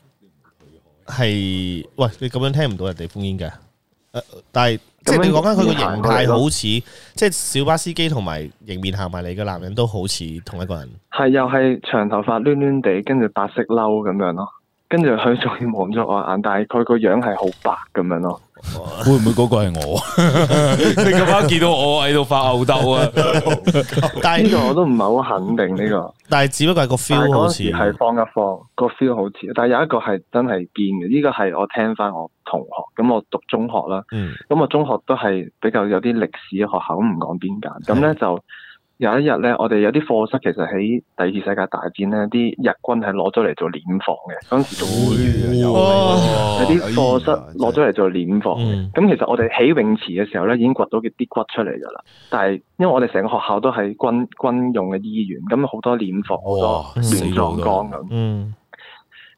[SPEAKER 1] 係，喂，你咁樣聽唔到人哋封煙嘅。誒但係即係你講緊佢個形態好似，即係小巴司機同埋迎面行埋嚟嘅男人都好似同一個人。
[SPEAKER 9] 係又係長頭髮攣攣地，跟住白色褸咁樣咯。跟住佢仲要望咗我眼，但係佢個樣係好白咁樣咯。
[SPEAKER 2] 会唔会嗰个系 我？你咁啱见到我喺度发吽斗啊！
[SPEAKER 1] 但
[SPEAKER 9] 呢
[SPEAKER 1] 係
[SPEAKER 9] 個我都唔係好肯定呢個，
[SPEAKER 1] 但係只不過係個
[SPEAKER 9] 但係
[SPEAKER 1] feel 好
[SPEAKER 9] 嗰
[SPEAKER 1] 似
[SPEAKER 9] 時。係放一放個 feel 好似，但係有一個係真係堅嘅，呢個係我聽翻我同學，咁我讀中學啦，
[SPEAKER 1] 嗯
[SPEAKER 9] 咁我啊中學都係比較有啲歷史嘅學校，咁唔講邊間，咁咧就有一日咧，我哋有啲課室其實喺第二次世界大戰咧，啲日軍係攞咗嚟做殮房嘅，嗰陣時
[SPEAKER 2] 哦
[SPEAKER 9] 仲有
[SPEAKER 3] 有
[SPEAKER 2] 哎
[SPEAKER 9] 啲課室攞咗嚟做殮房嘅。
[SPEAKER 1] 嗯
[SPEAKER 9] 咁其實我哋起泳池嘅時候咧，已經掘到啲骨出嚟㗎啦。但係因為我哋成個學校都係軍軍用嘅醫院，咁好多殮房，好多
[SPEAKER 2] 哇死
[SPEAKER 9] 亂
[SPEAKER 2] 佬
[SPEAKER 9] 葬
[SPEAKER 2] 㗎
[SPEAKER 9] 崗咁。
[SPEAKER 1] 嗯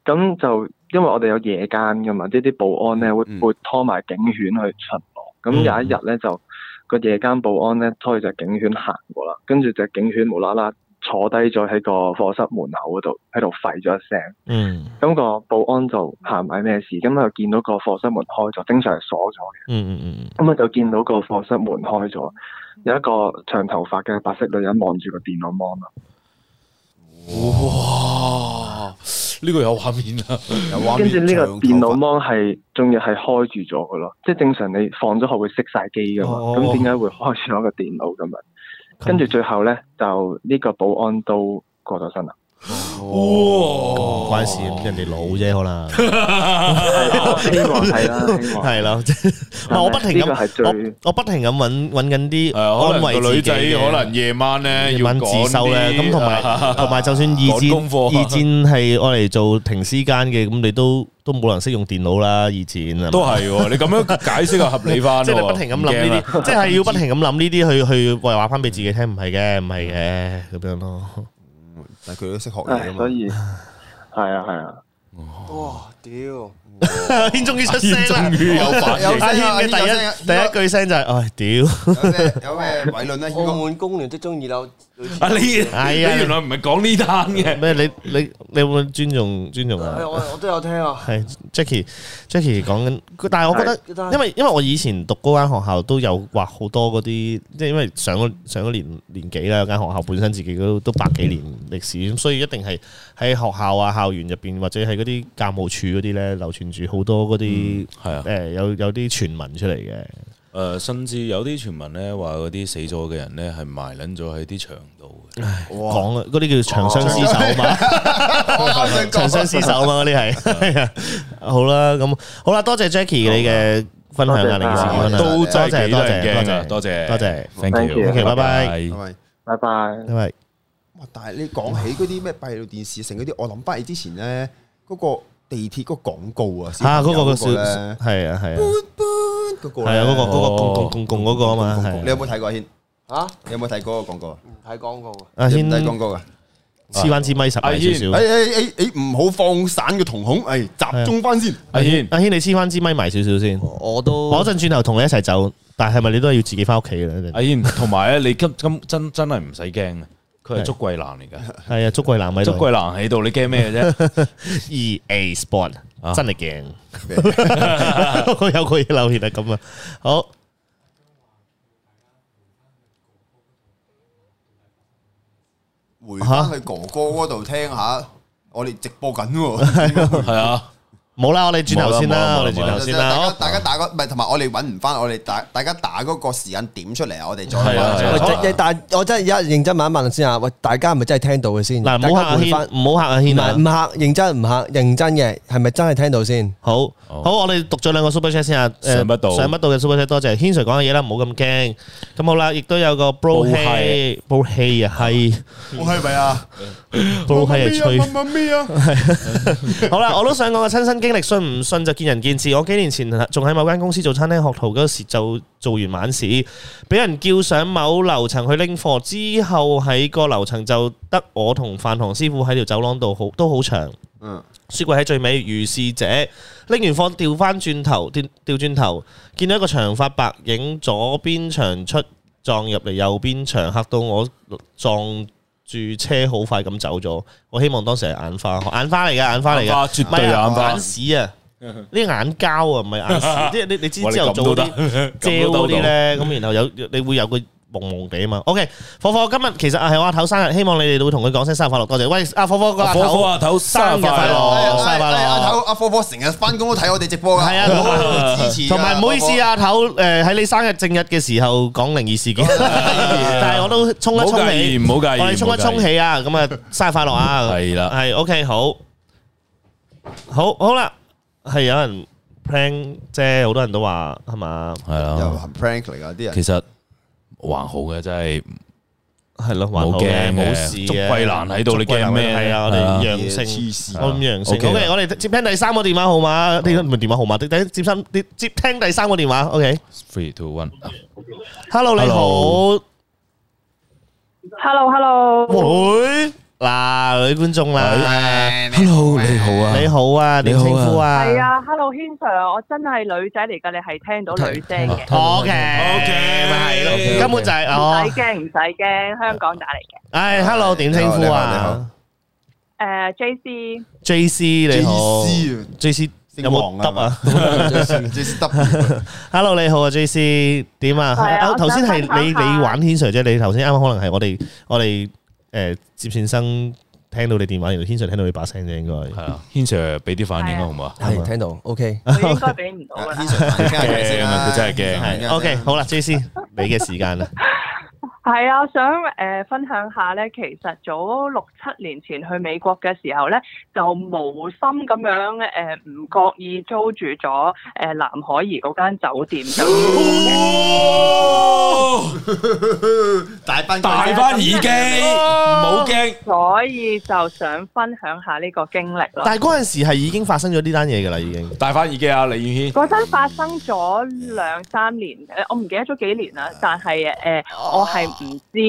[SPEAKER 9] 咁就因為我哋有夜間㗎嘛，即係啲保安咧會
[SPEAKER 3] 嗯
[SPEAKER 9] 會拖埋警犬去巡邏。咁
[SPEAKER 1] 嗯
[SPEAKER 9] 有一日咧就個夜間保安咧拖住只警犬行過啦，跟住只警犬無啦啦坐低咗喺個課室門口嗰度，喺度吠咗一聲。
[SPEAKER 1] 嗯
[SPEAKER 9] 咁個保安就行埋咩事，咁啊見到個課室門開咗，正常係鎖咗嘅。
[SPEAKER 1] 嗯嗯
[SPEAKER 9] 咁啊就見到個課室門開咗，有一個長頭髮嘅白色女人望住個電腦 mon 啊啦。
[SPEAKER 2] 哇！呢個有畫面啊！
[SPEAKER 9] 跟住呢個電腦 mon 係仲要係開住咗嘅咯，即係正常你放咗學會熄晒機噶嘛，
[SPEAKER 1] 哦
[SPEAKER 9] 咁點解會開住咗個電腦咁樣？跟住最後咧就呢個保安都過咗身啦。
[SPEAKER 1] 嗯，
[SPEAKER 2] 哇！
[SPEAKER 1] 關事，人哋老啫，可能
[SPEAKER 9] 希望係 啦，希望。
[SPEAKER 1] 啊哦係啊咯，即係唔係我不停
[SPEAKER 9] 啊呢個係
[SPEAKER 1] 咁，
[SPEAKER 9] 最
[SPEAKER 1] 我我不停咁揾揾緊啲
[SPEAKER 2] 誒，可
[SPEAKER 1] 安
[SPEAKER 2] 能
[SPEAKER 1] 慰
[SPEAKER 2] 個女
[SPEAKER 1] 自己
[SPEAKER 2] 仔
[SPEAKER 1] 嘅
[SPEAKER 2] 可能夜晚咧要
[SPEAKER 1] 要自修咧，咁 同埋 同埋就算二
[SPEAKER 2] 趕
[SPEAKER 1] 戰
[SPEAKER 2] 功課
[SPEAKER 1] 二戰係愛嚟做停屍間嘅，咁你都都冇人識用電腦啦，二戰
[SPEAKER 2] 都
[SPEAKER 1] 係
[SPEAKER 2] 係喎，你咁樣解釋啊，合理 翻喎。
[SPEAKER 1] 即係你不停咁諗呢啲， 即係要不停咁諗呢啲去去喂話翻俾自己聽，唔係嘅，唔係嘅咁樣咯。
[SPEAKER 3] 但係佢都識學嘢
[SPEAKER 9] 唉
[SPEAKER 3] 㗎嘛
[SPEAKER 9] 所。以係啊係啊，
[SPEAKER 3] 哇！屌，
[SPEAKER 1] 阿軒終於出聲啦，
[SPEAKER 2] 終於有反應
[SPEAKER 3] 有聲啊
[SPEAKER 1] 阿軒嘅
[SPEAKER 3] 有聲啊
[SPEAKER 1] 第一第一句聲就係唉屌。
[SPEAKER 3] 有咩有咩偉論咧？應
[SPEAKER 4] 澳
[SPEAKER 3] 該
[SPEAKER 4] 門工聯職中二樓，
[SPEAKER 2] 啊！你你
[SPEAKER 1] 係啊
[SPEAKER 2] 原來唔係講呢單嘅。
[SPEAKER 1] 咩？你你你有冇尊重尊重啊？
[SPEAKER 4] 我我都有聽啊，
[SPEAKER 1] 係 Jackie Jackie 講緊，佢但係我覺得，
[SPEAKER 4] 係
[SPEAKER 1] 因為因為我以前讀嗰間學校都有話好多嗰啲，即係因為上咗上咗年年幾啦，有間學校本身自己都都百幾年歷史，咁所以一定係喺學校啊、校園入邊或者係嗰啲教務處嗰啲咧，流傳住好多嗰啲
[SPEAKER 2] 係啊，
[SPEAKER 1] 誒有有啲傳聞出嚟嘅。
[SPEAKER 2] 誒，甚至有啲傳聞咧話嗰啲死咗嘅人咧係埋撚咗喺啲牆度嘅。
[SPEAKER 1] 講啊嗰啲叫長相廝守啊嘛。
[SPEAKER 3] 我啱想
[SPEAKER 1] 長相厮守嘛，嗰啲係係啊好啦，咁好啦，多謝 Jackie 你嘅分享啊，
[SPEAKER 9] 多謝
[SPEAKER 1] 你嘅事件分享，
[SPEAKER 2] 都真係幾
[SPEAKER 1] 多
[SPEAKER 2] 多
[SPEAKER 1] 謝
[SPEAKER 2] 人
[SPEAKER 1] 多
[SPEAKER 2] 驚
[SPEAKER 1] 謝
[SPEAKER 2] 多謝
[SPEAKER 1] 多謝
[SPEAKER 2] ，thank
[SPEAKER 9] you
[SPEAKER 2] you，
[SPEAKER 1] OK，拜拜
[SPEAKER 3] 係咪？
[SPEAKER 9] 拜拜。
[SPEAKER 1] 因為
[SPEAKER 3] 哇！但係你講起嗰啲咩閉路電視成嗰啲，我諗翻起之前咧嗰個地鐵嗰個廣告啊，
[SPEAKER 1] 啊嗰個個
[SPEAKER 3] 小
[SPEAKER 1] 小
[SPEAKER 3] 朋友嗰個咧
[SPEAKER 1] 係啊係啊
[SPEAKER 3] 嗰個
[SPEAKER 1] 係
[SPEAKER 3] 咧
[SPEAKER 1] 啊嗰個嗰個
[SPEAKER 2] 哦
[SPEAKER 1] 共共共共嗰個啊嘛，
[SPEAKER 3] 你有
[SPEAKER 1] 係啊
[SPEAKER 3] 冇睇過阿軒？
[SPEAKER 4] 嚇
[SPEAKER 3] 你有冇睇過嗰個廣告啊？
[SPEAKER 4] 唔睇廣告啊，
[SPEAKER 1] 阿
[SPEAKER 3] 你有冇睇
[SPEAKER 1] 軒
[SPEAKER 3] 廣告啊？
[SPEAKER 1] 黐翻支咪十
[SPEAKER 2] 阿
[SPEAKER 1] 米
[SPEAKER 2] 軒
[SPEAKER 1] 少
[SPEAKER 3] 誒
[SPEAKER 1] 少，
[SPEAKER 3] 誒誒誒，唔好放散個瞳孔，誒集中翻先。
[SPEAKER 2] 阿軒，
[SPEAKER 1] 阿軒你黐翻支咪埋少少先，我
[SPEAKER 4] 我都
[SPEAKER 1] 一陣轉頭同你一齊走，但係咪你都係要自己翻屋企嘅咧？
[SPEAKER 2] 阿軒，同埋咧，你今今真真係唔使驚嘅，佢係祝桂蘭嚟嘅，
[SPEAKER 1] 係啊，祝桂南喺
[SPEAKER 2] 祝
[SPEAKER 1] 度
[SPEAKER 2] 桂蘭喺度，你驚咩啫？
[SPEAKER 1] E A Sport
[SPEAKER 2] 啊
[SPEAKER 1] 真係勁，我有個嘢留言係咁啊，好。
[SPEAKER 3] 回翻去哥哥嗰度聽下，我哋直播緊喎。
[SPEAKER 2] 係啊，
[SPEAKER 1] 冇啦，我哋轉頭先啦，我哋轉頭先啦。
[SPEAKER 3] 大家
[SPEAKER 1] 好
[SPEAKER 3] 大家打嗰唔係同埋我哋揾唔翻，我哋大大家打嗰個時間點出嚟啊！我哋再
[SPEAKER 1] 係啊係啊
[SPEAKER 4] 喂
[SPEAKER 1] 好
[SPEAKER 4] 但但我真係而家認真問一問先啊！喂，大家係咪真係聽到嘅先？
[SPEAKER 1] 嗱，
[SPEAKER 4] 大
[SPEAKER 1] 唔好
[SPEAKER 4] 家
[SPEAKER 1] 嚇阿
[SPEAKER 4] 回
[SPEAKER 1] 軒
[SPEAKER 4] 翻，
[SPEAKER 1] 唔好嚇阿
[SPEAKER 4] 唔
[SPEAKER 1] 軒
[SPEAKER 4] 係唔
[SPEAKER 1] 啊！
[SPEAKER 4] 嚇，認真唔嚇，認真嘅係咪真係聽到先？
[SPEAKER 1] 好好，我哋讀咗兩個 super chat 先啊。誒
[SPEAKER 2] 上不到
[SPEAKER 1] 上不到嘅 super chat，多謝軒 Sir 講嘅嘢啦，唔好咁驚。咁好啦，亦都有個 bro
[SPEAKER 2] 係
[SPEAKER 1] hey，bro hey 啊， 係
[SPEAKER 3] 我係咪啊？
[SPEAKER 1] bro hey 係吹。
[SPEAKER 3] 咩啊？
[SPEAKER 1] 好啦，我都想講個親身經歷，信唔信就見仁見智。我幾年前仲喺某間公司做餐廳學徒嗰時，就做完晚市，俾人叫上某樓層去拎貨，之後喺個樓層就得我同飯堂師傅喺條走廊度，好都好長。
[SPEAKER 3] 嗯，
[SPEAKER 1] 雪櫃喺最尾，如是者拎完貨掉翻轉頭，掉掉轉頭，見到一個長髮白影，左邊長出撞入嚟，右邊長嚇到我撞住車，好快咁走咗。我希望當時係眼花，眼花嚟嘅，眼花嚟嘅，
[SPEAKER 2] 眼花絕對
[SPEAKER 1] 唔係啊
[SPEAKER 2] 眼花
[SPEAKER 1] 眼屎啊！呢眼膠啊，唔係 眼屎，即係你你知
[SPEAKER 2] 哇你
[SPEAKER 1] 朝頭
[SPEAKER 2] 咁
[SPEAKER 1] 早
[SPEAKER 2] 都
[SPEAKER 1] 嗰
[SPEAKER 2] 得
[SPEAKER 1] 啲
[SPEAKER 2] 咁都
[SPEAKER 1] 膠嗰
[SPEAKER 2] 兜
[SPEAKER 1] 啲
[SPEAKER 2] 到
[SPEAKER 1] 咧，咁然後有你會有個朦朦地啊嘛。OK，火火今日其實係我阿頭生日，希望你哋會同佢講聲生日快樂，多謝。喂，阿火火個阿
[SPEAKER 2] 火火
[SPEAKER 1] 頭。
[SPEAKER 2] 阿頭生日
[SPEAKER 1] 生
[SPEAKER 2] 快
[SPEAKER 1] 日快樂
[SPEAKER 2] 樂！
[SPEAKER 1] 生日快樂
[SPEAKER 3] 哎哎阿頭阿科科成日翻工都睇我哋直播噶，
[SPEAKER 1] 係啊
[SPEAKER 3] 好支持㗎。
[SPEAKER 1] 同埋唔好意思啊，頭誒喺你生日正日嘅時候講靈異事件，但係我都
[SPEAKER 2] 唔
[SPEAKER 1] 衝一
[SPEAKER 2] 好
[SPEAKER 1] 衝
[SPEAKER 2] 介意，
[SPEAKER 1] 你，
[SPEAKER 2] 唔好介意，
[SPEAKER 1] 我哋衝一衝
[SPEAKER 2] 唔好介意。
[SPEAKER 1] 氣啊！咁啊，生日快樂啊！
[SPEAKER 2] 係啦
[SPEAKER 1] 係 à. OK，好，好好啦，係有人 plan 啫，好多人都話係嘛，
[SPEAKER 2] 係
[SPEAKER 3] 又
[SPEAKER 2] 啦，
[SPEAKER 3] 係 prank 嚟噶啲人
[SPEAKER 2] 其。實還好嘅，真係
[SPEAKER 1] 係咯，還
[SPEAKER 2] 冇
[SPEAKER 1] 好嘅，
[SPEAKER 2] 驚
[SPEAKER 1] 冇
[SPEAKER 2] 嘅
[SPEAKER 1] 事嘅，
[SPEAKER 2] 祝桂蘭喺度你驚咩
[SPEAKER 1] 係啊，我哋
[SPEAKER 2] 係啊
[SPEAKER 1] 陽
[SPEAKER 3] 黐
[SPEAKER 1] 性
[SPEAKER 3] 線，
[SPEAKER 1] 我咁陽性。
[SPEAKER 2] OK 啦
[SPEAKER 1] OK，我哋接聽第三個電話號碼，呢個唔係電話號碼，第接三接接聽第三個電話。OK，Hello，
[SPEAKER 2] three to one。
[SPEAKER 1] 你好
[SPEAKER 2] Hello。
[SPEAKER 6] Hello Hello，
[SPEAKER 1] 喂，嗱，女觀眾啦，
[SPEAKER 2] Hello，你好啊，
[SPEAKER 1] 你好啊，點稱呼啊？
[SPEAKER 6] 係啊，Hello 軒 Sir，我真係女仔嚟噶，你係聽到女聲嘅，
[SPEAKER 1] ，OK，OK，咪係咯，根本就係
[SPEAKER 6] 唔
[SPEAKER 1] 哦
[SPEAKER 6] 使，驚唔使驚，香港打嚟嘅。
[SPEAKER 1] 唉，Hello，點稱呼啊
[SPEAKER 6] 誒 JC，
[SPEAKER 1] ？J C 你好
[SPEAKER 3] JC 啊
[SPEAKER 1] ，J C 有冇得 啊
[SPEAKER 3] 即係得
[SPEAKER 1] ？Hello，你好啊，J C 點啊？
[SPEAKER 6] 係啊
[SPEAKER 1] 啊
[SPEAKER 6] 我
[SPEAKER 1] 頭先係
[SPEAKER 6] 想分
[SPEAKER 1] 你
[SPEAKER 6] 享下
[SPEAKER 1] 你玩天 Sir 啫，你頭先啱啱可能係我哋我哋誒接線生聽到你電話，然後天 Sir 聽到你把聲啫，應該
[SPEAKER 2] 係啊，軒 Sir 俾啲反應啊，好唔好啊？
[SPEAKER 4] 係聽到，OK。
[SPEAKER 6] 佢應該俾唔到噶啦。
[SPEAKER 3] 驚
[SPEAKER 2] 驚啊！佢真係驚。
[SPEAKER 1] 係 OK，好啦，J C 你嘅時間啦，
[SPEAKER 6] 係啊，我想誒、呃分享下咧，其實早六七年前去美國嘅時候咧，就無心咁樣誒唔覺意租住咗誒、呃南海怡嗰間酒店咁。
[SPEAKER 3] 大班
[SPEAKER 2] 大翻耳機，唔好驚。
[SPEAKER 6] 所以就想分享下呢個經歷咯。
[SPEAKER 1] 但係嗰陣時係已經發生咗呢單嘢㗎啦，已經。
[SPEAKER 2] 大翻耳機啊，李宇軒。
[SPEAKER 6] 嗰陣發生咗兩三年，誒我唔記得咗幾年啦，但係誒、呃
[SPEAKER 1] 哦
[SPEAKER 6] 我係唔知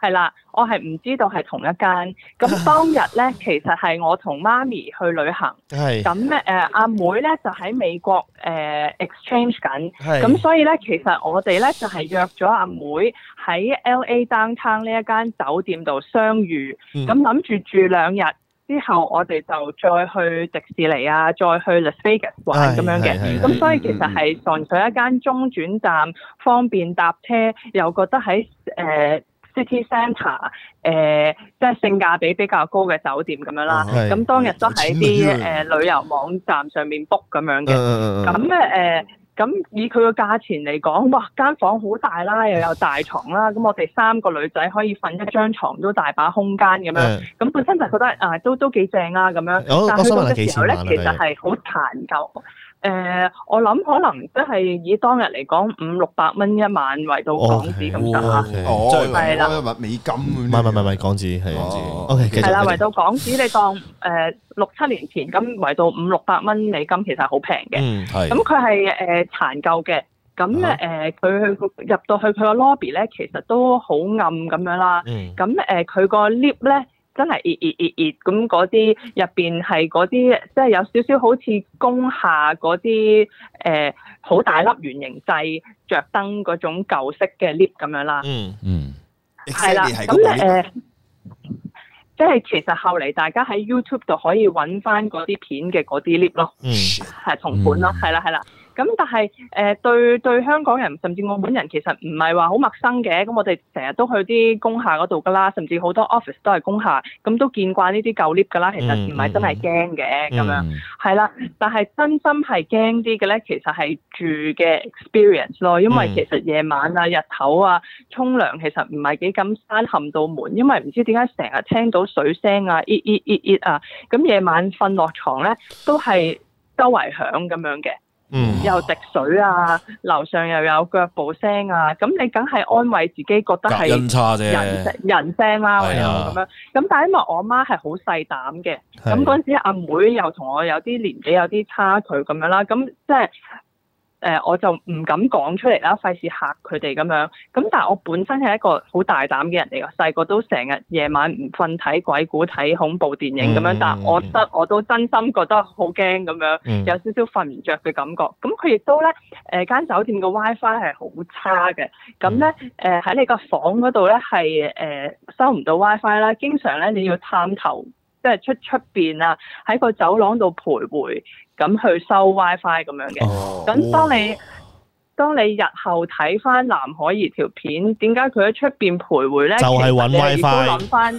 [SPEAKER 6] 係啦，我係唔知道係同一間。咁當日咧，其實係我同媽咪去旅行，
[SPEAKER 1] 係
[SPEAKER 6] 咁誒阿妹咧就喺美國誒、呃 exchange 緊，
[SPEAKER 1] 係
[SPEAKER 6] 咁所以咧其實我哋咧就係、約咗阿妹喺 LA downtown 呢一間酒店度相遇，
[SPEAKER 1] 嗯
[SPEAKER 6] 咁諗住住兩日。之後我哋就再去迪士尼啊，再去 Las Vegas 玩咁樣嘅
[SPEAKER 1] 係嗯係係，
[SPEAKER 6] 咁所以其實係純粹一間中轉站，方便搭車，又覺得喺誒、呃 City Centre 誒、呃即係性價比比較高嘅酒店咁樣啦。
[SPEAKER 4] 哦
[SPEAKER 1] 係
[SPEAKER 6] 咁當日都喺
[SPEAKER 3] 有
[SPEAKER 6] 啲
[SPEAKER 3] 錢啊
[SPEAKER 6] 誒旅遊網站上面 book 咁樣
[SPEAKER 1] 嗯
[SPEAKER 6] 嘅。
[SPEAKER 1] 嗯嗯
[SPEAKER 6] 咁誒誒，咁以佢個價錢嚟講，哇！間房好大啦，又有大床啦，咁我哋三個女仔可以瞓一張床都大把空間咁樣。
[SPEAKER 1] 嗯
[SPEAKER 6] 咁本身就覺得啊，都都幾正啊咁樣。
[SPEAKER 1] 我
[SPEAKER 6] 但
[SPEAKER 1] 我
[SPEAKER 6] 去
[SPEAKER 1] 想
[SPEAKER 6] 到
[SPEAKER 1] 問係
[SPEAKER 6] 嘅
[SPEAKER 1] 幾
[SPEAKER 6] 時
[SPEAKER 1] 錢
[SPEAKER 6] 候
[SPEAKER 1] 晚
[SPEAKER 6] 咧
[SPEAKER 1] 啊？，
[SPEAKER 6] 其實係好殘舊。誒、我諗可能即係以當日嚟講，五六百蚊一晚為到港紙咁上下。
[SPEAKER 1] 哦係
[SPEAKER 3] 哦，
[SPEAKER 2] 真係
[SPEAKER 6] 係啦
[SPEAKER 3] 我以為美金
[SPEAKER 1] 唔
[SPEAKER 3] 唔
[SPEAKER 1] 係唔係唔係港紙係
[SPEAKER 3] 港紙
[SPEAKER 1] OK，繼
[SPEAKER 6] 係啦，
[SPEAKER 1] 續。
[SPEAKER 6] 圍到港紙你當誒六七年前咁圍到五六百蚊美金，其實好平嘅。
[SPEAKER 1] 嗯
[SPEAKER 2] 係
[SPEAKER 6] 咁佢係誒殘舊嘅，咁咧誒佢入到去佢個 lobby 咧，其實都好暗咁樣啦。
[SPEAKER 1] 嗯
[SPEAKER 6] 咁誒佢個 lift 咧真係熱熱熱熱咁嗰啲入邊係嗰啲即係有少少好似工廈嗰啲誒好大粒圓形掣着燈嗰種舊式嘅 lift 咁樣啦。
[SPEAKER 1] 嗯
[SPEAKER 2] 嗯，
[SPEAKER 6] 係啦，
[SPEAKER 3] 係
[SPEAKER 6] 咁
[SPEAKER 3] 嗰
[SPEAKER 6] 誒、
[SPEAKER 3] 個
[SPEAKER 6] 呃即係其實後嚟大家喺 YouTube 度可以揾翻嗰啲片嘅嗰啲 lift 咯，
[SPEAKER 1] 嗯
[SPEAKER 6] 係同款咯，係啦係啦。咁但係誒、呃、對對香港人甚至澳門人其實唔係話好陌生嘅，咁我哋成日都去啲工廈嗰度噶啦，甚至好多 office 都係工廈，咁都見慣呢啲舊 lift 噶啦，其實
[SPEAKER 1] 嗯
[SPEAKER 6] 唔係真係驚嘅咁樣，
[SPEAKER 2] 嗯
[SPEAKER 6] 係啦。但係真心係驚啲嘅咧，其實係住嘅 experience 咯，因為
[SPEAKER 1] 嗯
[SPEAKER 6] 其實夜晚啊、日頭啊、沖涼其實唔係幾敢閂冚到門，因為唔知點解成日聽到水聲啊、咿咿咿咿啊，咁夜晚瞓落床咧都係周圍響咁樣嘅。
[SPEAKER 1] 嗯
[SPEAKER 6] 又滴水啊，樓上又有腳步聲啊，咁你梗係安慰自己，覺得
[SPEAKER 2] 隔
[SPEAKER 6] 係
[SPEAKER 2] 音差啫，
[SPEAKER 6] 人聲人聲啦，
[SPEAKER 2] 係
[SPEAKER 6] 唯有
[SPEAKER 2] 啊
[SPEAKER 6] 咁樣。咁但係因為我媽係好細膽嘅，
[SPEAKER 1] 係
[SPEAKER 6] 咁嗰陣時阿妹又同我有啲年紀有啲差距咁樣啦，咁即係。誒、我就唔敢講出嚟啦，費事嚇佢哋咁樣。咁但係我本身係一個好大膽嘅人嚟嘅，細個都成日夜晚唔瞓睇鬼故、睇恐怖電影咁樣。
[SPEAKER 1] 嗯
[SPEAKER 6] 但係我覺得我都真心覺得好驚咁樣。
[SPEAKER 1] 嗯
[SPEAKER 6] 有少少瞓唔着嘅感覺。咁佢亦都咧，誒、呃間酒店嘅 WiFi 係好差嘅。咁咧，誒、
[SPEAKER 1] 嗯
[SPEAKER 6] 喺你個房嗰度咧係誒收唔到 WiFi 啦。經常咧你要探頭，即係出出邊啊，喺個走廊度徘徊，咁去收 WiFi 咁樣嘅。咁當你當你日後睇翻藍可兒條片，點解佢喺出邊徘徊咧？
[SPEAKER 1] 就係揾
[SPEAKER 6] 其實你亦都
[SPEAKER 1] WiFi
[SPEAKER 6] 諗翻，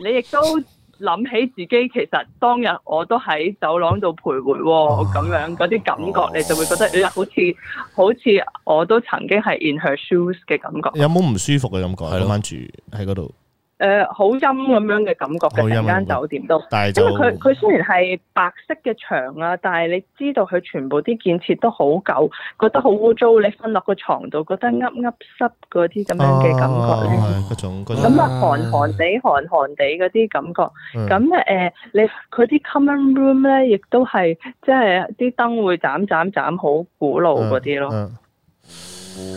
[SPEAKER 6] 你亦都諗起自己其實當日我都喺走廊度徘徊
[SPEAKER 1] 哦
[SPEAKER 6] 喎，咁樣嗰啲感覺，你就會覺得，哎咦好似好似我都曾經係 in her shoes 嘅感覺，
[SPEAKER 1] 有冇唔舒服嘅感覺？
[SPEAKER 2] 係咯
[SPEAKER 1] 嗰晚住喺嗰度，
[SPEAKER 6] 誒好陰咁樣嘅感覺
[SPEAKER 1] 嗯好
[SPEAKER 6] 嘅
[SPEAKER 1] 陰
[SPEAKER 6] 成
[SPEAKER 1] 啊
[SPEAKER 6] 間酒店都。
[SPEAKER 1] 但係
[SPEAKER 6] 因
[SPEAKER 1] 就
[SPEAKER 6] 為佢佢雖然係白色嘅牆啊，但係你知道佢全部啲建設都好舊，覺得好污糟，你瞓落個床度覺得噏噏濕嗰啲咁樣嘅感覺咧。
[SPEAKER 1] 哦啊係嗰種嗰種
[SPEAKER 6] 咁啊，寒寒地、寒寒地嗰啲感覺，
[SPEAKER 1] 嗯
[SPEAKER 6] 咁誒、呃你佢啲 common room 咧，亦都係即係啲燈會斬斬斬，好古老嗰啲咯。
[SPEAKER 1] 嗯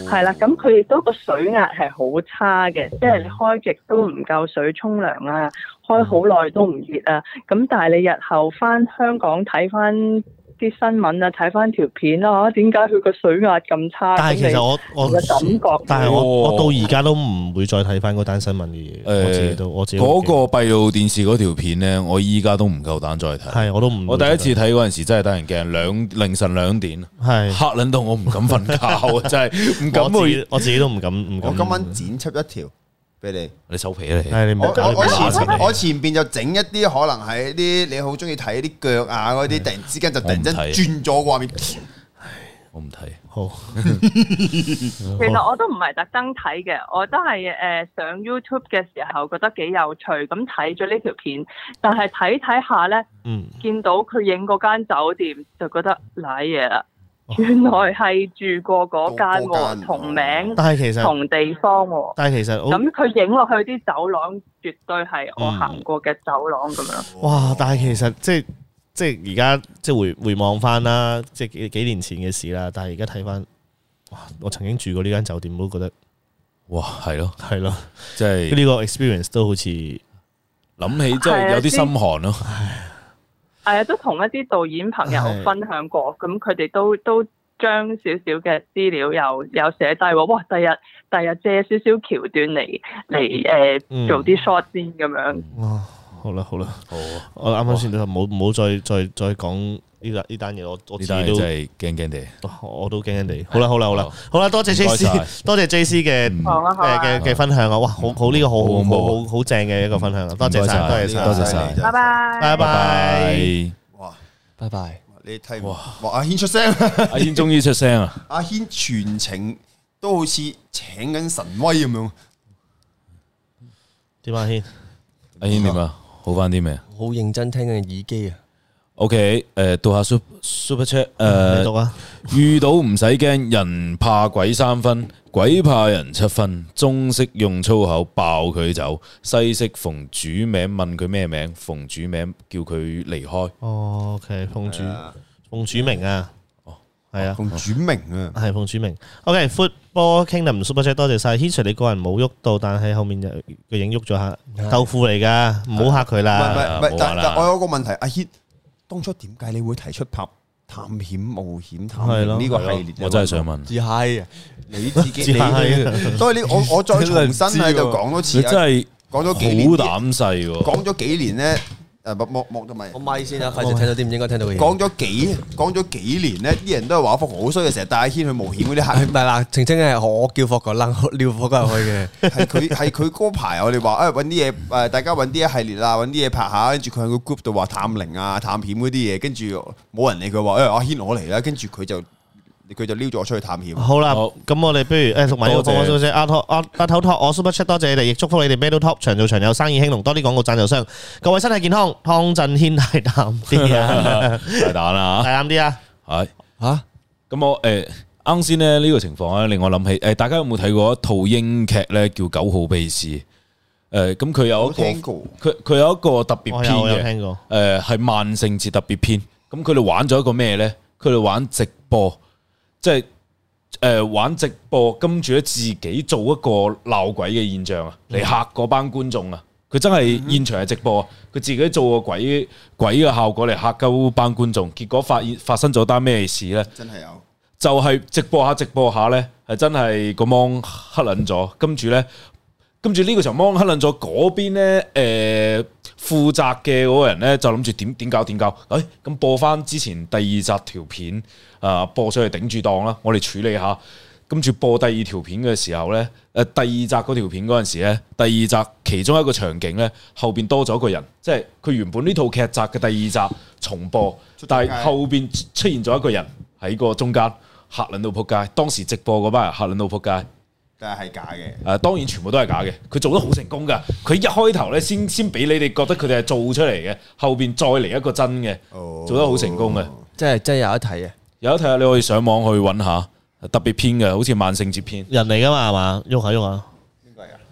[SPEAKER 6] 係啦，咁佢亦都個水壓係好差嘅，即係你開極都唔夠水沖涼啊，開好耐都唔熱啊。咁但係你日後翻香港睇翻啲新聞啊，睇翻條片啦、啊，點解佢個水壓咁差？
[SPEAKER 1] 但係其實我
[SPEAKER 6] 咁
[SPEAKER 1] 我
[SPEAKER 6] 你個感覺，
[SPEAKER 1] 但係我
[SPEAKER 2] 哦
[SPEAKER 1] 我到而家都唔會再睇翻嗰單新聞嘅
[SPEAKER 2] 誒
[SPEAKER 1] 嘢，我自己都我自己
[SPEAKER 2] 嗰個閉路電視嗰條片咧，我依家都唔夠膽再睇。
[SPEAKER 1] 係我都唔
[SPEAKER 2] 我第一次睇嗰陣時真係得人驚，兩凌晨兩點，
[SPEAKER 1] 係
[SPEAKER 2] 嚇撚到我唔敢瞓覺啊！ 真係唔
[SPEAKER 1] 我
[SPEAKER 2] 敢
[SPEAKER 1] 自
[SPEAKER 2] 去
[SPEAKER 1] 己。我自己都唔敢唔敢。
[SPEAKER 3] 我今晚剪輯一條俾你。
[SPEAKER 2] 你收皮啦你！
[SPEAKER 1] 係你唔
[SPEAKER 3] 我
[SPEAKER 1] 好搞
[SPEAKER 3] 我我
[SPEAKER 1] 你
[SPEAKER 3] 前
[SPEAKER 1] 先
[SPEAKER 3] 我前邊就整一啲可能係啲你好中意睇啲腳啊嗰啲，突然之間就突然間
[SPEAKER 2] 我唔睇
[SPEAKER 3] 轉咗個畫面，
[SPEAKER 2] 我唔睇，
[SPEAKER 1] 好
[SPEAKER 6] 其實我都唔係特登睇嘅，我都係誒、呃上 YouTube 嘅時候覺得幾有趣，咁睇咗呢條片，但係睇睇下咧，
[SPEAKER 1] 嗯
[SPEAKER 6] 見到佢影嗰間酒店就覺得瀨嘢啦，原來係住過嗰間
[SPEAKER 3] 嗰
[SPEAKER 6] 喎，
[SPEAKER 3] 間
[SPEAKER 6] 同名
[SPEAKER 1] 但係其實
[SPEAKER 6] 同地方喎。
[SPEAKER 1] 但係其實我
[SPEAKER 6] 咁佢影落去啲走廊，絕對係我
[SPEAKER 1] 嗯
[SPEAKER 6] 行過嘅走廊咁樣。
[SPEAKER 1] 哇！但係其實即係即係而家即係回回望翻啦，即係幾幾年前嘅事啦。但係而家睇翻，哇！我曾經住過呢間酒店，我都覺得
[SPEAKER 2] 哇係咯，
[SPEAKER 1] 係 咯，
[SPEAKER 2] 即係
[SPEAKER 1] 呢個 experience 都好
[SPEAKER 2] 諗
[SPEAKER 1] 似
[SPEAKER 2] 起真係有啲心寒咯。
[SPEAKER 6] 係啊，都同一啲導演朋友
[SPEAKER 1] 係
[SPEAKER 6] 分享過，咁佢哋都都將少少嘅資料又又寫低喎。哇！第日第日借少少橋段嚟嚟誒
[SPEAKER 1] 嗯
[SPEAKER 6] 做啲 shot 先咁樣。
[SPEAKER 1] 哇！好啦好啦，
[SPEAKER 2] 好啊
[SPEAKER 1] 我啱啱先都冇冇再再再講呢單呢單嘢，我我自
[SPEAKER 2] 呢單
[SPEAKER 1] 己
[SPEAKER 2] 嘢
[SPEAKER 1] 都
[SPEAKER 2] 真係驚驚地。
[SPEAKER 1] 我都驚驚地。好啦好啦好啦
[SPEAKER 2] 好
[SPEAKER 1] 好啦，多謝
[SPEAKER 2] 唔該
[SPEAKER 1] J C，
[SPEAKER 2] 晒嗯
[SPEAKER 1] 多謝 J C 嘅
[SPEAKER 6] 好啊好
[SPEAKER 1] 嘅
[SPEAKER 6] 啊，
[SPEAKER 1] 嘅嘅分享啊！哇，好好呢個好
[SPEAKER 2] 好
[SPEAKER 1] 好
[SPEAKER 2] 恐
[SPEAKER 1] 好
[SPEAKER 2] 怖
[SPEAKER 1] 好好正嘅一個分享啊！多謝
[SPEAKER 2] 唔該晒
[SPEAKER 1] 晒，多謝晒，
[SPEAKER 2] 多謝晒
[SPEAKER 6] 拜拜。
[SPEAKER 2] 拜
[SPEAKER 1] 拜拜。
[SPEAKER 2] 拜。
[SPEAKER 3] 哇！
[SPEAKER 4] 拜拜。
[SPEAKER 3] 你睇
[SPEAKER 2] 哇
[SPEAKER 3] 哇阿軒出聲，
[SPEAKER 2] 阿軒終於出聲啊！
[SPEAKER 3] 阿軒全程都好似請緊神威咁樣，
[SPEAKER 1] 點啊軒？
[SPEAKER 2] 阿軒點啊？好翻啲未
[SPEAKER 4] 好認真聽緊耳機啊！
[SPEAKER 2] ？OK，誒，讀下 super super chat，
[SPEAKER 1] 你讀
[SPEAKER 2] 誒，
[SPEAKER 1] 啊！
[SPEAKER 2] 遇到唔使驚，人怕鬼三分，鬼怕人七分。中式用粗口爆佢走，西式逢主名問佢咩名，逢主名叫佢離開。
[SPEAKER 1] 哦，OK，奉主奉主明啊，係啊，
[SPEAKER 3] 同轉明啊，
[SPEAKER 1] 係奉主明。OK，Football Kingdom Super Chat 多謝晒，Hanser 你個人冇喐到，但係後面有個影喐咗下，豆腐嚟噶，唔好嚇佢
[SPEAKER 3] 唔係唔係
[SPEAKER 1] 啦。
[SPEAKER 3] 唔
[SPEAKER 2] 冇
[SPEAKER 3] 係，
[SPEAKER 2] 玩
[SPEAKER 3] 但
[SPEAKER 2] 啦
[SPEAKER 3] 但我有個問題，阿軒當初點解你會提出拍探險冒險探
[SPEAKER 1] 係咯
[SPEAKER 3] 險呢個系列？
[SPEAKER 2] 我真係想問，
[SPEAKER 4] 自嗨啊！
[SPEAKER 3] 你自己，
[SPEAKER 1] 自嗨啊
[SPEAKER 3] 你所以你我我再重新喺度講多次
[SPEAKER 2] 你真
[SPEAKER 3] 啊，
[SPEAKER 2] 係
[SPEAKER 3] 講咗幾
[SPEAKER 2] 好
[SPEAKER 3] 年。
[SPEAKER 2] 膽細喎！
[SPEAKER 3] 講咗幾年咧，诶，剝剝剝得咪
[SPEAKER 4] 我咪
[SPEAKER 3] à,
[SPEAKER 4] 先啊，費事聽到啲唔應該聽到嘅嘢。
[SPEAKER 3] 講咗幾講咗幾年咧，啲人都係話福好衰嘅，成日帶阿軒去冒險嗰啲
[SPEAKER 4] 係
[SPEAKER 3] 客
[SPEAKER 4] 唔。係啦，澄清係我叫霍哥楞撩霍哥入去嘅，
[SPEAKER 3] 係佢 係佢嗰排我哋話誒揾啲嘢誒，大家揾啲一系列啊，揾啲嘢拍下，跟住佢喺個 group 度話探靈啊、探險嗰啲嘢，跟住冇人理佢話誒哎阿軒我嚟啦，跟住佢就佢就溜咗我出去探險。
[SPEAKER 1] 好啦，
[SPEAKER 2] 好
[SPEAKER 1] 咁我哋不如诶同埋呢個
[SPEAKER 2] 多謝
[SPEAKER 1] 廣告消息，阿托阿阿頭托，我 super chat 多謝你哋，亦祝福你哋 Metal Top 長做長有生意興隆，多啲廣告贊助商，各位身體健康，湯震軒大 膽啲啊，
[SPEAKER 2] 大胆
[SPEAKER 1] 大
[SPEAKER 2] 啦
[SPEAKER 1] 膽啲啊！
[SPEAKER 2] 吓，系
[SPEAKER 4] 吓
[SPEAKER 2] 咁我诶啱先咧呢個情況咧，令我諗起诶，大家有冇睇過一套英劇咧叫《九號秘事》？诶，咁佢有
[SPEAKER 3] 我
[SPEAKER 2] 一個
[SPEAKER 3] 聽過，
[SPEAKER 2] 佢佢有一個特別
[SPEAKER 1] 我
[SPEAKER 2] 篇
[SPEAKER 1] 有我有
[SPEAKER 2] 嘅。
[SPEAKER 1] 聽過，
[SPEAKER 2] 誒呃係萬聖節特別篇，咁佢哋玩咗一個咩呢？佢哋玩直播，即係誒玩直播，跟住咧自己做一個鬧鬼嘅現象啊，嚟嚇嗰班觀眾啊！佢真係現場係直播啊，佢自己做個鬼鬼嘅效果嚟嚇鳩班觀眾，結果發現發生咗單咩事呢？
[SPEAKER 3] 真係有。
[SPEAKER 2] 就係直播下直播下呢，係真係個芒黑撚咗，跟住呢，跟住呢個場芒黑撚咗，嗰邊呢，誒、呃、負責嘅嗰個人呢，就諗住點點搞點搞，誒、咁播翻之前第二集條片啊、播上去頂住檔啦，我哋處理下。跟住播第二條片嘅時候呢，誒、第二集嗰條片嗰陣時咧，第二集其中一個場景呢，後邊多咗一個人，即係佢原本呢套劇集嘅第二集重播，但係後邊出現咗一個人喺個中間嚇撚到撲街，當時直播嗰班人嚇撚到撲街。
[SPEAKER 3] 但係係假嘅。
[SPEAKER 2] 誒、呃當然全部都係假嘅，佢做得好成功㗎。佢一開頭咧先先俾你哋覺得佢哋係做出嚟嘅，後邊再嚟一個真嘅，
[SPEAKER 3] 哦
[SPEAKER 2] 做得好成功嘅。
[SPEAKER 4] 即係真係有得睇啊！
[SPEAKER 2] 有得睇下你可以上網去揾下特別篇嘅，好似萬聖節篇。
[SPEAKER 1] 人嚟噶嘛係嘛，喐下喐下，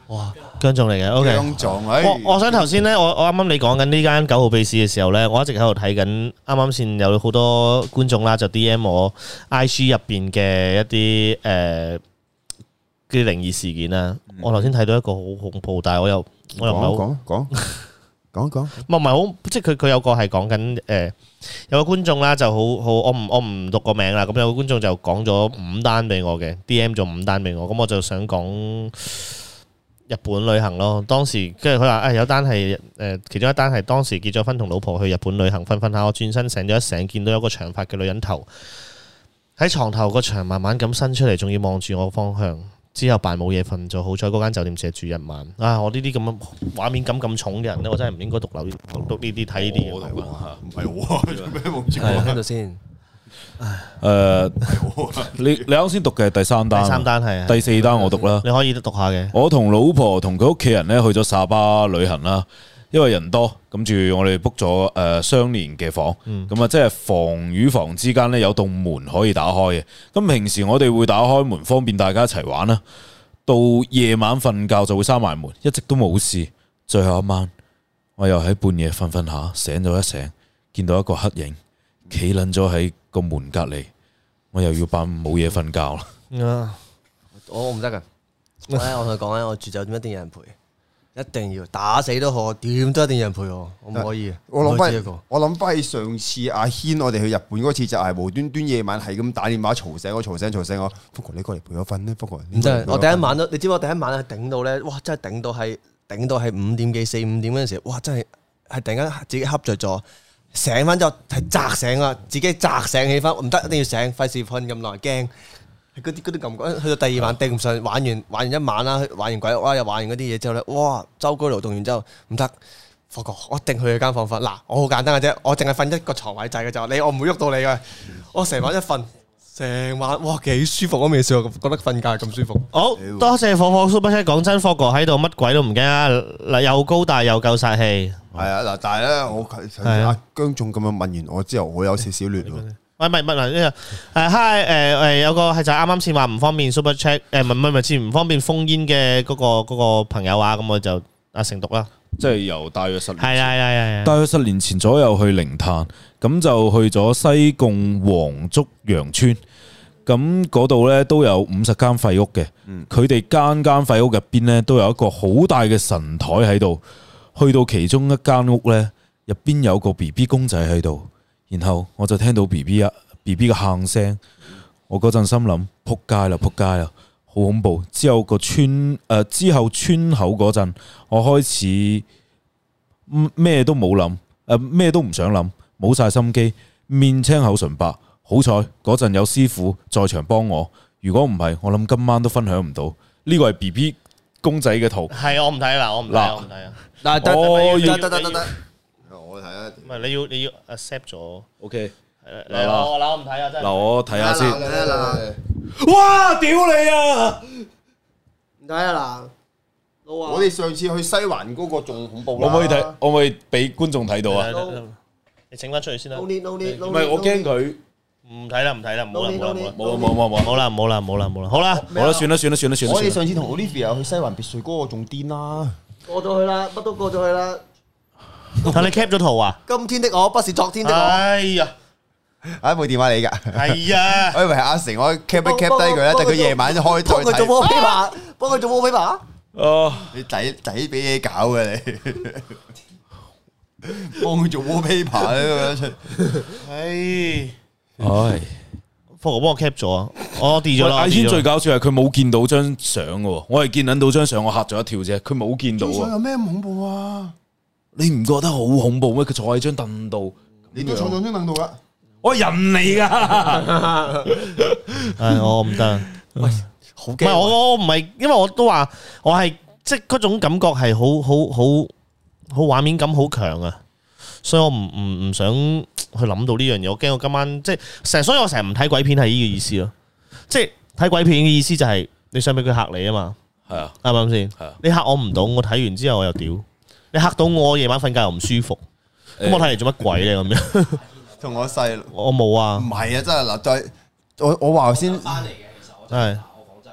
[SPEAKER 1] 哇，姜仲嚟嘅，OK。
[SPEAKER 3] 姜撞，哎
[SPEAKER 1] 我我想頭先咧，我我啱啱你講緊呢間九號秘史嘅時候咧，我一直喺度睇緊，啱啱先有好多觀眾啦，就 D M 我 I G 入邊嘅一啲誒啲靈異事件啦。我頭先睇到一個好恐怖，但係我又我又唔係好，
[SPEAKER 3] 講講 講講講，
[SPEAKER 1] 唔係唔係好，即係佢佢有個係講緊誒有個觀眾啦，就好好我唔我唔讀個名啦。咁有個觀眾就講咗五單俾我嘅，D M 咗五單俾我，咁我就想講。日本旅行咯，當時跟住佢話：，誒、有單係誒、其中一單係當時結咗婚同老婆去日本旅行，瞓瞓下，我轉身醒咗一醒，見到有個長髮嘅女人頭喺床頭個牆慢慢咁伸出嚟，仲要望住我方向。之後扮冇嘢瞓咗，好彩嗰間酒店只係住一晚。啊！我呢啲咁嘅畫面感咁重嘅人咧，我真係唔應該讀留讀讀呢啲睇呢啲嘢。
[SPEAKER 3] 唔係我 啊，做咩望住
[SPEAKER 4] 係
[SPEAKER 3] 我？
[SPEAKER 4] 聽到先，
[SPEAKER 2] 誒、呃你你啱先讀嘅係第三單，啊
[SPEAKER 1] 第三單係
[SPEAKER 2] 第四單我讀啦。
[SPEAKER 1] 你可以讀下嘅。
[SPEAKER 2] 我同老婆同佢屋企人咧去咗沙巴旅行啦，因為人多，跟住我哋 book 咗誒相連嘅房，咁啊、即係房與房之間咧有棟門可以打開嘅。咁平時我哋會打開門，方便大家一齊玩啦。到夜晚瞓覺就會閂埋門，一直都冇事。最後一晚，我又喺半夜瞓瞓下醒咗一醒，見到一個黑影企撚咗喺個門隔離，我又要扮冇嘢瞓覺啦。
[SPEAKER 1] 啊
[SPEAKER 4] 我我唔得噶。我咧，我同佢講咧，哎我住酒店一定有人陪，一定要打死都好，我點都一定有人陪我，我唔可以嘅。
[SPEAKER 3] 我
[SPEAKER 4] 唔
[SPEAKER 3] 諗
[SPEAKER 4] 啊可以自己一
[SPEAKER 3] 翻
[SPEAKER 4] 個，
[SPEAKER 3] 我諗翻起上次阿軒，我哋去日本嗰次就係無端端夜晚係咁打電話嘈醒我，嘈醒嘈醒我。福哥，你過嚟陪我瞓咧，福哥。
[SPEAKER 4] 唔
[SPEAKER 3] 唔
[SPEAKER 4] 得，我第一晚都，你知唔知我第一晚係頂到咧，哇！真係頂到係頂到係五點幾四五點嗰陣時，哇！真係係突然間自己瞌着咗，醒翻咗係砸醒啊，自己砸醒起翻，唔得一定要醒，費事瞓咁耐驚。係嗰啲嗰啲感覺，去到第二晚頂唔順，玩完玩完一晚啦，玩完鬼屋啦，又玩完嗰啲嘢之後咧，哇！周居勞動完之後唔得。霍哥，我一定去佢間房瞓。嗱，我好簡單嘅啫，我淨係瞓一個床位仔嘅啫，你我唔會喐到你嘅。我成晚一瞓，成晚哇幾舒服，我未試過覺得瞓覺咁舒服。
[SPEAKER 1] 好多謝火火 Super Chat，講真，霍哥喺度乜鬼都唔驚啊！嗱，又高大又夠殺氣。
[SPEAKER 3] 係啊嗱，但係咧，我頭先
[SPEAKER 1] 哦係啊
[SPEAKER 3] 阿姜總咁樣問完我之後，我有少少亂喎。
[SPEAKER 1] 喂，唔係唔係嗱呢個誒 hi 誒誒有個係就係啱啱先話唔方便 super check 誒唔係唔係唔係唔方便封煙嘅嗰個嗰個朋友啊，咁我就阿成讀啦，
[SPEAKER 2] 即係由大約十年
[SPEAKER 1] 係啊係啊係啊係啊，
[SPEAKER 2] 大約十年前左右去靈探，咁就去咗西貢黃竹洋村，咁嗰度呢都有五十間廢屋嘅，佢哋間間廢屋入邊呢都有一個好大嘅神台喺度，去到其中一間屋呢，入邊有個 B B 公仔喺度，然後我就聽到 B B 啊 B B 嘅喊聲，我嗰陣心諗撲街啦撲街啦，好恐怖！之後個村誒、呃之後村口嗰陣，我開始。咩都冇諗，诶咩都唔想諗，冇晒心機，面青口唇白。好彩嗰陣有師傅在場幫我，如果唔係，我諗今晚都分享唔到。呢個係 B B 公仔嘅圖，
[SPEAKER 1] 系我唔睇啦，我唔
[SPEAKER 2] 嗱
[SPEAKER 1] 睇，我唔睇啊。
[SPEAKER 4] 嗱，得
[SPEAKER 2] 哦
[SPEAKER 3] 得
[SPEAKER 1] 要
[SPEAKER 3] 得得得
[SPEAKER 1] 你要
[SPEAKER 3] 得，我睇下。
[SPEAKER 1] 唔係你要你要 accept 咗。
[SPEAKER 2] ，OK，
[SPEAKER 1] 係
[SPEAKER 2] 嚟啦
[SPEAKER 1] 我嗱我唔睇啊，真
[SPEAKER 2] 嗱
[SPEAKER 1] 係。
[SPEAKER 2] 我睇下先。
[SPEAKER 3] 睇下啦，
[SPEAKER 2] 哇！屌你啊！
[SPEAKER 4] 唔睇啊嗱，老
[SPEAKER 3] 我哋上次去西環嗰個仲恐怖
[SPEAKER 2] 可
[SPEAKER 3] 啦。
[SPEAKER 2] 唔可以睇？可唔可以俾觀眾睇到啊？
[SPEAKER 1] 啊，你請翻出去先啦。
[SPEAKER 4] need no need
[SPEAKER 2] 唔係我驚佢，
[SPEAKER 1] 唔睇啦，唔睇啦，唔好啦，唔好
[SPEAKER 2] 冇
[SPEAKER 1] 啦，
[SPEAKER 2] 啊冇啊冇啊冇啊啊
[SPEAKER 1] 唔好啦，唔好啦，唔好啦，唔好啦，好啦。
[SPEAKER 2] 好啦，算啦算啦算啦算啦
[SPEAKER 3] 我
[SPEAKER 2] 算啦。
[SPEAKER 3] 哋上次同 Olivia 去西環別墅嗰個仲癲啦。
[SPEAKER 4] 過咗去啦，乜都過咗去啦。
[SPEAKER 1] 但你 cap 咗圖啊？
[SPEAKER 4] 今天的我不是昨天的我。
[SPEAKER 1] 哎呀，
[SPEAKER 3] 啊，部電話你㗎。
[SPEAKER 1] 係啊，
[SPEAKER 3] 我以為係阿成，我 cap 一 cap 低佢咧，但佢夜晚就開
[SPEAKER 4] 幫
[SPEAKER 3] 再
[SPEAKER 4] 佢做
[SPEAKER 3] 睇。
[SPEAKER 4] wallpaper，幫佢做 wallpaper。
[SPEAKER 2] 啊，
[SPEAKER 3] 你仔仔俾嘢搞嘅你， 幫佢做 wallpaper 咧咁樣
[SPEAKER 1] 唉，
[SPEAKER 2] 唉，
[SPEAKER 1] 福哥幫我 cap 咗啊，我 delete 咗啦。
[SPEAKER 2] 阿
[SPEAKER 1] 我 delete
[SPEAKER 2] 軒
[SPEAKER 1] 咗
[SPEAKER 2] 最
[SPEAKER 1] 啦
[SPEAKER 2] 搞笑係佢冇見到張相嘅喎，我係見撚到張相，我嚇咗一跳啫，佢冇見到
[SPEAKER 3] 張相
[SPEAKER 2] 啊！
[SPEAKER 3] 有咩咁恐怖啊？
[SPEAKER 2] 你唔覺得好恐怖咩？佢坐喺張凳度，
[SPEAKER 3] 你都坐咗張凳度噶。
[SPEAKER 2] 我係人嚟噶，
[SPEAKER 1] 唉，我唔得。
[SPEAKER 3] 好
[SPEAKER 2] 啊
[SPEAKER 1] 唔係我我我唔係，因為我都話我係即係嗰種感覺係好好好好畫面感好強啊，所以我唔唔唔想去諗到呢樣嘢，我驚我今晚即係成，所以我成日唔睇鬼片係呢個意思咯，即係睇鬼片嘅意思就係你想俾佢嚇你啊嘛，
[SPEAKER 2] 係啊，
[SPEAKER 1] 啱唔啱先
[SPEAKER 2] 係啊？
[SPEAKER 1] 你嚇我唔到，我睇完之後我又屌，你嚇到我夜晚瞓覺又唔舒服，咁我睇嚟做乜鬼咧咁樣？
[SPEAKER 3] 同我細佬，
[SPEAKER 1] 我冇啊
[SPEAKER 3] 唔，係啊，真係嗱，再我我話先，
[SPEAKER 1] 係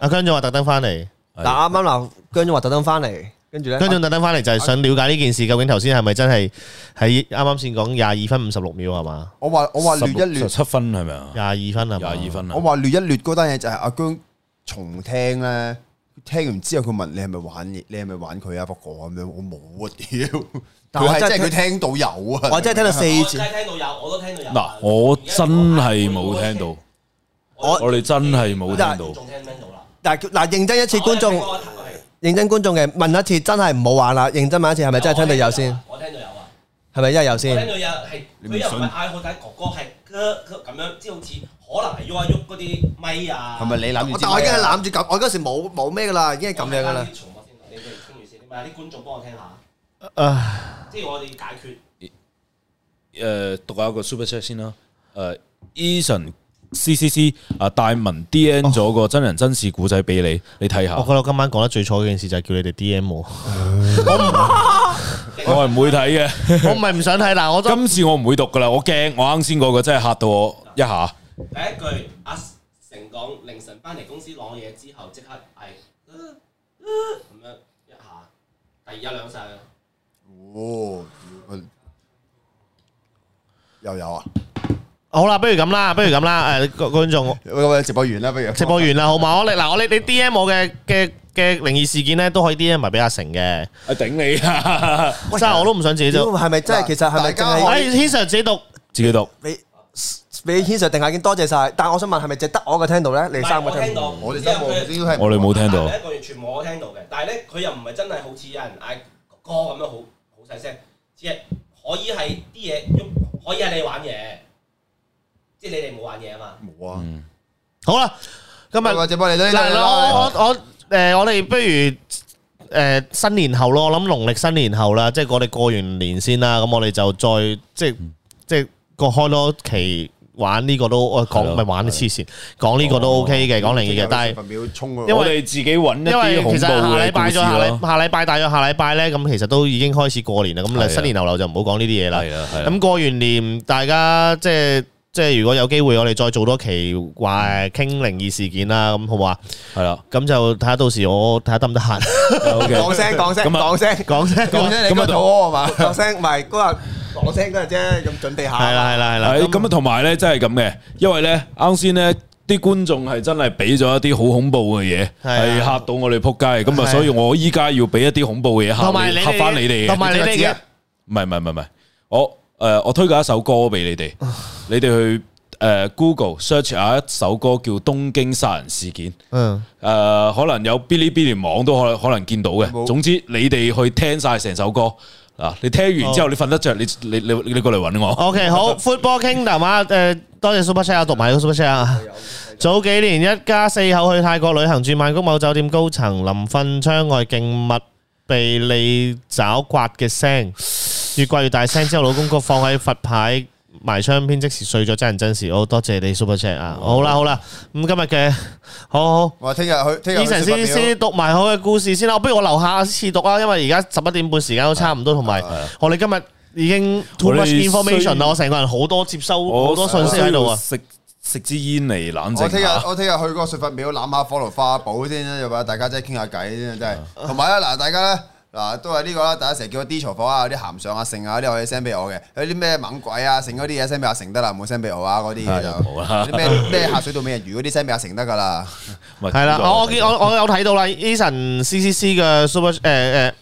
[SPEAKER 1] 阿姜總話特登翻嚟。
[SPEAKER 4] 嗱，啱啱嗱，姜總話特登翻嚟，跟住咧，
[SPEAKER 1] 跟住特登翻嚟就係想了解呢件事，究竟頭先係咪真係喺啱啱先講廿二分五十六秒係嘛？
[SPEAKER 3] 我話我話亂一亂
[SPEAKER 2] 十。七分係咪啊？
[SPEAKER 1] 廿二分係
[SPEAKER 2] 廿
[SPEAKER 1] 嘛？
[SPEAKER 2] 二分啊
[SPEAKER 3] 我！話劣一劣嗰單嘢就係阿姜重聽咧，聽完之後佢問你係咪玩嘢，你係咪玩佢啊？不過咁樣我冇啊屌！
[SPEAKER 4] 但我
[SPEAKER 3] 佢係
[SPEAKER 4] 真係
[SPEAKER 3] 真係佢
[SPEAKER 4] 聽
[SPEAKER 3] 聽到有啊！
[SPEAKER 4] 我真係聽到四次，
[SPEAKER 2] 嗱，我真係冇聽到，
[SPEAKER 4] 我
[SPEAKER 2] 我哋真係冇聽到。
[SPEAKER 4] 嗱嗱認真一次觀眾，認真觀眾嘅問一次，真係唔好玩啦，認真問一次係咪真係聽到有先？
[SPEAKER 6] à?
[SPEAKER 4] 係咪真係有先？
[SPEAKER 6] à-
[SPEAKER 3] 係咪你諗住？
[SPEAKER 4] 但我已經係攬住撳，我嗰時冇冇咩噶啦，已經係咁樣噶啦。
[SPEAKER 2] 誒，讀下個 super chat 先啦。誒，Eason C C C 啊，大文 D N 咗個真人真事故仔俾你，你睇下
[SPEAKER 1] 我。覺得我今晚講得最錯嘅件事就係叫你哋 D M 我，
[SPEAKER 2] 我係唔會睇嘅。
[SPEAKER 1] 我唔係唔想睇，但我都
[SPEAKER 2] 今次我唔會讀噶啦，我驚，我啱先嗰個真係嚇到我一下。
[SPEAKER 10] 第一句阿成講凌晨翻嚟公司攞嘢之後，即刻係呃呃咁樣一下，第二一兩下
[SPEAKER 3] 哦，屌佢又有啊！
[SPEAKER 1] 好啦，不如咁啦，不如咁啦，誒各各位觀 眾
[SPEAKER 3] 喂咁啊，直播完啦，不如
[SPEAKER 1] 直播完啦，好嘛？我你嗱，我你你 D M 我嘅嘅嘅靈異事件咧，都可以 D M 埋俾阿成嘅，
[SPEAKER 2] 啊頂你啊！
[SPEAKER 1] 真係我都唔想自己
[SPEAKER 4] 屌
[SPEAKER 1] 做。
[SPEAKER 4] 係咪真係其實係咪淨
[SPEAKER 3] 大家
[SPEAKER 4] 係
[SPEAKER 3] 可
[SPEAKER 1] 哎，天 Sir 自己讀，
[SPEAKER 2] 自己讀。
[SPEAKER 4] 俾俾軒 Sir 定下已經多謝晒？但我想問係咪淨係得我嘅聽到咧？你三個
[SPEAKER 10] 我
[SPEAKER 4] 聽
[SPEAKER 10] 聽
[SPEAKER 4] 到？
[SPEAKER 10] 到，
[SPEAKER 3] 我哋
[SPEAKER 10] 之
[SPEAKER 3] 真
[SPEAKER 10] 後佢
[SPEAKER 3] 係冇，
[SPEAKER 2] 我哋冇聽到
[SPEAKER 10] 但係。第一個月全部我聽到嘅，但係咧佢又唔係真係好似有人嗌哥哥咁樣好好細聲，只係可以係啲嘢喐，可以係你玩嘢，即係你哋冇玩嘢啊嘛。
[SPEAKER 3] 冇啊！
[SPEAKER 2] 嗯
[SPEAKER 1] 好啦，今日。
[SPEAKER 3] 喂直播嚟到呢
[SPEAKER 1] 嗱，
[SPEAKER 3] 度
[SPEAKER 1] 我
[SPEAKER 2] 啊
[SPEAKER 3] 啦，
[SPEAKER 1] 我我誒，我哋不如誒新年後咯，我諗農曆新年後啦，即係我哋過完年先啦，咁我哋就再即係
[SPEAKER 2] 嗯
[SPEAKER 1] 即係個開多期玩呢個都，我
[SPEAKER 2] 係哦
[SPEAKER 1] 講
[SPEAKER 2] 咯
[SPEAKER 1] 咪玩黐線，講呢個都 OK 嘅，講靈異嘅，但係
[SPEAKER 3] 份表衝嗰個
[SPEAKER 1] 因為
[SPEAKER 2] 我哋自己揾一
[SPEAKER 1] 因為
[SPEAKER 2] 啲恐怖
[SPEAKER 1] 其實下
[SPEAKER 2] 嘅
[SPEAKER 1] 禮拜
[SPEAKER 2] 故事
[SPEAKER 1] 再下禮
[SPEAKER 2] 咯。
[SPEAKER 1] 下禮拜大約下禮拜咧，咁其實都已經開始過年啦，
[SPEAKER 2] 係啊
[SPEAKER 1] 咁新年流流就唔好講呢啲嘢啦。
[SPEAKER 2] 係啊，係啊。
[SPEAKER 1] 咁過完年，大家即係即係如果有機會，我哋再做多期話傾靈異事件啦，咁好唔好啊？
[SPEAKER 2] 係啦。
[SPEAKER 1] 咁就睇下到時我睇下得唔得閒
[SPEAKER 2] OK。
[SPEAKER 4] 講聲講聲
[SPEAKER 2] 咁啊
[SPEAKER 4] 講聲
[SPEAKER 1] 講啫。
[SPEAKER 3] 講真，你今日肚屙係嘛？
[SPEAKER 4] 講聲，唔係嗰日講聲嗰日啫，咁準備下。
[SPEAKER 1] 係啦係啦係啦。
[SPEAKER 2] 係咁啊，同埋咧，真係咁嘅，因為咧，啱先咧。啲觀眾係真係俾咗一啲好恐怖嘅嘢，
[SPEAKER 1] 係啊
[SPEAKER 2] 係嚇到我哋撲街，咁
[SPEAKER 1] 係
[SPEAKER 2] 啊，
[SPEAKER 1] 啊
[SPEAKER 2] 所以我依家要俾一啲恐怖嘅嘢
[SPEAKER 1] 同埋
[SPEAKER 2] 嚇
[SPEAKER 1] 你
[SPEAKER 2] 你，嚇翻你哋嘅
[SPEAKER 1] 同。埋你哋嘅
[SPEAKER 2] 唔係唔係唔係唔係，我誒我推介一首歌俾你哋， 你哋去誒 Google search 下一首歌叫《東京殺人事件》。呃
[SPEAKER 1] 嗯，
[SPEAKER 2] 誒、可能有 Bilibili 網都可可能見到嘅。
[SPEAKER 3] 冇
[SPEAKER 2] 總之你哋去聽晒成首歌，啊！你聽完之
[SPEAKER 1] 哦
[SPEAKER 2] 後，你瞓得着，你你你你你過嚟揾我。
[SPEAKER 1] OK，好，Football Kingdom 啊，誒，多謝 Super Chat 啊，讀埋個 Super Chat 啊。早幾年一家四口去泰國旅行，住曼谷某酒店高層，臨瞓窗外勁密被利爪刮嘅聲，越刮越大聲。之後老公個放喺佛牌埋窗邊，即時睡咗，真人真事。好多謝你 Super Chat 啊！好啦好啦，咁今日嘅好好。
[SPEAKER 3] 我聽日去，聽日去
[SPEAKER 1] Eason
[SPEAKER 3] 食
[SPEAKER 1] 先
[SPEAKER 3] 麥
[SPEAKER 1] 先
[SPEAKER 3] 片
[SPEAKER 1] 讀埋好嘅故事先啦，不如我留下一次讀啦，因為而家十一點半時間都差唔多，同埋我哋今日已經 too
[SPEAKER 2] 我哋
[SPEAKER 1] much information 啦，
[SPEAKER 2] 需
[SPEAKER 1] 我成個人好多接收好多信息喺度啊！
[SPEAKER 2] 食食支煙嚟冷
[SPEAKER 3] 咯我
[SPEAKER 2] 靜
[SPEAKER 3] 聽日
[SPEAKER 2] 下。
[SPEAKER 3] 我聽日去嗰個水佛廟攬下火爐花寶先啦，又話大家真係傾下偈先，真係。同埋咧嗱，大家咧嗱都係呢個啦，大家成日叫我 D 廚房啊，有啲鹹相啊、剩啊嗰啲可以 send 俾我嘅，有啲咩猛鬼啊、剩嗰啲嘢 send 俾阿成得啦，唔好 send 俾我啊嗰啲嘢就。
[SPEAKER 2] 冇啦
[SPEAKER 3] 啲咩咩下水道美人魚嗰啲 send 俾阿成得噶啦。
[SPEAKER 2] 唔係
[SPEAKER 1] 係啦，
[SPEAKER 2] 呢個
[SPEAKER 1] 我我見我我有睇到啦，Eason C C C 嘅 super 誒誒。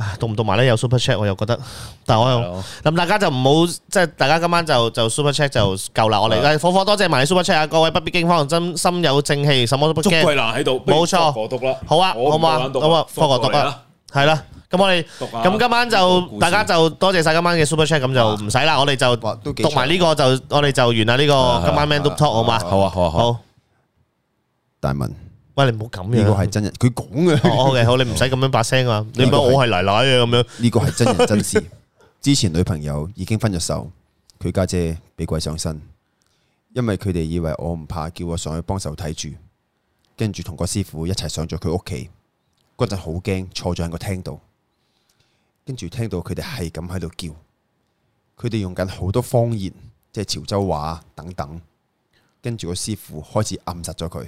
[SPEAKER 1] 唉讀唔讀埋咧？有 super chat 我又覺得，但係我
[SPEAKER 2] 係咯
[SPEAKER 1] 又咁大家就唔好，即係大家今晚就就 super chat 就夠啦。我哋
[SPEAKER 2] 係
[SPEAKER 1] 誒火火多謝埋你 super chat 啊！各位不必驚慌，真心有正氣，什麼都不
[SPEAKER 2] 祝
[SPEAKER 1] 驚。
[SPEAKER 2] 桂蘭喺度，不如
[SPEAKER 1] 冇錯
[SPEAKER 2] 霍哥讀啦。
[SPEAKER 1] 好啊，
[SPEAKER 2] 我
[SPEAKER 1] 好
[SPEAKER 2] 唔
[SPEAKER 1] 嘛，
[SPEAKER 2] 夠膽讀
[SPEAKER 1] 好啊，科學讀
[SPEAKER 2] 過嚟
[SPEAKER 1] 啊，係啦。咁我哋
[SPEAKER 2] 讀啊
[SPEAKER 1] 咁今晚
[SPEAKER 2] 讀
[SPEAKER 1] 就
[SPEAKER 2] 故事
[SPEAKER 1] 大家就多謝晒今晚嘅 super chat，咁就唔使啦，我哋就
[SPEAKER 3] 哇都幾
[SPEAKER 1] 讀埋呢個就我哋就完啦呢
[SPEAKER 2] 啊
[SPEAKER 1] 個今晚 man d o talk 好嘛？
[SPEAKER 2] 好啊，好啊，好啊。
[SPEAKER 1] 好，
[SPEAKER 3] 大文，
[SPEAKER 1] 喂你唔好咁
[SPEAKER 3] 呢個係
[SPEAKER 1] 樣。
[SPEAKER 3] 真人，佢講嘅。
[SPEAKER 1] 哦，OK，好，你唔使咁樣 把聲啊！你唔
[SPEAKER 3] 呢個
[SPEAKER 1] 好
[SPEAKER 3] 係
[SPEAKER 1] 我係奶奶啊咁樣。
[SPEAKER 3] 呢個係真人真事。之前女朋友已經分咗手，佢家姐俾鬼上身，因為佢哋以為我唔怕，叫我上去幫手睇住，跟住同個師傅一齊上咗佢屋企。嗰陣好驚，坐咗喺個廳度，跟住聽到佢哋係咁喺度叫，佢哋用緊好多方言，即係潮州話等等。跟住個師傅開始暗殺咗佢，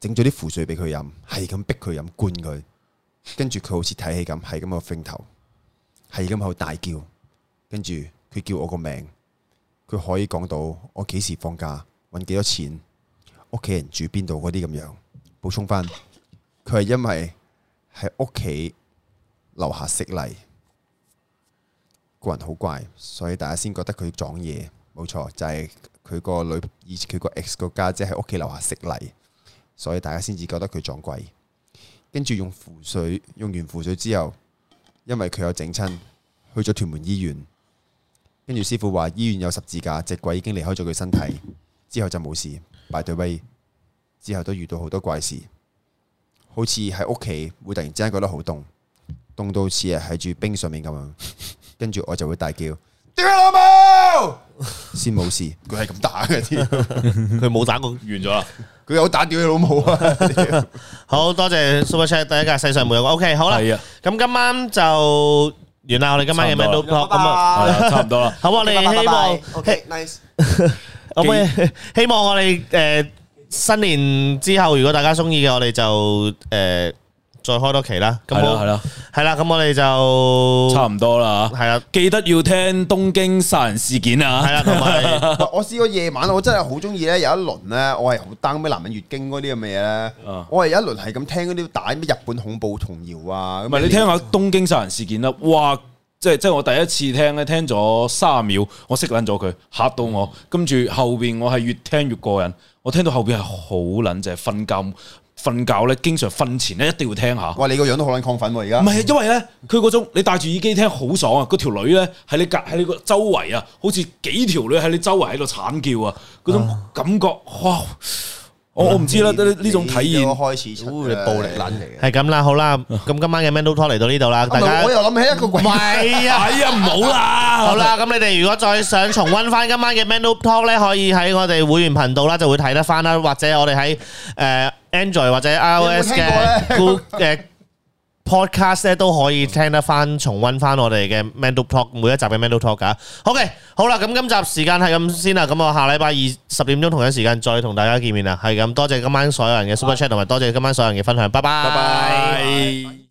[SPEAKER 3] 整咗啲符水俾佢飲，係咁逼佢飲，灌佢。跟住佢好似睇戲咁，係咁喺度揈頭，係咁喺度大叫，跟住佢叫我個名，佢可以講到我幾時放假，揾幾多錢，屋企人住邊度嗰啲咁樣。補充翻，佢係因為喺屋企樓下食泥，個人好怪，所以大家先覺得佢撞嘢。冇錯，就係佢個女，以前佢個 ex 個家姐喺屋企樓下食泥，所以大家先至覺得佢撞鬼。跟住用符水，用完符水之後，因為佢有整親，去咗屯門醫院。跟住師傅話醫院有十字架，隻鬼已經離開咗佢身體，之後就冇事。By the way，之後都遇到好多怪事，好似喺屋企會突然之間覺得好凍，凍到似係喺住冰上面咁 樣。跟住我就會大叫：屌你老母！ 先冇事，佢係咁打嘅添，
[SPEAKER 1] 佢冇打過。
[SPEAKER 2] 完咗啦，
[SPEAKER 3] 佢有打屌你老母 啊！
[SPEAKER 1] 好多謝 Super Chat 第一屆世上每有個 OK，好啦。
[SPEAKER 2] 係啊，
[SPEAKER 1] 咁今晚就完啦，我哋今晚嘅 Man
[SPEAKER 2] 差唔
[SPEAKER 1] d o
[SPEAKER 2] 多
[SPEAKER 1] talk 咁啊，
[SPEAKER 2] 係 啊，差唔多啦。
[SPEAKER 1] 好我哋希望。
[SPEAKER 4] OK，nice。
[SPEAKER 1] 可唔可 以希望我哋诶、呃新年之後，如果大家中意嘅，我哋就诶、呃再開多期啦。咁
[SPEAKER 2] 係啦，係
[SPEAKER 1] 好
[SPEAKER 2] 啦，
[SPEAKER 1] 係啦，咁我哋就
[SPEAKER 2] 差唔多啦。啊
[SPEAKER 1] 係啦，
[SPEAKER 2] 記得要聽東京殺人事件啊！
[SPEAKER 1] 係啦，同埋
[SPEAKER 3] 喂我試過夜晚，我真係好中意咧，有一輪咧，我係好 down 咩男人月經嗰啲咁嘅嘢咧
[SPEAKER 2] 嗯，
[SPEAKER 3] 我係有一輪係咁聽嗰啲帶咩日本恐怖童謠啊，咁
[SPEAKER 2] 唔係你聽下東京殺人事件啦，哇！即係即係我第一次聽咧，聽咗三十秒，我識撚咗佢，嚇到我。跟住後邊我係越聽越過癮，我聽到後邊係好撚就係瞓覺瞓覺咧，經常瞓前咧一定要聽下。
[SPEAKER 3] 哇你個樣都好撚亢奮喎而家
[SPEAKER 2] 唔，係，因為咧，佢嗰種你戴住耳機聽好爽啊！嗰條女咧喺你隔喺你個周圍啊，好似幾條女喺你周圍喺度慘叫啊！嗰種感覺，哇！我我唔知啦，呢呢種體
[SPEAKER 3] 你
[SPEAKER 2] 驗
[SPEAKER 3] 都
[SPEAKER 2] 哦
[SPEAKER 3] 開始出
[SPEAKER 4] 你暴力撚嚟嘅。
[SPEAKER 1] 係咁啦，好啦，咁今晚嘅 Man d o talk 嚟到呢度啦，
[SPEAKER 3] 啊
[SPEAKER 1] 大家
[SPEAKER 3] 我又諗起一個
[SPEAKER 1] 唔
[SPEAKER 3] 鬼，
[SPEAKER 1] 係啊。
[SPEAKER 2] 哎呀，唔好啦，
[SPEAKER 1] 好啦，咁你哋如果再想重温翻今晚嘅 Man Up Talk 咧，可以喺我哋會員頻道啦，就會睇得翻啦，或者我哋喺誒 Android 或者 iOS
[SPEAKER 3] 你有冇
[SPEAKER 1] 嘅 Google 嘅 Podcast 咧都可以聽得翻，重温翻我哋嘅 Man Up Talk 每一集嘅 Man Up Talk 噶。OK，好啦，咁今集時間係咁先啦，咁我下禮拜二十點鐘同一時間再同大家見面啦，係咁，多謝今晚所有人嘅 Super Chat，同埋多謝今晚所有人嘅分享，拜拜。
[SPEAKER 2] 拜拜。